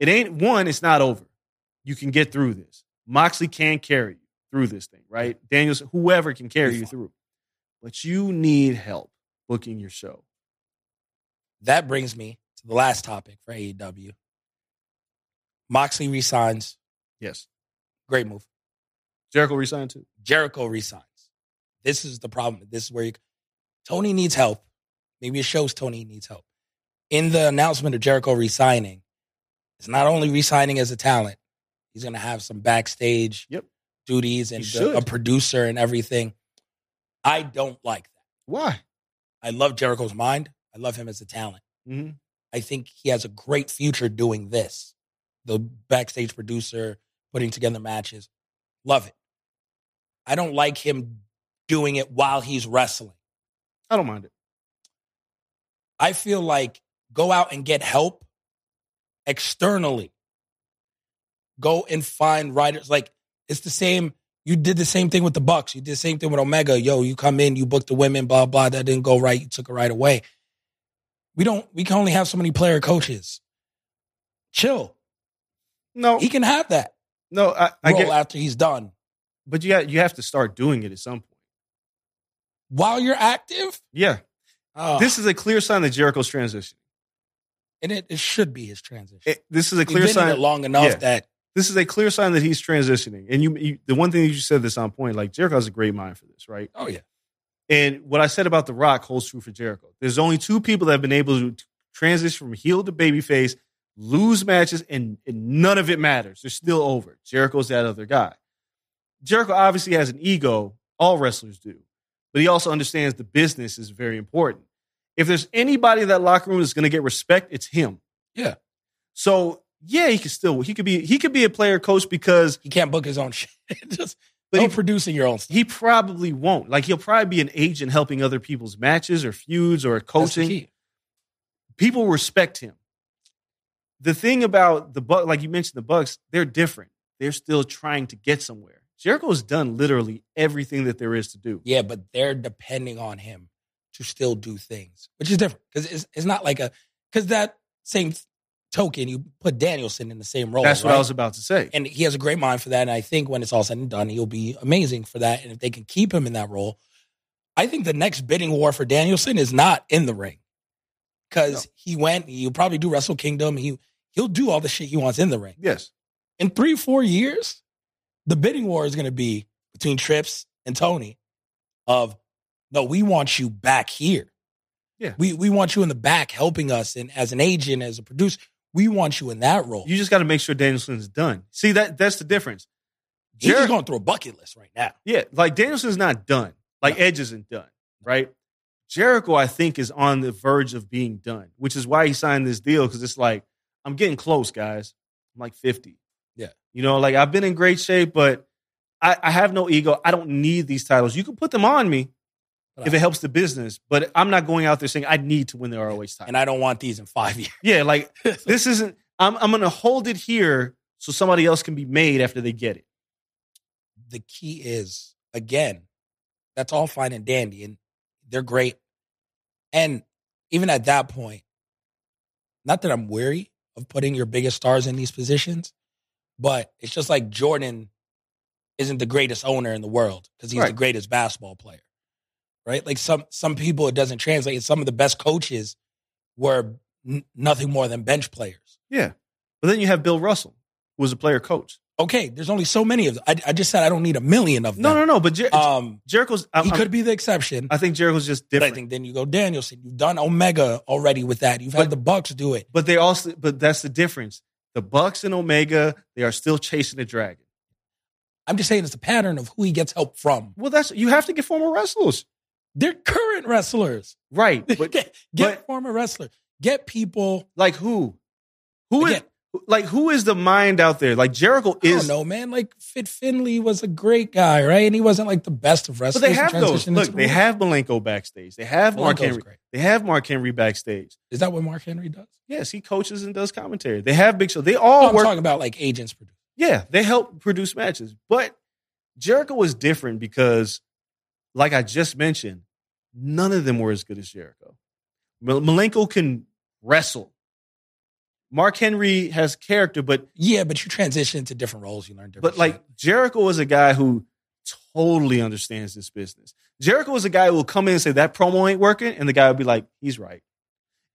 Speaker 3: it ain't one, it's not over. You can get through this. Moxley can carry you through this thing, right? Daniels, whoever can carry you through. But you need help booking your show.
Speaker 2: That brings me to the last topic for AEW. Moxley resigns.
Speaker 3: Yes.
Speaker 2: Great move.
Speaker 3: Jericho resigned too.
Speaker 2: Jericho resigns. This is the problem. This is where you, Tony needs help. Maybe it shows Tony needs help. In the announcement of Jericho resigning, it's not only resigning as a talent. He's going to have some backstage
Speaker 3: Yep.
Speaker 2: duties and
Speaker 3: He
Speaker 2: the-
Speaker 3: should.
Speaker 2: a producer and everything. I don't like
Speaker 3: Why?
Speaker 2: that. I love Jericho's mind. I love him as a talent.
Speaker 3: Mm-hmm.
Speaker 2: I think he has a great future doing this. The backstage producer, putting together matches. Love it. I don't like him doing it while he's wrestling.
Speaker 3: I don't mind it.
Speaker 2: I feel like go out and get help externally. Go and find writers. Like it's the same. You did the same thing with the Bucks. You did the same thing with Omega. Yo, you come in, you book the women, blah blah. That didn't go right. You took it right away. We don't. We can only have so many player coaches. Chill.
Speaker 3: No,
Speaker 2: He can have that
Speaker 3: no, I, I
Speaker 2: role
Speaker 3: get
Speaker 2: after he's done.
Speaker 3: but you got you have to start doing it at some point.
Speaker 2: While you're active,
Speaker 3: Yeah.
Speaker 2: oh,
Speaker 3: This is a clear sign that Jericho's transitioning.
Speaker 2: and it, it should be his transition.
Speaker 3: It- this is a
Speaker 2: We've
Speaker 3: clear
Speaker 2: been in
Speaker 3: sign.
Speaker 2: it long enough
Speaker 3: Yeah.
Speaker 2: that
Speaker 3: this is a clear sign that he's transitioning. And you, you, the one thing that you said this on point, like Jericho has a great mind for this, right?
Speaker 2: oh yeah,
Speaker 3: And what I said about The Rock holds true for Jericho. There's only two people that have been able to transition from heel to babyface, lose matches, and, and none of it matters. They're still over. Jericho's that other guy. Jericho obviously has an ego. All wrestlers do. But he also understands the business is very important. If there's anybody in that locker room that's going to get respect, it's him.
Speaker 2: Yeah.
Speaker 3: So yeah, he could still he could be he could be a player coach because
Speaker 2: he can't book his own shit. Just but
Speaker 3: But he-
Speaker 2: he Oh, producing your own stuff.
Speaker 3: he probably won't. Like he'll probably be an agent helping other people's matches or feuds or
Speaker 2: That's the
Speaker 3: coaching.
Speaker 2: key.
Speaker 3: people respect him. The thing about the Buck, like you mentioned, the Bucks, they're different. They're still trying to get somewhere. Jericho's done literally everything that there is to do.
Speaker 2: Yeah, but they're depending on him to still do things, which is different because it's, it's not like a because that same token you put Danielson in the same role.
Speaker 3: That's what
Speaker 2: right?
Speaker 3: I was about to say.
Speaker 2: and he has a great mind for that. And I think when it's all said and done, he'll be amazing for that. And if they can keep him in that role, I think the next bidding war for Danielson is not in the ring because he went. He'll probably do Wrestle Kingdom. He he'll do all the shit he wants in the ring.
Speaker 3: yes,
Speaker 2: in three, four years, the bidding war is going to be between Trips and Tony of no, we want you back here.
Speaker 3: Yeah.
Speaker 2: We we want you in the back helping us and as an agent, as a producer, we want you in that role.
Speaker 3: you just got to make sure Danielson's done. See that that's the difference.
Speaker 2: He's just
Speaker 3: Jericho-
Speaker 2: going through a bucket list right now.
Speaker 3: Yeah, like Danielson's not done. Like Edge isn't done, right? Jericho, I think, is on the verge of being done, which is why he signed this deal because it's like, I'm getting close, guys. I'm like 50.
Speaker 2: Yeah.
Speaker 3: You know, like I've been in great shape, but I, I have no ego. I don't need these titles. You can put them on me
Speaker 2: But
Speaker 3: if
Speaker 2: I-
Speaker 3: it helps the business, but I'm not going out there saying I need to win the ROH title.
Speaker 2: And I don't want these in five years.
Speaker 3: yeah, like this isn't, I'm, I'm going to hold it here so somebody else can be made after they get it.
Speaker 2: the key is again, that's all fine and dandy, and they're great. And even at that point, not that I'm weary of putting your biggest stars in these positions, but it's just like Jordan isn't the greatest owner in the world because he's the
Speaker 3: Right.
Speaker 2: greatest basketball player. Right? Like some some people it doesn't translate. And Some of the best coaches were n- nothing more than bench players.
Speaker 3: Yeah. But then you have Bill Russell, who was a player coach.
Speaker 2: Okay, there's only so many of them. I, I just said I don't need a million of them.
Speaker 3: No, no, no. But Jer-
Speaker 2: Um,
Speaker 3: Jericho's. I,
Speaker 2: he
Speaker 3: I'm-
Speaker 2: could be the exception.
Speaker 3: I think Jericho's just
Speaker 2: But I
Speaker 3: different.
Speaker 2: think then you go Danielson. You've done Omega already with that. You've had
Speaker 3: But-
Speaker 2: the Bucks do it.
Speaker 3: But they also, but that's the difference. The Bucks and Omega, they are still chasing the dragon.
Speaker 2: I'm just saying it's a pattern of who he gets help from.
Speaker 3: Well, that's you have to get former wrestlers,
Speaker 2: They're current wrestlers.
Speaker 3: right?
Speaker 2: get
Speaker 3: But but-
Speaker 2: former wrestlers. Get people.
Speaker 3: like who? Who is
Speaker 2: Again.
Speaker 3: like who is the mind out there? Like Jericho
Speaker 2: I don't
Speaker 3: is.
Speaker 2: know, man. Like Fit Finley was a great guy, right? And he wasn't like the best of
Speaker 3: But
Speaker 2: wrestlers.
Speaker 3: they
Speaker 2: He
Speaker 3: have those.
Speaker 2: transitioned
Speaker 3: Look,
Speaker 2: into-
Speaker 3: they have Malenko backstage. They have Mark
Speaker 2: Malenko's
Speaker 3: Henry.
Speaker 2: great.
Speaker 3: They have Mark Henry backstage.
Speaker 2: Is that what Mark Henry does?
Speaker 3: Yes, he coaches and does commentary. They have Big Show. They
Speaker 2: Oh,
Speaker 3: all
Speaker 2: I'm
Speaker 3: work.
Speaker 2: talking about like agents. produce.
Speaker 3: Yeah, they help produce matches. But Jericho was different because, like I just mentioned, none of them were as good as Jericho. Mil- Malenko can wrestle. Mark Henry has character, but
Speaker 2: Yeah, but you transition into different roles. You learn different.
Speaker 3: but like
Speaker 2: shit.
Speaker 3: Jericho is a guy who totally understands this business. Jericho is a guy who will come in and say that promo ain't working, and the guy will be like, he's right.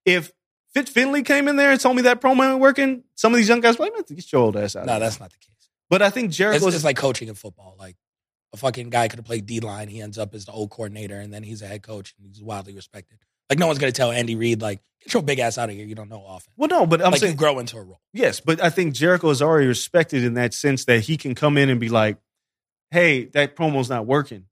Speaker 3: If Fit Finley came in there and told me that promo ain't working, some of these young guys would be like, "Man, get your old ass out.
Speaker 2: no,
Speaker 3: of here."
Speaker 2: that's not the case.
Speaker 3: But I think
Speaker 2: It's,
Speaker 3: Jericho is
Speaker 2: it's like coaching in football. Like a fucking guy could have played D line. He ends up as the old coordinator, and then he's a head coach, and he's wildly respected. Like no one's gonna tell Andy Reid, like get your big ass out of here. You don't know offense.
Speaker 3: well, no, but I'm
Speaker 2: like
Speaker 3: saying
Speaker 2: you grow into a role.
Speaker 3: Yes, but I think Jericho is already respected in that sense that he can come in and be like, "Hey, that promo's not working,"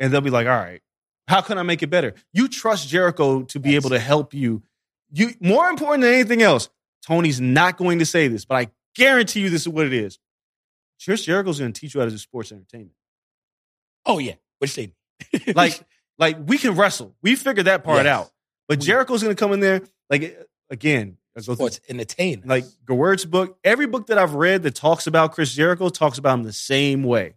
Speaker 3: and they'll be like, "All right, how can I make it better?" You trust Jericho to be
Speaker 2: Yes.
Speaker 3: able to help you. You more important than anything else. Tony's not going to say this, but I guarantee you this is what it is. Chris Jericho's going to teach you how to do sports entertainment.
Speaker 2: Oh yeah, which they
Speaker 3: Like, like we can wrestle. We figured that part
Speaker 2: Yes.
Speaker 3: out. But
Speaker 2: We-
Speaker 3: Jericho's going to come in there like again. let's go through-
Speaker 2: sports entertainment.
Speaker 3: like Gewert's book, every book that I've read that talks about Chris Jericho talks about him the same way.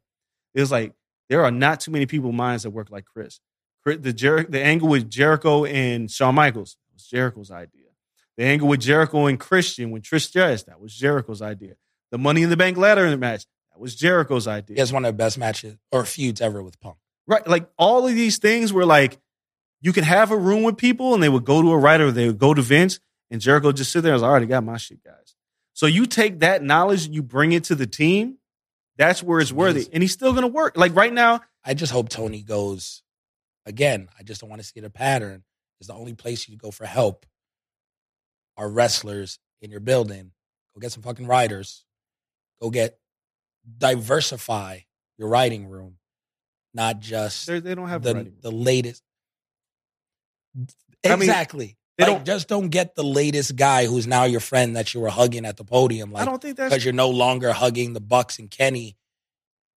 Speaker 3: It was like there are not too many people minds that work like Chris. Chris- The Jer- the angle with Jericho and Shawn Michaels that was Jericho's idea. The angle with Jericho and Christian when Trish Stratus that was Jericho's idea. The Money in the Bank ladder match that was Jericho's idea.
Speaker 2: he has one of the best matches or feuds ever with Punk.
Speaker 3: Right. Like all of these things were like you could have a room with people and they would go to a writer, they would go to Vince, and Jericho would just sit there and was, I already got my shit, guys. So you take that knowledge and you bring it to the team, that's where it's worthy.
Speaker 2: Amazing.
Speaker 3: And he's still gonna work. Like right now,
Speaker 2: I just hope Tony goes again. I just don't want to see the pattern. Is the only place you go for help are wrestlers in your building. Go get some fucking writers. Go get diversify your writing room, not just
Speaker 3: they're- they don't have a
Speaker 2: the,
Speaker 3: writing room.
Speaker 2: the latest.
Speaker 3: I mean,
Speaker 2: Exactly.
Speaker 3: they
Speaker 2: like,
Speaker 3: don't-
Speaker 2: just don't get the latest guy who's now your friend that you were hugging at the podium.
Speaker 3: I
Speaker 2: Like
Speaker 3: don't think that's
Speaker 2: because you're no longer hugging the Bucks and Kenny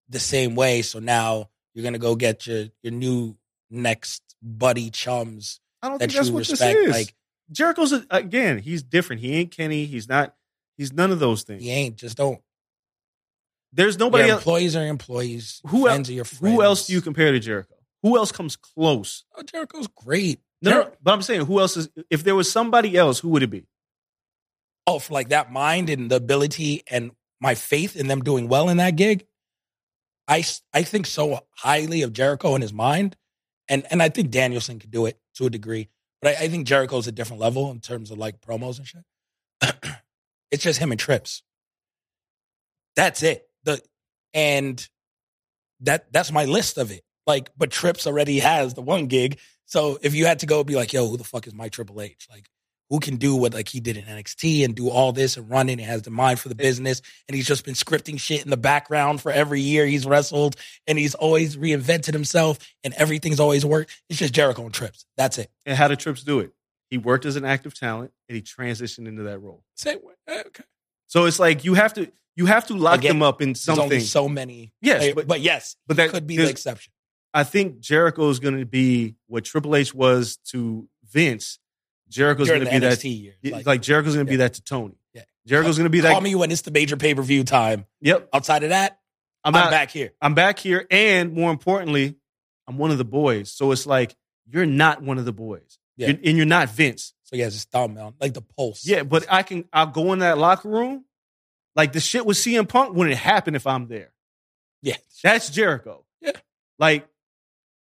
Speaker 2: the same way. So now you're gonna go get your your new next buddy chums
Speaker 3: I don't
Speaker 2: that
Speaker 3: think that's
Speaker 2: you
Speaker 3: what this
Speaker 2: respect.
Speaker 3: is.
Speaker 2: Like
Speaker 3: Jericho's a- again, he's different. He ain't Kenny, he's not he's none of those things.
Speaker 2: you ain't just don't.
Speaker 3: There's nobody
Speaker 2: your
Speaker 3: else
Speaker 2: employees are employees.
Speaker 3: Who
Speaker 2: friends are your friends.
Speaker 3: who else do you compare to Jericho? Who else comes close?
Speaker 2: Oh, Jericho's great.
Speaker 3: No,
Speaker 2: Jer-
Speaker 3: no, but I'm saying who else is if there was somebody else, who would it be?
Speaker 2: oh, for like that mind and the ability and my faith in them doing well in that gig. I s- I think so highly of Jericho and his mind, and and I think Danielson could do it to a degree, but I, I think Jericho's a different level in terms of like promos and shit. it's just him and Trips. That's it. The and that that's my list of it. Like, but Trips already has the one gig. So if you had to go be like, yo, who the fuck is my Triple H? Like, who can do what like he did in NXT and do all this and run it and has the mind for the business and he's just been scripting shit in the background for every year he's wrestled and he's always reinvented himself and everything's always worked. It's just Jericho and Trips. That's it.
Speaker 3: And how did Trips do it? He worked as an active talent and he transitioned into that role.
Speaker 2: Say what? Eh, Okay.
Speaker 3: So it's like you have to you have to lock
Speaker 2: Again,
Speaker 3: them up in
Speaker 2: There's
Speaker 3: something.
Speaker 2: only so many.
Speaker 3: Yes,
Speaker 2: eh,
Speaker 3: but-
Speaker 2: but, yes,
Speaker 3: but
Speaker 2: but
Speaker 3: that-
Speaker 2: that could be the
Speaker 3: there's-
Speaker 2: exception.
Speaker 3: I think Jericho is going to be what Triple H was to Vince. Jericho's going
Speaker 2: During
Speaker 3: to
Speaker 2: the
Speaker 3: be
Speaker 2: NXT
Speaker 3: that.
Speaker 2: years.
Speaker 3: Like, Jericho's going to be
Speaker 2: yeah.
Speaker 3: that to Tony.
Speaker 2: Yeah.
Speaker 3: Jericho's going to be
Speaker 2: call
Speaker 3: that.
Speaker 2: me when it's the major pay per view time.
Speaker 3: yep.
Speaker 2: Outside of that,
Speaker 3: I'm,
Speaker 2: I'm,
Speaker 3: out-
Speaker 2: back here.
Speaker 3: I'm back here, and more importantly, I'm one of the boys. So it's like you're not one of the boys,
Speaker 2: Yeah.
Speaker 3: You're- and you're not Vince.
Speaker 2: So he has his thumb on, like the pulse.
Speaker 3: Yeah, but I can. I'll go in that locker room. Like the shit with CM Punk wouldn't happen if I'm there.
Speaker 2: yeah.
Speaker 3: That's Jericho.
Speaker 2: Yeah.
Speaker 3: Like,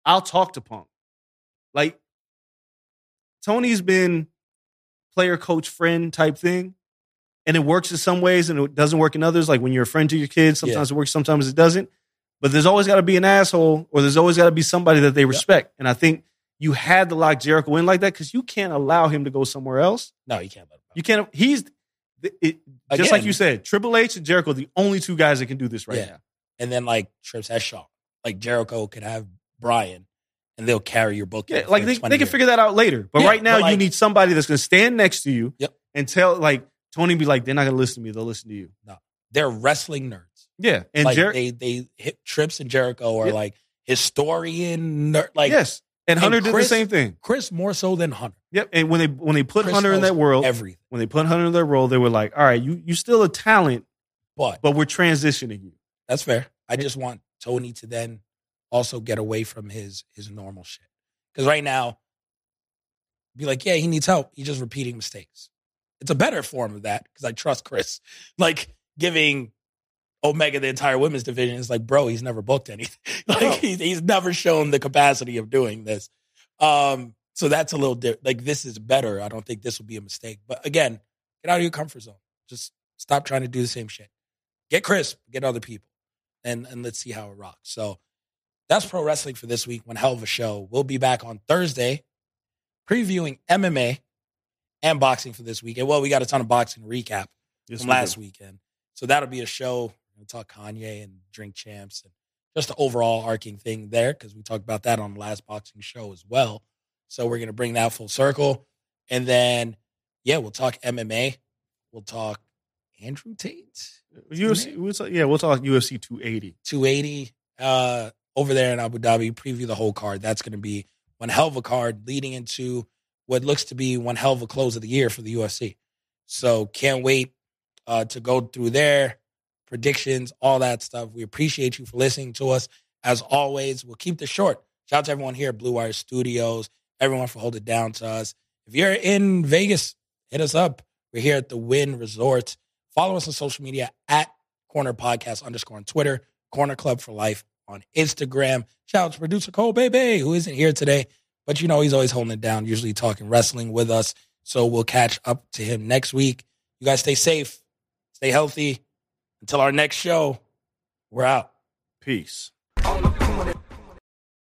Speaker 3: I'll talk to Punk. Like, Tony's been player, coach, friend type thing. and it works in some ways and it doesn't work in others. Like when you're a friend to your kids, sometimes it works, sometimes it doesn't. But there's always got to be an asshole, or there's always got to be somebody that they respect. And I think you had to lock Jericho in like that because you can't allow him to go somewhere else.
Speaker 2: No, you can't let him.
Speaker 3: You can't. He's it, it- just like
Speaker 2: Again.
Speaker 3: you said. Triple H and Jericho, are the only two guys that can do this right
Speaker 2: Yeah.
Speaker 3: now.
Speaker 2: And then like Trips has Shawn. Like Jericho could have Brian, and they'll carry your book.
Speaker 3: Yeah, like they, they can figure that out later. But
Speaker 2: Yeah,
Speaker 3: right now,
Speaker 2: but
Speaker 3: you
Speaker 2: like-
Speaker 3: need somebody that's going to stand next to you
Speaker 2: Yep.
Speaker 3: and tell like Tony be like, they're not going to listen to me. They'll listen to you.
Speaker 2: They're wrestling nerds.
Speaker 3: Yeah, and
Speaker 2: like
Speaker 3: Jer-
Speaker 2: they they hit Trips and Jericho are
Speaker 3: Yeah.
Speaker 2: like historian nerd. Like
Speaker 3: yes, and
Speaker 2: and
Speaker 3: Hunter did
Speaker 2: Chris-
Speaker 3: the same thing.
Speaker 2: Chris more so than Hunter.
Speaker 3: Yep, and when they when they put
Speaker 2: Chris
Speaker 3: Hunter in
Speaker 2: knows
Speaker 3: that world,
Speaker 2: Everything,
Speaker 3: when they put Hunter in that role, they were like, all right, you you still a talent,
Speaker 2: but
Speaker 3: but we're transitioning you.
Speaker 2: That's fair. I just want Tony to then also get away from his his normal shit. Because right now, be like, yeah, he needs help. He's just repeating mistakes. It's a better form of that because I trust Chris. Like giving Omega the entire women's division is like, bro, he's never booked anything. like
Speaker 3: No.
Speaker 2: he's, he's never shown the capacity of doing this. Um, so that's a little different. Like this is better. I don't think this will be a mistake. But again, get out of your comfort zone. Just stop trying to do the same shit. Get Chris, get other people, and and let's see how it rocks. So that's pro wrestling for this week. One hell of a show. We'll be back on Thursday, previewing MMA and boxing for this week. And well, we got a ton of boxing recap from last weekend. So that'll be a show. We'll talk Kanye and Drink Champs and just the overall arcing thing there because we talked about that on the last boxing show as well. So we're going to bring that full circle. And then, yeah, we'll talk MMA. We'll talk Andrew Tate,
Speaker 3: UFC, we'll talk, yeah, we'll talk UFC 280.
Speaker 2: 280 uh, over there in Abu Dhabi, preview the whole card. That's going to be one hell of a card leading into what looks to be one hell of a close of the year for the UFC. So can't wait uh, to go through there, predictions, all that stuff. We appreciate you for listening to us. As always, we'll keep this short. Shout out to everyone here at Blue Wire Studios, everyone for holding down to us. If you're in Vegas, hit us up. We're here at the Win Resort. Follow us on social media at Corner Podcast underscore on Twitter, Corner Club for Life on Instagram. Shout out to producer Cole Bebe, who isn't here today, but you know he's always holding it down, usually talking wrestling with us. So we'll catch up to him next week. You guys stay safe, stay healthy. Until our next show, we're out.
Speaker 3: Peace.